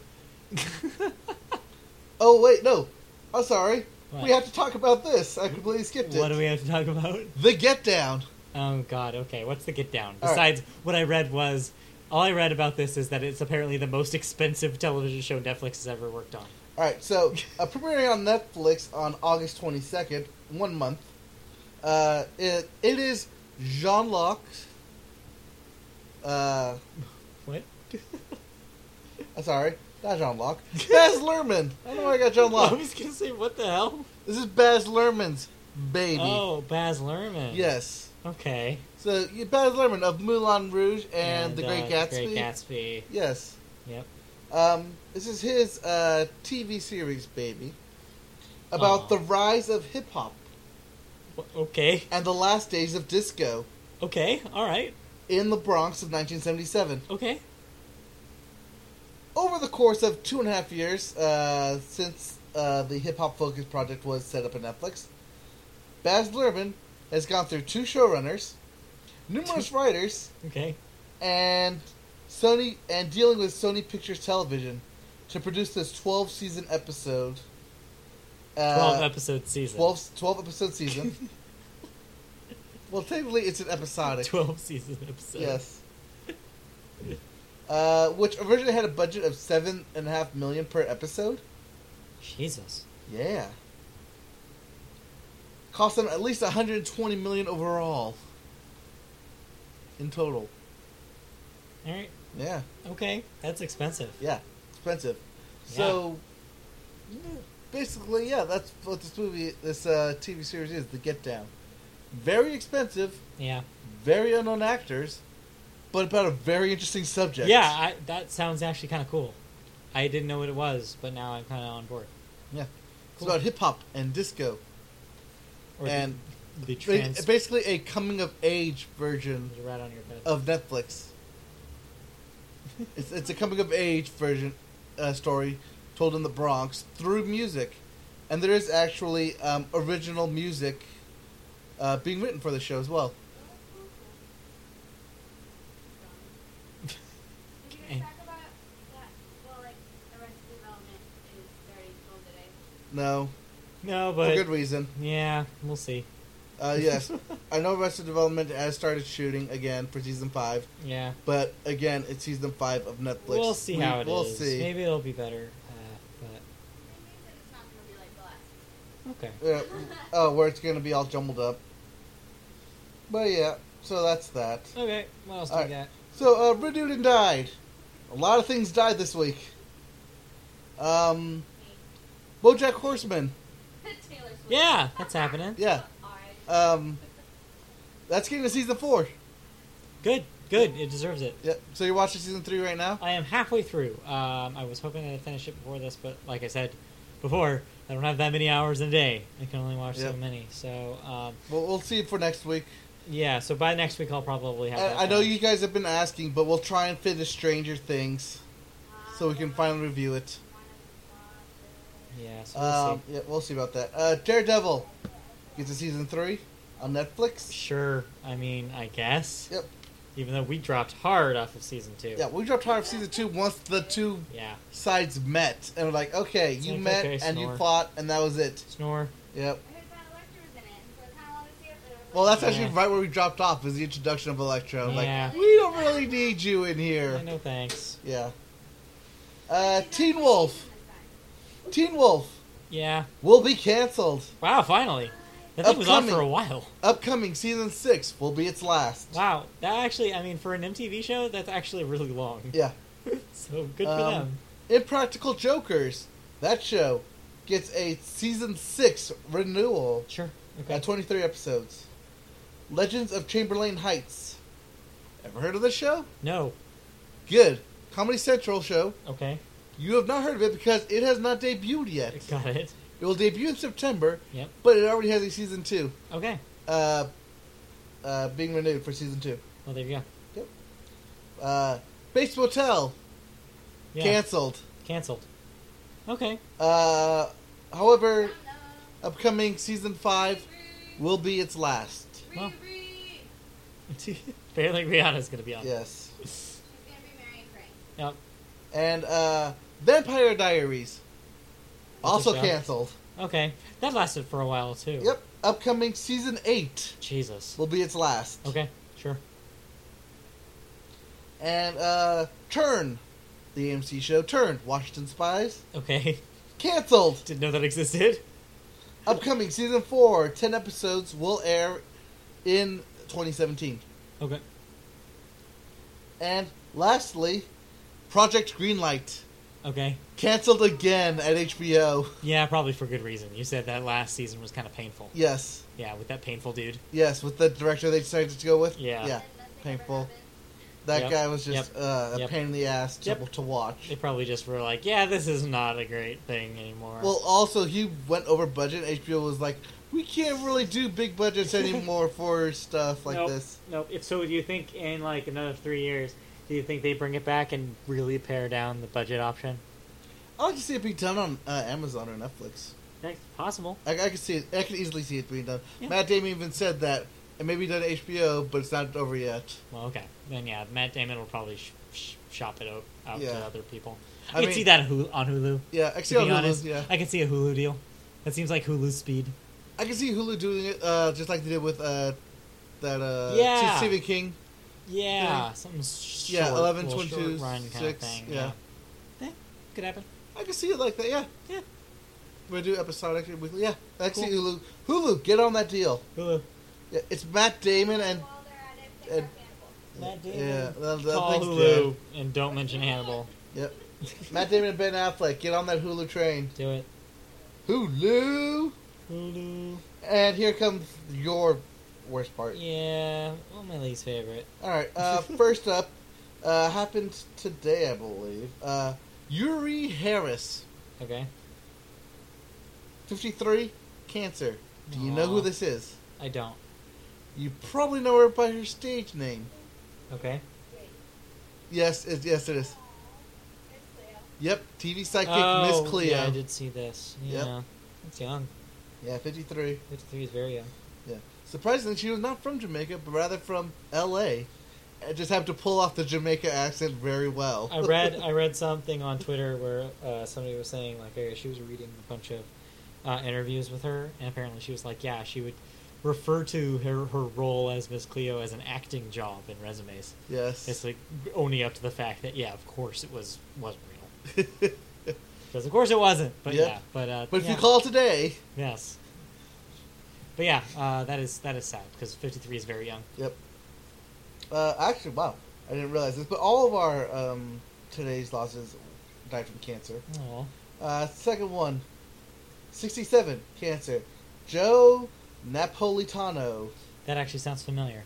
[SPEAKER 2] Oh, wait, no. I'm sorry.
[SPEAKER 1] What?
[SPEAKER 2] We have to talk about this. I completely skipped it.
[SPEAKER 1] What do we have to talk about?
[SPEAKER 2] The Get Down.
[SPEAKER 1] Oh God. Okay. What's the get down?
[SPEAKER 2] All right.
[SPEAKER 1] Besides, what I read was all I read about this is that it's apparently the most expensive television show Netflix has ever worked on.
[SPEAKER 2] All right, so uh, premiering on Netflix on August 22nd, one month. Uh, it, it is Jean Locke. Uh,
[SPEAKER 1] What?
[SPEAKER 2] uh, sorry, not Jean Locke. Baz Luhrmann. I don't know why I got Jean
[SPEAKER 1] I
[SPEAKER 2] Locke.
[SPEAKER 1] was gonna say what the hell?
[SPEAKER 2] This is Baz Luhrmann's baby.
[SPEAKER 1] Oh, Baz Luhrmann.
[SPEAKER 2] Yes.
[SPEAKER 1] Okay.
[SPEAKER 2] So you- Baz Luhrmann of Moulin Rouge and, The Great
[SPEAKER 1] uh,
[SPEAKER 2] Gatsby.
[SPEAKER 1] Great Gatsby.
[SPEAKER 2] Yes.
[SPEAKER 1] Yep.
[SPEAKER 2] Um, this is his uh, TV series, baby, about
[SPEAKER 1] Aw.
[SPEAKER 2] the rise of hip hop
[SPEAKER 1] W- Okay.
[SPEAKER 2] and the last days of disco
[SPEAKER 1] Okay. All right.
[SPEAKER 2] in the Bronx of 1977.
[SPEAKER 1] Okay.
[SPEAKER 2] Over the course of two and a half years uh, since uh, the hip hop focused project was set up at Netflix, Baz Luhrmann has gone through two showrunners, numerous writers,
[SPEAKER 1] Okay.
[SPEAKER 2] and Sony and dealing with Sony Pictures Television to produce this 12 season episode. Uh,
[SPEAKER 1] Twelve episode season.
[SPEAKER 2] 12, 12 episode season. well, technically, it's an episodic.
[SPEAKER 1] 12 season episode.
[SPEAKER 2] Yes. Uh, which originally had a budget of seven and a half million per episode.
[SPEAKER 1] Jesus.
[SPEAKER 2] Yeah. Cost them at least 120 million overall. In total.
[SPEAKER 1] All right.
[SPEAKER 2] Yeah.
[SPEAKER 1] Okay. That's expensive.
[SPEAKER 2] Yeah, expensive. So basically, yeah, that's what this movie, this uh, TV series is: The Get Down. Very expensive,
[SPEAKER 1] Yeah.
[SPEAKER 2] very unknown actors, but about a very interesting subject.
[SPEAKER 1] Yeah, I, that sounds actually kind of cool. I didn't know what it was, but now I'm kind of on board.
[SPEAKER 2] yeah. It's
[SPEAKER 1] Cool.
[SPEAKER 2] about hip hop and disco,
[SPEAKER 1] Or
[SPEAKER 2] and
[SPEAKER 1] the, the
[SPEAKER 2] ba-
[SPEAKER 1] trans
[SPEAKER 2] basically a coming of age version
[SPEAKER 1] there's a rat on your bed.
[SPEAKER 2] of Netflix. it's it's a coming of age version uh, story told in the Bronx through music, and there is actually um, original music uh, being written for the show as well.
[SPEAKER 4] Did you
[SPEAKER 1] Okay.
[SPEAKER 4] guys talk about that? Well, like Arrested Development is starting school today.
[SPEAKER 2] No,
[SPEAKER 1] No, but
[SPEAKER 2] for oh, good reason.
[SPEAKER 1] yeah, we'll see.
[SPEAKER 2] Uh, yes, I know Arrested Development has started shooting again for season five,
[SPEAKER 1] Yeah,
[SPEAKER 2] but again, it's season five of Netflix.
[SPEAKER 1] we'll see how it is.
[SPEAKER 2] we'll see.
[SPEAKER 1] Maybe it'll be better. Uh,
[SPEAKER 4] And they said it's not going to be like the last.
[SPEAKER 1] but okay.
[SPEAKER 2] Yeah. Oh, where it's gonna be all jumbled up. But yeah, so that's that.
[SPEAKER 1] Okay, what else do
[SPEAKER 2] Alright.
[SPEAKER 1] we got?
[SPEAKER 2] So uh, Red Newton died. A lot of things died this week. Um, BoJack Horseman.
[SPEAKER 4] Taylor Swift.
[SPEAKER 1] Yeah, that's happening.
[SPEAKER 2] Yeah.
[SPEAKER 4] Alright.
[SPEAKER 2] Um, that's getting to season four.
[SPEAKER 1] Good, good. It deserves it.
[SPEAKER 2] Yeah. So you're watching season three right now.
[SPEAKER 1] I am halfway through. Um, I was hoping I'd finish it before this, but like I said before, I don't have that many hours in a day. I can only watch so
[SPEAKER 2] Yep.
[SPEAKER 1] many. So um,
[SPEAKER 2] Well, we'll see for next week.
[SPEAKER 1] yeah, so by next week I'll probably have. that
[SPEAKER 2] I, I know you
[SPEAKER 1] finished.
[SPEAKER 2] guys have been asking, but we'll try and finish Stranger Things so we can finally review it.
[SPEAKER 1] Yeah, so we'll
[SPEAKER 2] Um, yeah, we'll see about that. Uh, Daredevil gets to season three on Netflix.
[SPEAKER 1] see. Sure. I mean, I guess.
[SPEAKER 2] Yep.
[SPEAKER 1] Even though we dropped hard off of season two.
[SPEAKER 2] Yeah, we dropped hard of season two once the two
[SPEAKER 1] Yeah.
[SPEAKER 2] sides met and were like, okay, you
[SPEAKER 1] like,
[SPEAKER 2] met
[SPEAKER 1] okay,
[SPEAKER 2] and
[SPEAKER 1] snore.
[SPEAKER 2] you fought and that was it.
[SPEAKER 1] Snore.
[SPEAKER 2] Yep.
[SPEAKER 4] I heard that Electra was in it, so I kind of want to see it. But it was
[SPEAKER 2] Well, that's
[SPEAKER 1] Yeah.
[SPEAKER 2] actually right where we dropped off is the introduction of Electro.
[SPEAKER 1] Yeah.
[SPEAKER 2] Like, we don't really need you in
[SPEAKER 1] Yeah,
[SPEAKER 2] here.
[SPEAKER 1] no thanks.
[SPEAKER 2] Yeah. Uh, Teen Wolf. Teen Wolf
[SPEAKER 1] Yeah.
[SPEAKER 2] will be canceled.
[SPEAKER 1] Wow. Finally, that thing was on for a
[SPEAKER 2] Upcoming.
[SPEAKER 1] while.
[SPEAKER 2] Upcoming season six will be its last.
[SPEAKER 1] Wow. That actually, I mean, for an MTV show, that's actually really long.
[SPEAKER 2] Yeah.
[SPEAKER 1] So good for
[SPEAKER 2] Um,
[SPEAKER 1] them.
[SPEAKER 2] Impractical Jokers. That show gets a season six renewal.
[SPEAKER 1] Sure. Okay.
[SPEAKER 2] Uh, 23 episodes. Legends of Chamberlain Heights. Ever heard of this show?
[SPEAKER 1] no.
[SPEAKER 2] Good. Comedy Central show.
[SPEAKER 1] Okay.
[SPEAKER 2] You have not heard of it because it has not debuted yet.
[SPEAKER 1] Got it.
[SPEAKER 2] It will debut in September,
[SPEAKER 1] Yep.
[SPEAKER 2] but it already has a season two
[SPEAKER 1] Okay.
[SPEAKER 2] uh, uh, being renewed for season two.
[SPEAKER 1] Well, there you go.
[SPEAKER 2] Uh, Bates Motel,
[SPEAKER 1] Yeah.
[SPEAKER 2] canceled.
[SPEAKER 1] Cancelled. Okay.
[SPEAKER 2] Uh, however, upcoming season five will be its last.
[SPEAKER 1] Well.
[SPEAKER 4] Riri. She's
[SPEAKER 1] Apparently Rihanna's gonna be on.
[SPEAKER 2] Yes.
[SPEAKER 4] going to be marrying Frank.
[SPEAKER 1] Yep.
[SPEAKER 2] And uh, Vampire Diaries,
[SPEAKER 1] a
[SPEAKER 2] also
[SPEAKER 1] show.
[SPEAKER 2] canceled.
[SPEAKER 1] Okay. That lasted for a while too.
[SPEAKER 2] Yep. Upcoming season eight
[SPEAKER 1] Jesus.
[SPEAKER 2] will be its last.
[SPEAKER 1] Okay. Sure.
[SPEAKER 2] And uh Turn, the AMC show Turn, Washington Spies,
[SPEAKER 1] Okay.
[SPEAKER 2] canceled.
[SPEAKER 1] Didn't know that existed.
[SPEAKER 2] Upcoming season four, ten episodes will air in 2017.
[SPEAKER 1] Okay.
[SPEAKER 2] And lastly, Project Greenlight,
[SPEAKER 1] Okay.
[SPEAKER 2] canceled again at HBO.
[SPEAKER 1] Yeah, probably for good reason. You said that last season was kind of painful.
[SPEAKER 2] Yes,
[SPEAKER 1] Yeah, with that painful dude.
[SPEAKER 2] yes, with the director they decided to go with.
[SPEAKER 1] Yeah.
[SPEAKER 2] yeah,
[SPEAKER 4] And nothing
[SPEAKER 2] painful.
[SPEAKER 4] ever happened.
[SPEAKER 2] that
[SPEAKER 1] Yep.
[SPEAKER 2] guy was just uh, a
[SPEAKER 1] Yep.
[SPEAKER 2] pain in the ass to,
[SPEAKER 1] Yep.
[SPEAKER 2] to watch.
[SPEAKER 1] They probably just were like, yeah, this is not a great thing anymore.
[SPEAKER 2] Well, also he went over budget. HBO was like, we can't really do big budgets anymore for stuff like
[SPEAKER 1] nope.
[SPEAKER 2] this.
[SPEAKER 1] Nope. If so, do you think in like another three years, do you think they bring it back and really pare down the budget option?
[SPEAKER 2] I like to see it be done on uh, Amazon or Netflix.
[SPEAKER 1] That's possible.
[SPEAKER 2] I, I could see it. I could easily see it being done.
[SPEAKER 1] Yeah.
[SPEAKER 2] Matt Damon even said that it may be done HBO, but it's not over yet.
[SPEAKER 1] Well, okay. Then yeah, Matt Damon will probably sh- sh- shop it out, out
[SPEAKER 2] Yeah.
[SPEAKER 1] to other people. I,
[SPEAKER 2] I
[SPEAKER 1] can
[SPEAKER 2] mean-
[SPEAKER 1] see that on Hulu. On Hulu
[SPEAKER 2] Yeah, I can see
[SPEAKER 1] to
[SPEAKER 2] on
[SPEAKER 1] be
[SPEAKER 2] Hulu.
[SPEAKER 1] honest,
[SPEAKER 2] Yeah,
[SPEAKER 1] I can see a Hulu deal. That seems like Hulu's speed.
[SPEAKER 2] I can see Hulu doing it uh, just like they did with uh, that uh,
[SPEAKER 1] Yeah.
[SPEAKER 2] Stephen King.
[SPEAKER 1] Yeah, something short,
[SPEAKER 2] Yeah, 11,
[SPEAKER 1] little short
[SPEAKER 2] 22,
[SPEAKER 1] run kind of
[SPEAKER 2] six,
[SPEAKER 1] thing.
[SPEAKER 2] yeah.
[SPEAKER 1] yeah, Eh, could happen.
[SPEAKER 2] I can see it like that. Yeah,
[SPEAKER 1] Yeah.
[SPEAKER 2] We do episodic weekly. Yeah, I can
[SPEAKER 1] Cool.
[SPEAKER 2] see Hulu. Hulu, get on that deal.
[SPEAKER 1] Hulu,
[SPEAKER 2] Yeah, it's Matt Damon and
[SPEAKER 4] While they're at it,
[SPEAKER 2] and-
[SPEAKER 4] pick up Hannibal.
[SPEAKER 1] Matt Damon.
[SPEAKER 2] Yeah, that, that
[SPEAKER 1] Call
[SPEAKER 2] thing's
[SPEAKER 1] Hulu and don't mention Hannibal.
[SPEAKER 2] dead. Yep. Matt Damon and Ben Affleck get on that Hulu train.
[SPEAKER 1] Do it.
[SPEAKER 2] Hulu.
[SPEAKER 1] Hulu.
[SPEAKER 2] And here comes your worst part.
[SPEAKER 1] Yeah, well, my least favorite.
[SPEAKER 2] All right. Uh, first up, uh, happened today, I believe. Uh, Yuri Harris,
[SPEAKER 1] Okay,
[SPEAKER 2] fifty-three, cancer. Do you know who
[SPEAKER 1] Aw.
[SPEAKER 2] this is?
[SPEAKER 1] I don't.
[SPEAKER 2] You probably know her by her stage name.
[SPEAKER 1] Okay,
[SPEAKER 2] Yes, it, yes, it is.
[SPEAKER 4] It's Leo.
[SPEAKER 2] Yep, TV sidekick
[SPEAKER 1] oh,
[SPEAKER 2] Miss Cleo.
[SPEAKER 1] Yeah, I did see this.
[SPEAKER 2] Yep.
[SPEAKER 1] Yeah. It's young.
[SPEAKER 2] yeah, 53.
[SPEAKER 1] 53 is very young.
[SPEAKER 2] Yeah. Surprisingly, she was not from Jamaica, but rather from L.A. I just happened to pull off the Jamaica accent very well.
[SPEAKER 1] I read uh, I read something on Twitter where uh, somebody was saying like uh, she was reading a bunch of uh, interviews with her, and apparently she was like, yeah, she would refer to her her role as Miss Cleo as an acting job in resumes.
[SPEAKER 2] yes.
[SPEAKER 1] It's like owning up to the fact that yeah, of course it was wasn't real because of course it wasn't. But
[SPEAKER 2] Yep.
[SPEAKER 1] yeah, but uh,
[SPEAKER 2] but if you
[SPEAKER 1] yeah.
[SPEAKER 2] call today,
[SPEAKER 1] yes, but yeah, uh, that is that is sad because fifty three is very young.
[SPEAKER 2] Yep. Uh, actually, wow, I didn't realize this, but all of our um, today's losses died from cancer.
[SPEAKER 1] Oh,
[SPEAKER 2] Uh, second one, 67, cancer. Joe Napolitano.
[SPEAKER 1] that actually sounds familiar.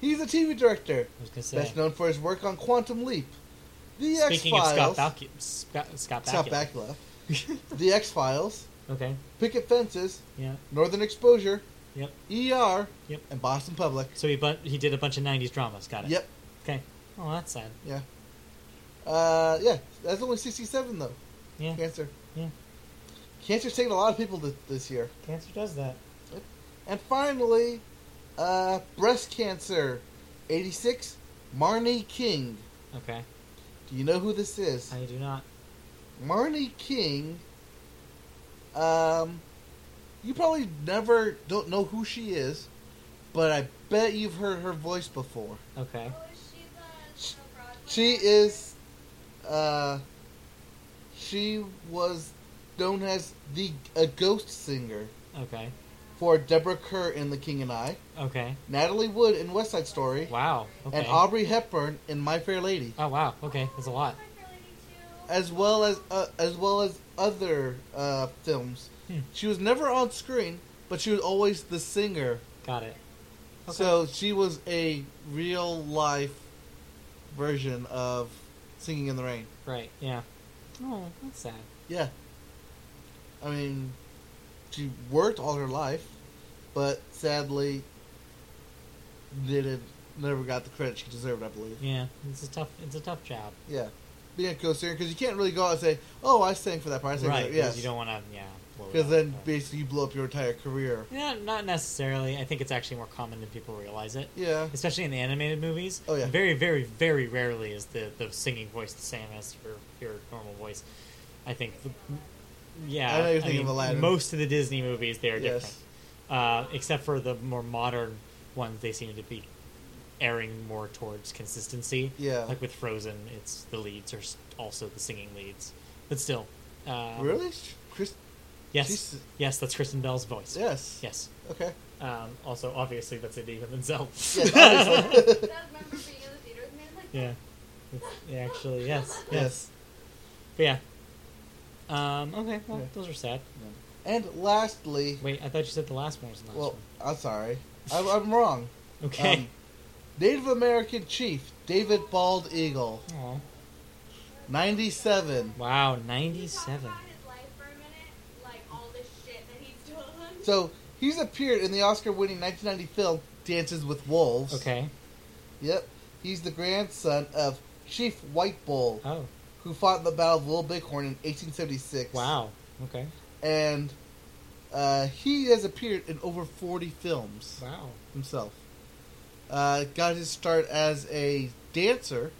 [SPEAKER 2] He's a TV director,
[SPEAKER 1] I was gonna say.
[SPEAKER 2] best known for his work on Quantum Leap, The X
[SPEAKER 1] Speaking of Scott
[SPEAKER 2] Files,
[SPEAKER 1] Bakula, Scott, Scott
[SPEAKER 2] Scott
[SPEAKER 1] Bakula.
[SPEAKER 2] Bakula, The X Files,
[SPEAKER 1] okay,
[SPEAKER 2] Picket Fences,
[SPEAKER 1] yeah,
[SPEAKER 2] Northern Exposure,
[SPEAKER 1] Yep.
[SPEAKER 2] ER,
[SPEAKER 1] Yep.
[SPEAKER 2] and Boston Public.
[SPEAKER 1] so he but he did a bunch of nineties dramas. Got it.
[SPEAKER 2] Yep.
[SPEAKER 1] Okay. Oh, that's sad.
[SPEAKER 2] Yeah. Uh, yeah, that's only 67 though.
[SPEAKER 1] Yeah,
[SPEAKER 2] Cancer.
[SPEAKER 1] Yeah.
[SPEAKER 2] Cancer's taking a lot of people th- this year.
[SPEAKER 1] cancer does that.
[SPEAKER 2] And finally, uh, breast cancer. 86, Marnie King.
[SPEAKER 1] Okay,
[SPEAKER 2] Do you know who this is?
[SPEAKER 1] I do not.
[SPEAKER 2] Marnie King. Um, you probably never don't know who she is, but I bet you've heard her voice before.
[SPEAKER 1] Okay.
[SPEAKER 4] Oh, is she the little Broadway
[SPEAKER 2] She
[SPEAKER 4] actor?
[SPEAKER 2] is, uh, she was known as the a ghost singer
[SPEAKER 1] Okay.
[SPEAKER 2] for Deborah Kerr in The King and I,
[SPEAKER 1] Okay.
[SPEAKER 2] Natalie Wood in West Side Story,
[SPEAKER 1] Wow. Okay.
[SPEAKER 2] and Aubrey Hepburn in My Fair Lady,
[SPEAKER 1] oh wow. Okay, that's a lot.
[SPEAKER 4] My Fair Lady too.
[SPEAKER 2] as well as uh, as well as other uh, films.
[SPEAKER 1] Hmm.
[SPEAKER 2] She was never on screen, but she was always the singer.
[SPEAKER 1] Got it. Okay.
[SPEAKER 2] So she was a real life version of Singing in the Rain.
[SPEAKER 1] Right. Yeah. Oh, that's sad.
[SPEAKER 2] Yeah. I mean, she worked all her life, but sadly, didn't never got the credit she deserved. I believe.
[SPEAKER 1] Yeah, it's a tough. It's a tough job.
[SPEAKER 2] Yeah, being a co-singer because you can't really go out and say, "Oh, I sang for that part." I sang
[SPEAKER 1] Right.
[SPEAKER 2] For that.
[SPEAKER 1] Because
[SPEAKER 2] Yes.
[SPEAKER 1] you don't want to. Yeah. blow it
[SPEAKER 2] Because
[SPEAKER 1] up,
[SPEAKER 2] then
[SPEAKER 1] but-
[SPEAKER 2] basically you blow up your entire career.
[SPEAKER 1] Yeah, not necessarily. I think it's actually more common than people realize it,
[SPEAKER 2] Yeah.
[SPEAKER 1] especially in the animated movies.
[SPEAKER 2] Oh, yeah.
[SPEAKER 1] Very, very, very rarely is the the singing voice the same as your your normal voice. I think. The, yeah.
[SPEAKER 2] I know you're thinking
[SPEAKER 1] mean,
[SPEAKER 2] of Aladdin.
[SPEAKER 1] Most of the Disney movies they're different,
[SPEAKER 2] Yes.
[SPEAKER 1] uh, except for the more modern ones. They seem to be airing more towards consistency.
[SPEAKER 2] Yeah.
[SPEAKER 1] Like with Frozen, it's the leads are s- also the singing leads, but still. Uh,
[SPEAKER 2] really? Chris?
[SPEAKER 1] Yes.
[SPEAKER 2] She's-
[SPEAKER 1] Yes, that's Kristen Bell's voice.
[SPEAKER 2] Yes.
[SPEAKER 1] Yes.
[SPEAKER 2] Okay.
[SPEAKER 1] Um, also, obviously, that's Indiana themselves.
[SPEAKER 2] Yes, obviously.
[SPEAKER 4] Does remember being in the theater with me? I'm like,
[SPEAKER 1] yeah. It's- yeah. Actually, yes. Yes.
[SPEAKER 2] yes.
[SPEAKER 1] But yeah. Um, okay. Well,
[SPEAKER 2] Yeah.
[SPEAKER 1] those are sad.
[SPEAKER 2] And lastly,
[SPEAKER 1] Wait, I thought you said the last one was the last
[SPEAKER 2] well, I'm sorry, I, I'm wrong.
[SPEAKER 1] one. Okay.
[SPEAKER 2] Um, Native American chief David Bald Eagle,
[SPEAKER 1] Aw.
[SPEAKER 2] 97.
[SPEAKER 1] Wow,
[SPEAKER 4] Can you talk
[SPEAKER 1] ninety-seven.
[SPEAKER 4] about his life for a minute? Like, all this shit that he's done?
[SPEAKER 2] So he's appeared in the Oscar-winning 1990 film Dances with Wolves.
[SPEAKER 1] Okay.
[SPEAKER 2] Yep. He's the grandson of Chief White Bull,
[SPEAKER 1] Oh.
[SPEAKER 2] who fought in the Battle of Little Bighorn in 1876.
[SPEAKER 1] Wow. Okay.
[SPEAKER 2] And uh, he has appeared in over 40 films
[SPEAKER 1] Wow.
[SPEAKER 2] himself. Uh, got his start as a dancer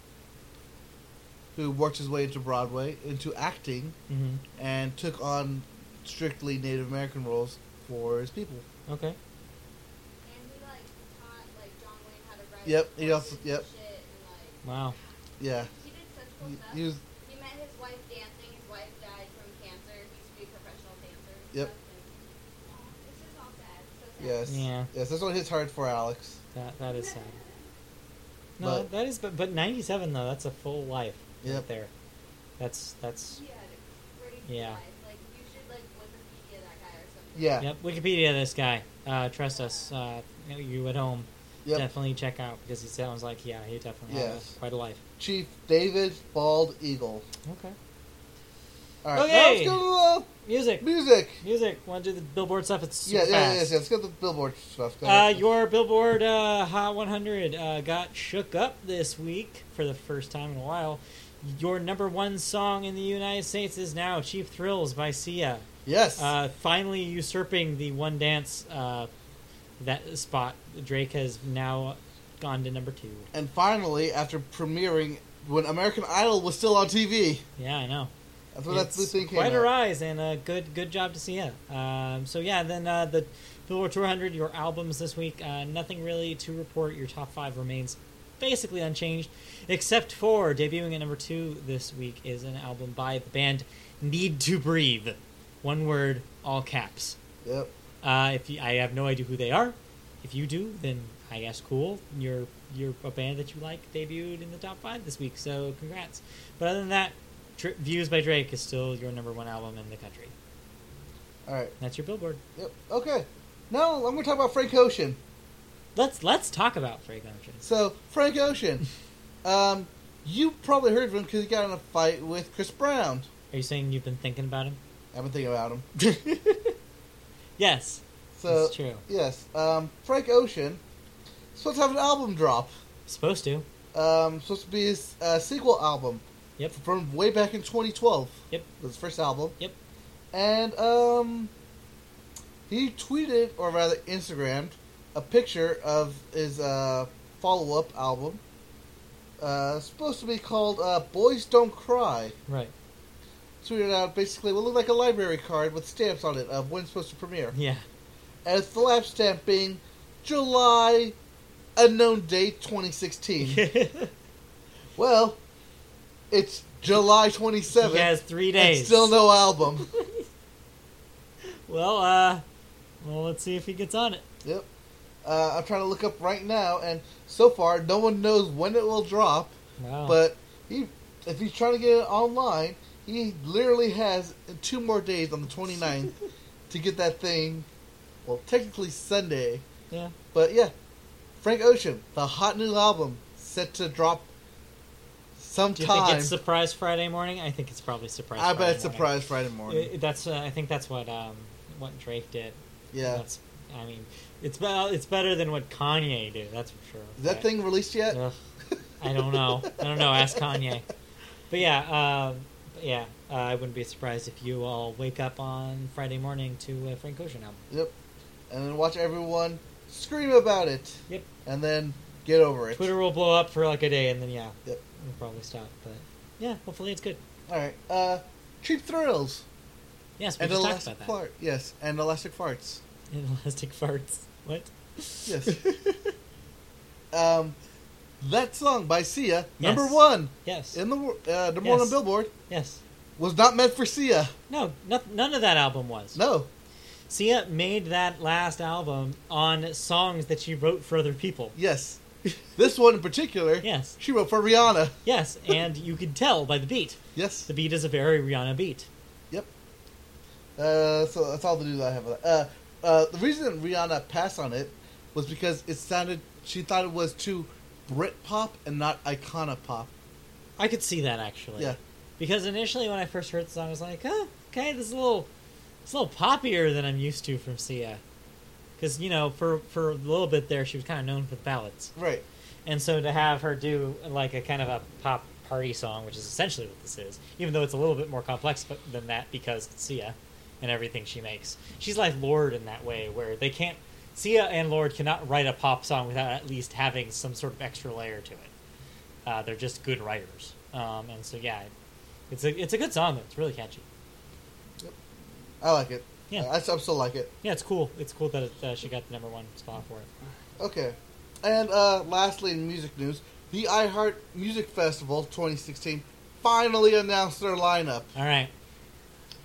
[SPEAKER 2] who worked his way into Broadway, into acting,
[SPEAKER 1] hmm
[SPEAKER 2] and took on strictly Native American roles for his people.
[SPEAKER 1] Okay.
[SPEAKER 4] And he, like, taught, like, John Wayne how to ride
[SPEAKER 2] Yep, he
[SPEAKER 4] horses
[SPEAKER 2] also-
[SPEAKER 4] and
[SPEAKER 2] yep.
[SPEAKER 4] shit, and, like,
[SPEAKER 1] Wow.
[SPEAKER 2] Yeah.
[SPEAKER 4] he did such cool
[SPEAKER 2] He,
[SPEAKER 4] stuff.
[SPEAKER 2] he was,
[SPEAKER 4] He met his wife dancing. His wife died from cancer. He used to be a professional dancer. and
[SPEAKER 2] Yep.
[SPEAKER 4] stuff, and- Aw, This is all sad. So
[SPEAKER 2] yes.
[SPEAKER 4] sad.
[SPEAKER 1] Yeah.
[SPEAKER 2] Yes, that's what his heart for Alex.
[SPEAKER 1] That that is sad. No,
[SPEAKER 2] But-
[SPEAKER 1] that is. But but ninety-seven though. That's a full life. Right
[SPEAKER 2] Yep.
[SPEAKER 1] there. That's that's.
[SPEAKER 4] He had a crazy
[SPEAKER 1] Yeah.
[SPEAKER 4] life. Like, you should, like, Wikipedia that guy or something.
[SPEAKER 2] Yeah.
[SPEAKER 1] Yep, Wikipedia this guy. Uh, trust us, uh, you at home.
[SPEAKER 2] Yep.
[SPEAKER 1] Definitely check out because he sounds like yeah, he definitely had a-
[SPEAKER 2] Yes.
[SPEAKER 1] quite a life.
[SPEAKER 2] Chief David Bald Eagle.
[SPEAKER 1] Okay.
[SPEAKER 2] All right.
[SPEAKER 1] Okay.
[SPEAKER 2] Now let's
[SPEAKER 1] Music,
[SPEAKER 2] go to uh, music.
[SPEAKER 1] music. Want to do the Billboard stuff? It's super
[SPEAKER 2] Yeah, yeah, yeah,
[SPEAKER 1] fast.
[SPEAKER 2] yeah. Let's go to the Billboard stuff. Go
[SPEAKER 1] Uh,
[SPEAKER 2] ahead.
[SPEAKER 1] your Billboard uh, Hot 100 uh, got shook up this week for the first time in a while. Your number one song in the United States is now "Cheap Thrills" by Sia,
[SPEAKER 2] yes.
[SPEAKER 1] uh, finally usurping the one dance uh, that spot. Drake has now gone to number two.
[SPEAKER 2] and finally, after premiering when American Idol was still on TV,
[SPEAKER 1] Yeah, I know.
[SPEAKER 2] that's when that
[SPEAKER 1] It's
[SPEAKER 2] blue thing came
[SPEAKER 1] quite a
[SPEAKER 2] out.
[SPEAKER 1] rise and a good good job to see it. Um, so yeah, then uh, the Billboard 200, your albums this week, uh, nothing really to report. Your top five remains basically unchanged, except for debuting at number two this week is an album by the band Need to Breathe, one word, all caps.
[SPEAKER 2] Yep.
[SPEAKER 1] Uh, if you, I have no idea who they are, if you do, then I guess cool. You're you're a band that you like debuted in the top five this week, so congrats. But other than that, Dr- Views by Drake is still your number one album in the country.
[SPEAKER 2] All right.
[SPEAKER 1] That's your Billboard.
[SPEAKER 2] Yep. Okay. Now I'm going to talk about Frank Ocean.
[SPEAKER 1] Let's let's talk about Frank Ocean.
[SPEAKER 2] So Frank Ocean, um, you probably heard of him because he got in a fight with Chris Brown.
[SPEAKER 1] Are you saying you've been thinking about
[SPEAKER 2] I've been thinking about him.
[SPEAKER 1] him? yes,
[SPEAKER 2] So
[SPEAKER 1] that's true.
[SPEAKER 2] yes, um, Frank Ocean is supposed to have an album drop.
[SPEAKER 1] Supposed to.
[SPEAKER 2] Um, supposed to be his uh, sequel album.
[SPEAKER 1] Yep.
[SPEAKER 2] From way back in 2012.
[SPEAKER 1] Yep.
[SPEAKER 2] Was his first album.
[SPEAKER 1] Yep.
[SPEAKER 2] And um, he tweeted, or rather Instagrammed, a picture of his uh, follow-up album. Uh, supposed to be called uh, "Boys Don't Cry."
[SPEAKER 1] Right.
[SPEAKER 2] Tweeted out basically what looked like a library card with stamps on it of when it's supposed to premiere,
[SPEAKER 1] Yeah.
[SPEAKER 2] and it's the lap stamp being July, unknown date, 2016. Well, it's July 27th.
[SPEAKER 1] He has three
[SPEAKER 2] and
[SPEAKER 1] days.
[SPEAKER 2] still no album.
[SPEAKER 1] Well, uh, well, let's see if he gets on it.
[SPEAKER 2] yep. Uh, I'm trying to look up right now, and so far, no one knows when it will drop.
[SPEAKER 1] Wow.
[SPEAKER 2] But he, if he's trying to get it online, he literally has two more days on the 29th to get that thing. Well, technically Sunday,
[SPEAKER 1] yeah.
[SPEAKER 2] but yeah. Frank Ocean, the hot new album, set to drop
[SPEAKER 1] Do you think
[SPEAKER 2] sometime.
[SPEAKER 1] it's Surprise Friday morning? I think it's probably Surprise.
[SPEAKER 2] I bet
[SPEAKER 1] Friday
[SPEAKER 2] it's
[SPEAKER 1] morning.
[SPEAKER 2] surprise Friday morning.
[SPEAKER 1] Uh, That's uh, I think that's what um, what Drake did.
[SPEAKER 2] yeah.
[SPEAKER 1] That's I mean, it's be- it's better than what Kanye did. That's for sure.
[SPEAKER 2] Is that
[SPEAKER 1] But-
[SPEAKER 2] thing released yet?
[SPEAKER 1] Ugh, I don't know. I don't know. Ask Kanye. But yeah, um, but yeah. Uh, I wouldn't be surprised if you all wake up on Friday morning to a Frank Ocean album.
[SPEAKER 2] Yep. And then watch everyone scream about it.
[SPEAKER 1] Yep.
[SPEAKER 2] And then get over it.
[SPEAKER 1] Twitter will blow up for like a day, and then yeah,
[SPEAKER 2] Yep.
[SPEAKER 1] it'll probably stop. But yeah, hopefully it's good.
[SPEAKER 2] All right. Uh, cheap thrills
[SPEAKER 1] Yes, we
[SPEAKER 2] and
[SPEAKER 1] just talked
[SPEAKER 2] elastic
[SPEAKER 1] about that.
[SPEAKER 2] fart. Yes, and elastic farts.
[SPEAKER 1] And elastic farts. What?
[SPEAKER 2] Yes. um, that song by Sia, number
[SPEAKER 1] Yes.
[SPEAKER 2] one
[SPEAKER 1] yes.
[SPEAKER 2] in the wor- uh, number
[SPEAKER 1] Yes.
[SPEAKER 2] one on Billboard,
[SPEAKER 1] yes.
[SPEAKER 2] was not meant for Sia.
[SPEAKER 1] No, no, none of that album was.
[SPEAKER 2] No.
[SPEAKER 1] Sia made that last album on songs that she wrote for other people.
[SPEAKER 2] Yes. this one in particular,
[SPEAKER 1] Yes,
[SPEAKER 2] she wrote for Rihanna.
[SPEAKER 1] yes, and you could tell by the beat.
[SPEAKER 2] Yes.
[SPEAKER 1] The beat is a very Rihanna beat.
[SPEAKER 2] Uh, so that's all the news I have. on that. Uh, uh, the reason Rihanna passed on it was because it sounded. She thought it was too Britpop and not Iconopop.
[SPEAKER 1] I could see that actually.
[SPEAKER 2] Yeah,
[SPEAKER 1] Because initially, when I first heard the song, I was like, "Huh, okay, this is a little, it's a little poppier than I'm used to from Sia." Because you know, for for a little bit there, she was kind of known for the ballads,
[SPEAKER 2] right.
[SPEAKER 1] and so to have her do like a kind of a pop party song, which is essentially what this is, even though it's a little bit more complex bu- than that because it's Sia and everything she makes, she's like Lord in that way, where they can't. Sia and Lord cannot write a pop song without at least having some sort of extra layer to it. Uh, they're just good writers, um, and so yeah, it's a it's a good song though. It's really catchy.
[SPEAKER 2] I like it.
[SPEAKER 1] Yeah.
[SPEAKER 2] Uh, I, I still like it.
[SPEAKER 1] Yeah, it's cool. It's cool that it, uh, she got the number one spot for it.
[SPEAKER 2] Okay, and uh, lastly, in music news, the iHeart Music Festival 2016 finally announced their lineup.
[SPEAKER 1] All right,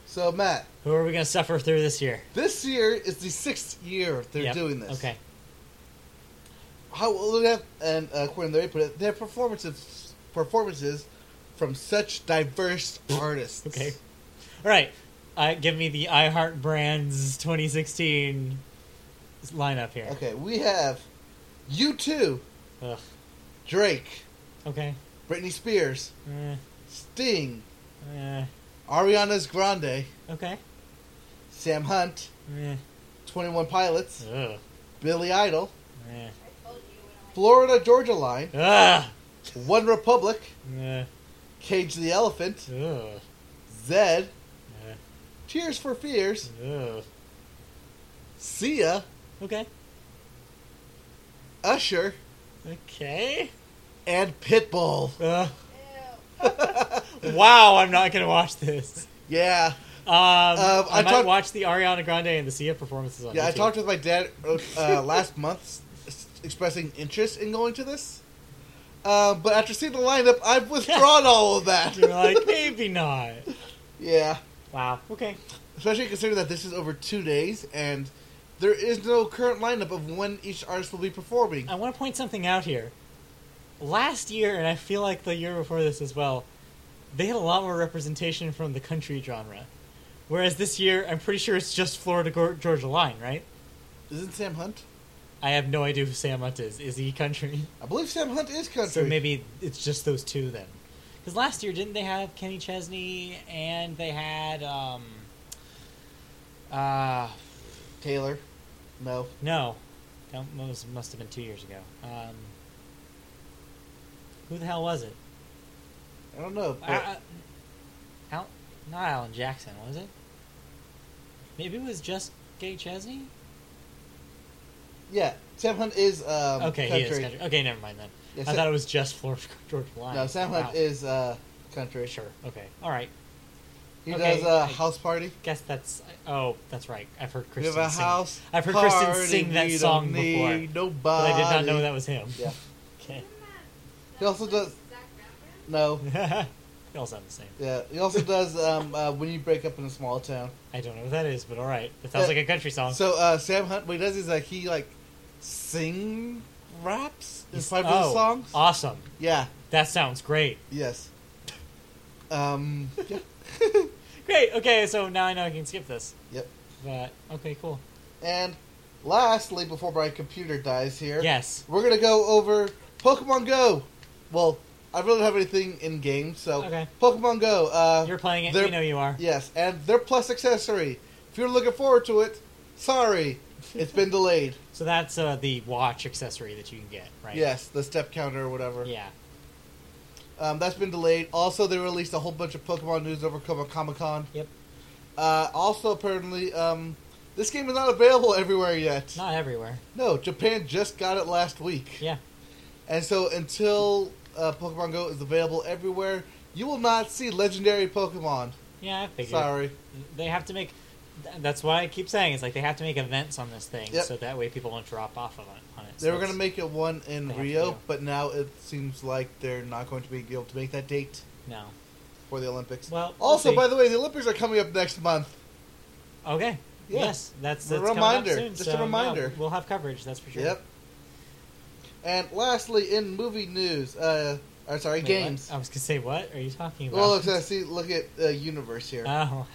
[SPEAKER 2] So Matt,
[SPEAKER 1] who are we gonna suffer through this year?
[SPEAKER 2] this year is the sixth year they're
[SPEAKER 1] Yep.
[SPEAKER 2] doing this.
[SPEAKER 1] Okay.
[SPEAKER 2] How will they have, and uh, according to their input, their performances performances from such diverse artists.
[SPEAKER 1] Okay. All right. Uh, give me the iHeart Brands 2016 lineup here.
[SPEAKER 2] Okay, we have you 2
[SPEAKER 1] Ugh.
[SPEAKER 2] Drake,
[SPEAKER 1] Okay.
[SPEAKER 2] Britney Spears,
[SPEAKER 1] Eh,
[SPEAKER 2] Sting,
[SPEAKER 1] eh.
[SPEAKER 2] Ariana's Grande,
[SPEAKER 1] Okay.
[SPEAKER 2] Sam Hunt,
[SPEAKER 1] Eh.
[SPEAKER 2] Twenty One Pilots,
[SPEAKER 1] Ugh.
[SPEAKER 2] Billy Idol,
[SPEAKER 1] Eh.
[SPEAKER 4] I told you we don't like
[SPEAKER 2] Florida Georgia Line,
[SPEAKER 1] Ugh.
[SPEAKER 2] One Republic,
[SPEAKER 1] Eh.
[SPEAKER 2] Cage the Elephant,
[SPEAKER 1] Ugh.
[SPEAKER 2] Zed,
[SPEAKER 1] Eh.
[SPEAKER 2] Tears for Fears,
[SPEAKER 1] Ugh.
[SPEAKER 2] Sia,
[SPEAKER 1] Okay.
[SPEAKER 2] Usher,
[SPEAKER 1] Okay.
[SPEAKER 2] and Pitbull.
[SPEAKER 1] Eh, Ugh.
[SPEAKER 4] Ew.
[SPEAKER 1] wow, I'm not gonna watch this.
[SPEAKER 2] yeah,
[SPEAKER 1] Um, I,
[SPEAKER 2] I
[SPEAKER 1] might
[SPEAKER 2] talked-
[SPEAKER 1] watch the Ariana Grande and the Sia performances on
[SPEAKER 2] yeah. I
[SPEAKER 1] YouTube.
[SPEAKER 2] talked with my dad uh, last month, s- expressing interest in going to this. Uh, but after seeing the lineup, I've withdrawn all of that.
[SPEAKER 1] You're like, maybe not.
[SPEAKER 2] yeah,
[SPEAKER 1] Wow. Okay.
[SPEAKER 2] especially considering that this is over two days and there is no current lineup of when each artist will be performing.
[SPEAKER 1] I want to point something out here. Last year, and I feel like the year before this as well, they had a lot more representation from the country genre. Whereas this year, I'm pretty sure it's just Florida Gor- Georgia Line, right?
[SPEAKER 2] Isn't Sam Hunt?
[SPEAKER 1] I have no idea who Sam Hunt is. Is he country?
[SPEAKER 2] I believe Sam Hunt is country.
[SPEAKER 1] So maybe it's just those two then. Because last year, didn't they have Kenny Chesney and they had um, uh,
[SPEAKER 2] Taylor. No.
[SPEAKER 1] No, that was, must have been two years ago. Um, who the hell was it?
[SPEAKER 2] I don't know. but-
[SPEAKER 1] Uh, Al, not Alan Jackson, was it? Maybe it was just Gay Chesney.
[SPEAKER 2] yeah, Sam Hunt is um,
[SPEAKER 1] okay,
[SPEAKER 2] country.
[SPEAKER 1] he is country. Okay, never mind then.
[SPEAKER 2] Yeah,
[SPEAKER 1] I
[SPEAKER 2] Sa-
[SPEAKER 1] thought it was just Florida Georgia Line.
[SPEAKER 2] no, Sam Hunt
[SPEAKER 1] Wow.
[SPEAKER 2] is uh, country.
[SPEAKER 1] sure. Okay, all right.
[SPEAKER 2] He
[SPEAKER 1] Okay,
[SPEAKER 2] does uh,
[SPEAKER 1] I-
[SPEAKER 2] house party.
[SPEAKER 1] Guess that's. Oh, that's right. I've heard
[SPEAKER 2] We
[SPEAKER 1] Kristen
[SPEAKER 2] have a
[SPEAKER 1] sing.
[SPEAKER 2] house.
[SPEAKER 1] I've heard Kristen
[SPEAKER 2] party,
[SPEAKER 1] sing that
[SPEAKER 2] we don't
[SPEAKER 1] song
[SPEAKER 2] need
[SPEAKER 1] before,
[SPEAKER 2] Nobody.
[SPEAKER 1] but I did not know that was him.
[SPEAKER 2] Yeah.
[SPEAKER 1] Okay.
[SPEAKER 4] Isn't that-
[SPEAKER 2] He also
[SPEAKER 4] that's
[SPEAKER 2] does-
[SPEAKER 4] Zac Efron?
[SPEAKER 2] No.
[SPEAKER 1] they all sound the same.
[SPEAKER 2] Yeah. He also does um, uh, when you break up in a small town.
[SPEAKER 1] I don't know what that is, but all right. It sounds
[SPEAKER 2] Uh,
[SPEAKER 1] like a country song.
[SPEAKER 2] So uh, Sam Hunt, what he does is like he like sing raps in
[SPEAKER 1] He's-
[SPEAKER 2] five of
[SPEAKER 1] oh,
[SPEAKER 2] the songs.
[SPEAKER 1] Awesome.
[SPEAKER 2] yeah.
[SPEAKER 1] That sounds great.
[SPEAKER 2] Yes. Um. Yeah.
[SPEAKER 1] Great. Okay, so now I know I can skip this.
[SPEAKER 2] Yep.
[SPEAKER 1] But okay, cool.
[SPEAKER 2] And lastly, before my computer dies here,
[SPEAKER 1] Yes.
[SPEAKER 2] we're gonna go over Pokemon Go. Well, I really don't have anything in game, so
[SPEAKER 1] Okay.
[SPEAKER 2] Pokemon Go. Uh,
[SPEAKER 1] You're playing it.
[SPEAKER 2] they're-
[SPEAKER 1] We know you are.
[SPEAKER 2] yes, and their plus accessory. If you're looking forward to it, sorry, it's been delayed.
[SPEAKER 1] So that's uh, the watch accessory that you can get, right?
[SPEAKER 2] Yes, the step counter or whatever.
[SPEAKER 1] Yeah.
[SPEAKER 2] Um, that's been delayed. Also, they released a whole bunch of Pokemon news over Comic Con.
[SPEAKER 1] Yep.
[SPEAKER 2] Uh, also, apparently, um, this game is not available everywhere yet.
[SPEAKER 1] Not everywhere.
[SPEAKER 2] No, Japan just got it last week.
[SPEAKER 1] Yeah.
[SPEAKER 2] And so until uh, Pokemon Go is available everywhere, you will not see legendary Pokemon.
[SPEAKER 1] Yeah, I figured.
[SPEAKER 2] Sorry.
[SPEAKER 1] They have to make. th- That's why I keep saying it's like they have to make events on this thing,
[SPEAKER 2] Yep.
[SPEAKER 1] so that way people don't drop off of it. On it.
[SPEAKER 2] They
[SPEAKER 1] So
[SPEAKER 2] were going to
[SPEAKER 1] it's-
[SPEAKER 2] make it one
[SPEAKER 1] They
[SPEAKER 2] in
[SPEAKER 1] have to
[SPEAKER 2] Rio,
[SPEAKER 1] do.
[SPEAKER 2] but now it seems like they're not going to be able to make that date
[SPEAKER 1] no.
[SPEAKER 2] for the Olympics.
[SPEAKER 1] Well, we'll
[SPEAKER 2] also,
[SPEAKER 1] see.
[SPEAKER 2] by the way, the Olympics are coming up next month.
[SPEAKER 1] Okay.
[SPEAKER 2] Yeah.
[SPEAKER 1] Yes, that's,
[SPEAKER 2] A
[SPEAKER 1] that's coming up
[SPEAKER 2] reminder.
[SPEAKER 1] soon,
[SPEAKER 2] Just
[SPEAKER 1] so,
[SPEAKER 2] a
[SPEAKER 1] yeah,
[SPEAKER 2] reminder.
[SPEAKER 1] we'll have coverage. That's for sure.
[SPEAKER 2] Yep. And lastly, in movie news, uh, or sorry,
[SPEAKER 1] Wait, what?
[SPEAKER 2] games.
[SPEAKER 1] I was gonna say, what are you talking about?
[SPEAKER 2] Well, look, so I see, look at uh, Universe here.
[SPEAKER 1] oh,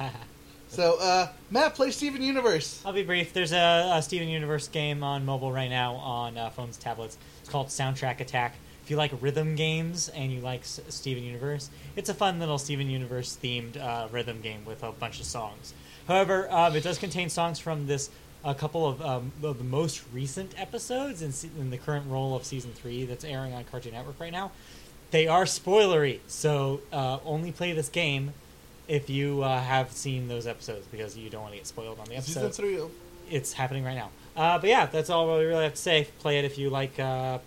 [SPEAKER 2] so, uh, Matt plays Steven Universe.
[SPEAKER 1] I'll be brief. There's a, a Steven Universe game on mobile right now on uh, phones, tablets. It's called Soundtrack Attack. If you like rhythm games and you like S- Steven Universe, it's a fun little Steven Universe themed uh, rhythm game with a bunch of songs. However, um, it does contain songs from this a couple of, um, of the most recent episodes in, se- in the current role of season three that's airing on Cartoon Network right now. They are spoilery, so uh, only play this game if you uh, have seen those episodes because you don't want to get spoiled on the episodes
[SPEAKER 2] Season three. of-
[SPEAKER 1] it's happening right now. Uh, but yeah, that's all we really have to say. Play it if you like uh,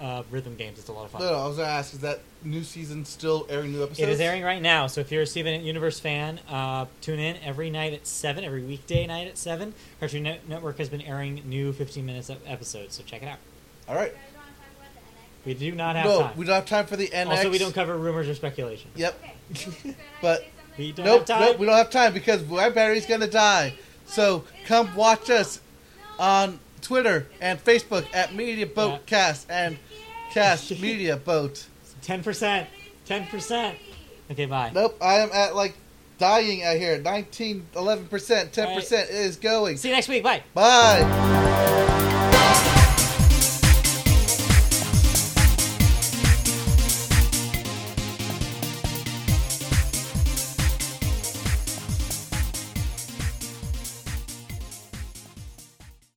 [SPEAKER 1] uh, rhythm games. It's a lot of fun.
[SPEAKER 2] No, no, I was going to ask, is that new season still airing new episodes?
[SPEAKER 1] It is airing right now, so if you're a Steven Universe fan, uh, tune in every night at 7, every weekday night at 7. Cartoon Net- Network has been airing new 15 minutes of episodes, so check it out.
[SPEAKER 2] All right.
[SPEAKER 4] You guys wanna talk about the NX?
[SPEAKER 1] We do not have
[SPEAKER 2] no,
[SPEAKER 1] time.
[SPEAKER 2] we don't have time for the NX.
[SPEAKER 1] also, we don't cover rumors or speculation.
[SPEAKER 2] Yep.
[SPEAKER 4] Okay, so can I
[SPEAKER 2] But-
[SPEAKER 4] say something?
[SPEAKER 1] We don't-
[SPEAKER 2] Nope,
[SPEAKER 1] have time?
[SPEAKER 2] nope, we don't have time because our battery's gonna die. So come watch us
[SPEAKER 4] No.
[SPEAKER 2] on Twitter and Facebook at Media
[SPEAKER 1] Yeah.
[SPEAKER 2] Boat Cast and Cast Media Boat.
[SPEAKER 1] 10%. 10%. Okay, bye.
[SPEAKER 2] Nope, I am at like dying out here. 19, 11%, 10% is going.
[SPEAKER 1] See you next week. Bye.
[SPEAKER 2] Bye.